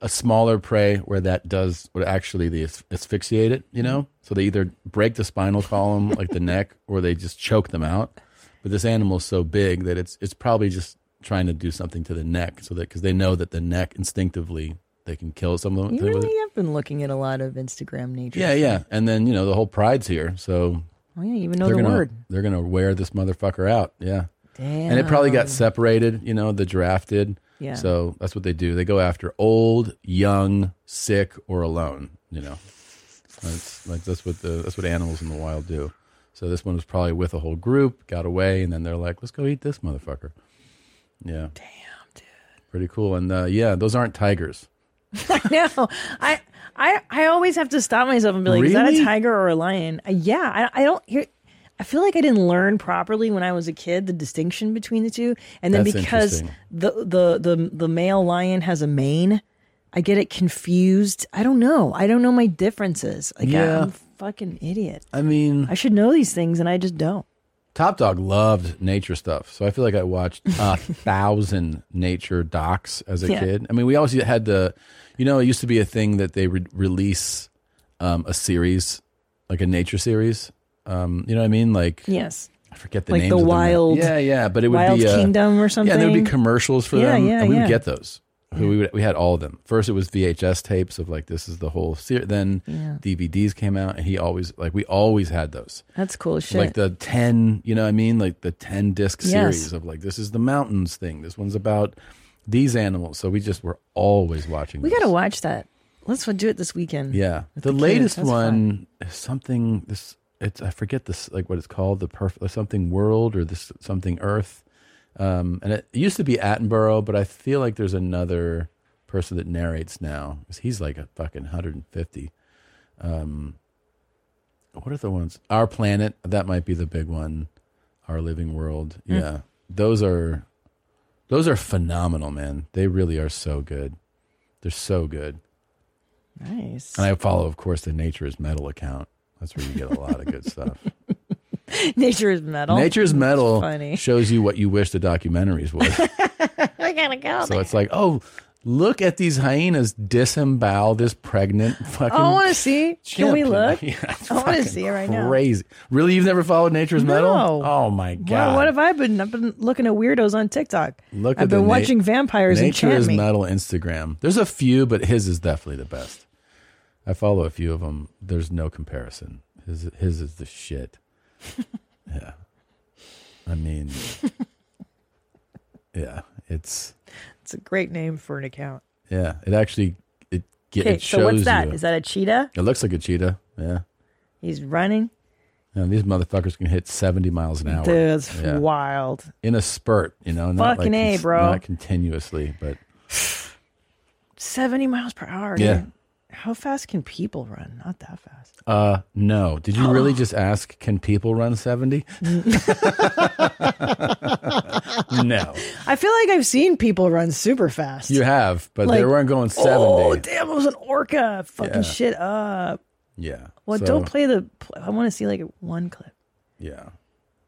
S1: a smaller prey where that does would actually they as- asphyxiate it, you know. So they either break the spinal column, like the neck, or they just choke them out. But this animal's so big that it's it's probably just trying to do something to the neck, so that because they know that the neck instinctively they can kill someone
S2: You
S1: with it.
S2: really have been looking at a lot of Instagram nature.
S1: Yeah, yeah. And then, you know, the whole pride's here. So
S2: Oh yeah, you even know
S1: they're
S2: the
S1: gonna,
S2: word.
S1: They're going to wear this motherfucker out. Yeah. And it probably
S2: Damn.
S1: got separated, you know, the giraffe did.
S2: Yeah.
S1: So that's what they do. They go after old, young, sick, or alone, you know. That's like that's what the that's what animals in the wild do. So this one was probably with a whole group, got away, and then they're like, "Let's go eat this motherfucker." Yeah. Damn, dude. Pretty cool. And uh, yeah, those aren't tigers.
S2: I know. I I I always have to stop myself and be like, is that
S1: Really?
S2: a tiger or a lion? Uh, yeah, I I don't hear. I feel like I didn't learn properly when I was a kid the distinction between the two, and then
S1: That's
S2: because
S1: interesting.
S2: the, the the the male lion has a mane, I get it confused. I don't know. I don't know my differences. Like
S1: Yeah.
S2: I'm a fucking idiot.
S1: I mean,
S2: I should know these things, and I just don't.
S1: Top Dog loved nature stuff, so I feel like I watched a thousand nature docs as a
S2: Yeah.
S1: kid. I mean, we always had the, you know, it used to be a thing that they would release um, a series, like a nature series. Um, you know what I mean? Like
S2: Yes.
S1: I forget the
S2: Like
S1: names
S2: the
S1: of them.
S2: wild-
S1: Yeah, yeah, but it would
S2: Wild
S1: be uh,
S2: Kingdom or
S1: Yeah, there would
S2: something.
S1: be commercials for
S2: Yeah,
S1: them,
S2: yeah,
S1: and we
S2: yeah.
S1: would get those. We would, we had all of them. First, it was VHS tapes of like this is the whole series. Then
S2: Yeah.
S1: DVDs came out, and he always like we always had those.
S2: That's cool as shit.
S1: Like the 10, you know what I mean? Like the 10 disc
S2: Yes.
S1: series of like, this is the mountains thing. This one's about these animals. So we just were always watching.
S2: we
S1: them.
S2: got to watch that. Let's do it this weekend.
S1: yeah.
S2: with
S1: The,
S2: kids.
S1: latest
S2: That's fun.
S1: one is something, this, it's, I forget this, like what it's called, the perfect, something world or this something earth. Um, and it, it used to be Attenborough, but I feel like there's another person that narrates now 'cause he's like a fucking 150. Um, what are the ones? Our planet. That might be the big one. Our living world.
S10: Mm.
S2: Hmm.
S1: Yeah, those are those are phenomenal, man. They really are so good. They're so good.
S2: Nice.
S1: And I follow, of course, the Nature is Metal account. That's where you get a lot of good stuff.
S2: Nature is metal.
S1: Nature's
S2: That's
S1: Metal
S2: Funny.
S1: shows you what you wish the documentaries would.
S12: I gotta go.
S1: so it's like, oh, look at these hyenas disembowel this pregnant fucking.
S2: Oh, I want to see. Can we
S1: chimp.
S2: look?
S1: Yeah,
S2: I want to see it right now.
S1: Crazy. Really? You've never followed Nature's Metal?
S2: No.
S1: Oh my
S2: Wow,
S1: god.
S2: what have I been? I've been looking at weirdos on TikTok.
S1: Look
S2: I've
S1: at the
S2: been
S1: na-
S2: watching vampires
S1: Nature
S2: enchant
S1: is
S2: me.
S1: metal Instagram. There's a few, but his is definitely the best. I follow a few of them. There's no comparison. His his is the shit. yeah. I mean Yeah, it's
S2: It's a great name for an account.
S1: yeah, it actually it get
S2: Okay,
S1: it shows
S2: so what's that? Is
S1: you.
S2: that a cheetah?
S1: It looks like a cheetah. Yeah.
S2: He's running.
S1: Yeah, these motherfuckers can hit 70 miles an hour.
S2: Dude, that's
S1: Yeah.
S2: wild.
S1: In a spurt, you know, not
S2: Fucking
S1: like
S2: A,
S1: cons-
S2: bro.
S1: Not continuously, but
S2: Seventy miles per hour.
S1: Yeah.
S2: dude. How fast can people run? Not that fast.
S1: Uh, no. Did you really just ask? Can people run seventy? no,
S2: I feel like I've seen people run super fast.
S1: you have, but they
S2: Like,
S1: weren't going seventy.
S2: Oh damn! It was an orca. Fucking
S1: Yeah.
S2: shit up.
S1: Yeah.
S2: Well,
S1: so,
S2: don't play the. pl- I want to see like one clip.
S1: Yeah.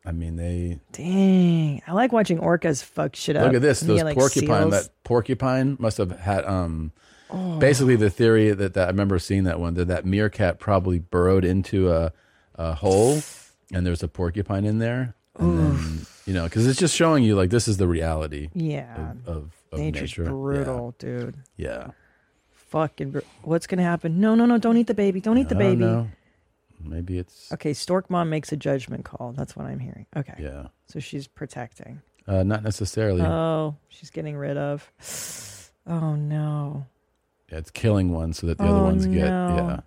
S1: I mean, they
S2: Dang, I like watching orcas fuck shit up.
S1: look at this.
S2: And you
S1: Those
S2: get, uh, like,
S1: porcupine.
S2: seals.
S1: That porcupine must have had um.
S2: Oh.
S1: Basically, the theory that, that I remember seeing that one that that meerkat probably burrowed into a, a hole, and there's a porcupine in there. And then, you know, because it's just showing you like this is the reality.
S2: Yeah.
S1: Of, of, of
S2: Nature's
S1: nature. Yeah.
S2: brutal, dude.
S1: Yeah.
S2: Fucking. Br- What's gonna happen? No, no, no! Don't eat the baby. Don't eat the
S1: I don't
S2: baby.
S1: know. Maybe it's
S2: Okay, stork mom makes a judgment call. That's what I'm hearing. Okay.
S1: Yeah.
S2: So she's protecting.
S1: uh, not necessarily.
S2: Oh, she's getting rid of. Oh no.
S1: Yeah, it's killing one so that the
S2: Oh,
S1: other ones get
S2: no.
S1: yeah.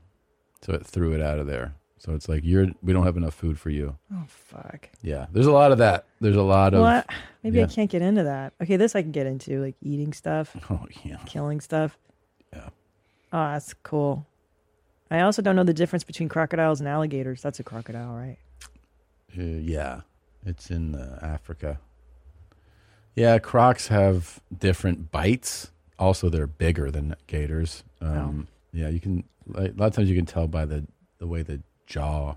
S1: So it threw it out of there. So it's like you're we don't have enough food for you.
S2: Oh fuck.
S1: Yeah, there's a lot of that. There's a lot of
S2: Well, I- maybe I
S1: yeah.
S2: can't get into that. Okay, this I can get into, like eating stuff.
S1: Oh yeah.
S2: Killing stuff. Yeah. Oh, that's cool. I also don't know the difference between crocodiles and alligators. That's a crocodile, right?
S1: Uh, yeah, it's in uh, Africa. Yeah, crocs have different bites. Also, they're bigger than gators.
S2: Oh.
S1: Um, Yeah, you can like, a lot of times you can tell by the the way the jaw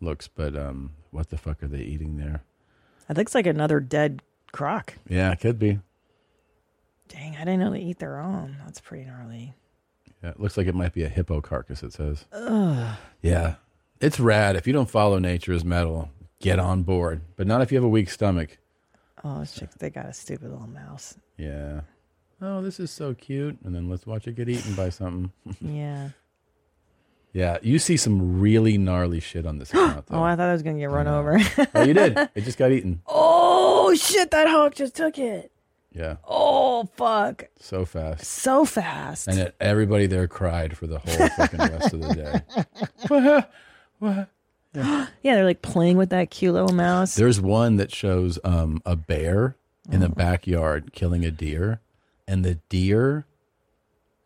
S1: looks. But um, what the fuck are they eating there?
S2: I think it's like another dead croc.
S1: Yeah, it could be.
S2: Dang, I didn't know they eat their own. That's pretty gnarly.
S1: Yeah, it looks like it might be a hippo carcass. It says.
S2: Ugh.
S1: Yeah, it's rad. If you don't follow nature as metal, get on board. But not if you have a weak stomach.
S2: Oh, it's just- they got a stupid little mouse.
S1: Yeah. Oh, this is so cute. And then let's watch it get eaten by something.
S2: Yeah.
S1: Yeah, you see some really gnarly shit on this account.
S2: Oh, I thought I was gonna get run over.
S1: oh, you did. It just got eaten.
S2: Oh shit! That hawk just took it.
S1: Yeah,
S2: Oh fuck!
S1: so fast.
S2: So fast.
S1: And it, everybody there cried for the whole fucking rest of the day. what? What?
S2: Yeah. they're like playing with that cute little mouse.
S1: There's one that shows um, a bear in the backyard killing a deer, and the deer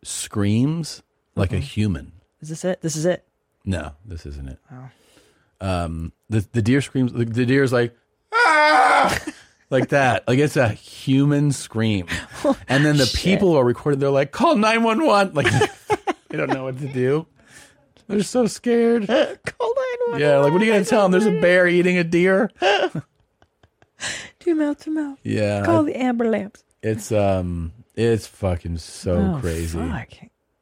S1: screams like a
S2: Mhm.
S1: human.
S2: Is this it? This is it.
S1: No, this isn't it.
S2: Oh.
S1: Um, the the deer screams. The, the deer's like, "Ah!" like that. Like it's a human scream. And then the people who are recorded. They're like, call nine one one. Like they don't know what to do. They're so scared. call nine one. Yeah, like what are you gonna tell them? There's a bear eating a deer.
S2: Two mouth to mouth.
S1: Yeah.
S2: Call the amber lamps.
S1: It's um, it's fucking so
S2: Oh,
S1: crazy.
S2: fuck.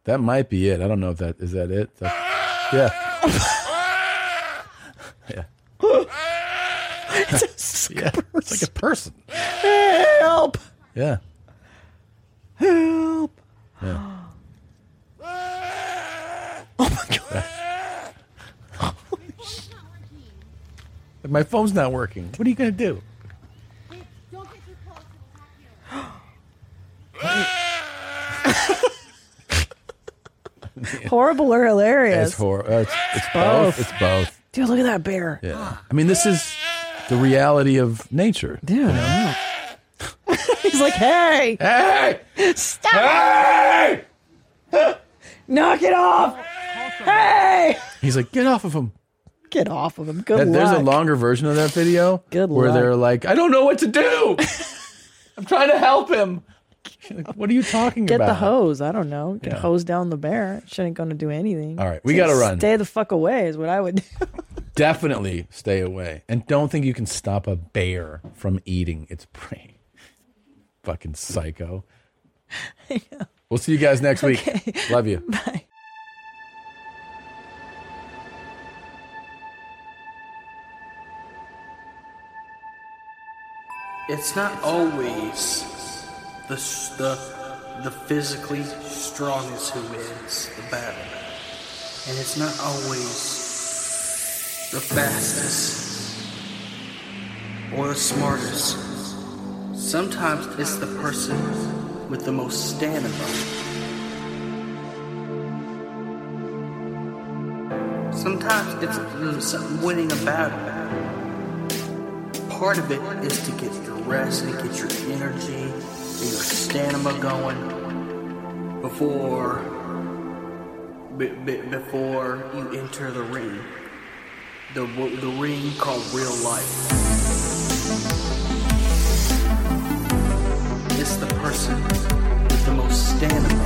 S1: That might be it. I don't know if that is that it. That- yeah. yeah. yeah. It's like a person.
S2: Help!
S1: Yeah.
S2: Help!
S1: Yeah.
S2: Oh my
S1: god. My phone's not working. What are you gonna do?
S2: Horrible or hilarious? Oh.
S1: It's horror. It's, it's both.
S2: Both.
S1: It's both.
S2: Dude, look at that bear.
S1: Yeah. I mean, this is the reality of nature.
S2: Dude. He's like, hey!
S1: Hey!
S2: Stop! Hey! Knock it off! Hey!
S1: He's like, get off of him.
S2: Get off of him. Good
S1: That-
S2: luck.
S1: There's a longer version of that video.
S2: Good
S1: Where
S2: luck.
S1: they're like, I don't know what to do. I'm trying to help him. Like, what are you talking
S2: Get
S1: about?
S2: the hose. I don't know. Get
S1: Yeah.
S2: hose down the bear. It shouldn't going to do anything.
S1: All right, we gotta run.
S2: Stay the fuck away is what I would do.
S1: Definitely stay away. And don't think you can stop a bear from eating its prey. Fucking psycho. We'll see you guys next week. Love you.
S10: It's not always the s- the the physically strongest who wins the battle, and it's not always the fastest or the smartest. Sometimes it's the person with the most stamina. Sometimes it's the- some- winning a battle part of it is to get your rest and get your energy and your stamina going before b- b- before you enter the ring. The w- the ring called real life. It's the person with the most stamina.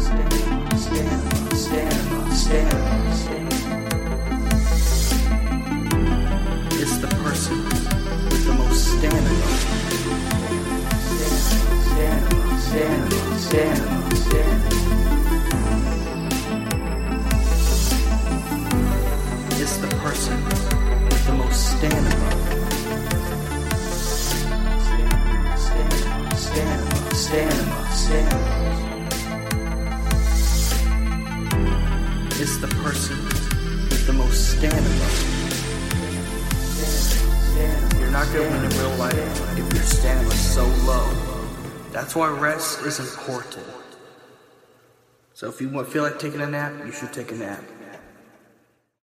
S10: Stamina, stamina, stamina, stamina, stamina. It's the person with the most stamina. Stamina, stamina, stamina, stamina. It's the person with the most stamina. Stamina, stamina, stamina, stamina. It's the person with the most stamina. You're not gonna win in real life if your stamina is so low. That's why rest is important. So if you want- feel like taking a nap, you should take a nap.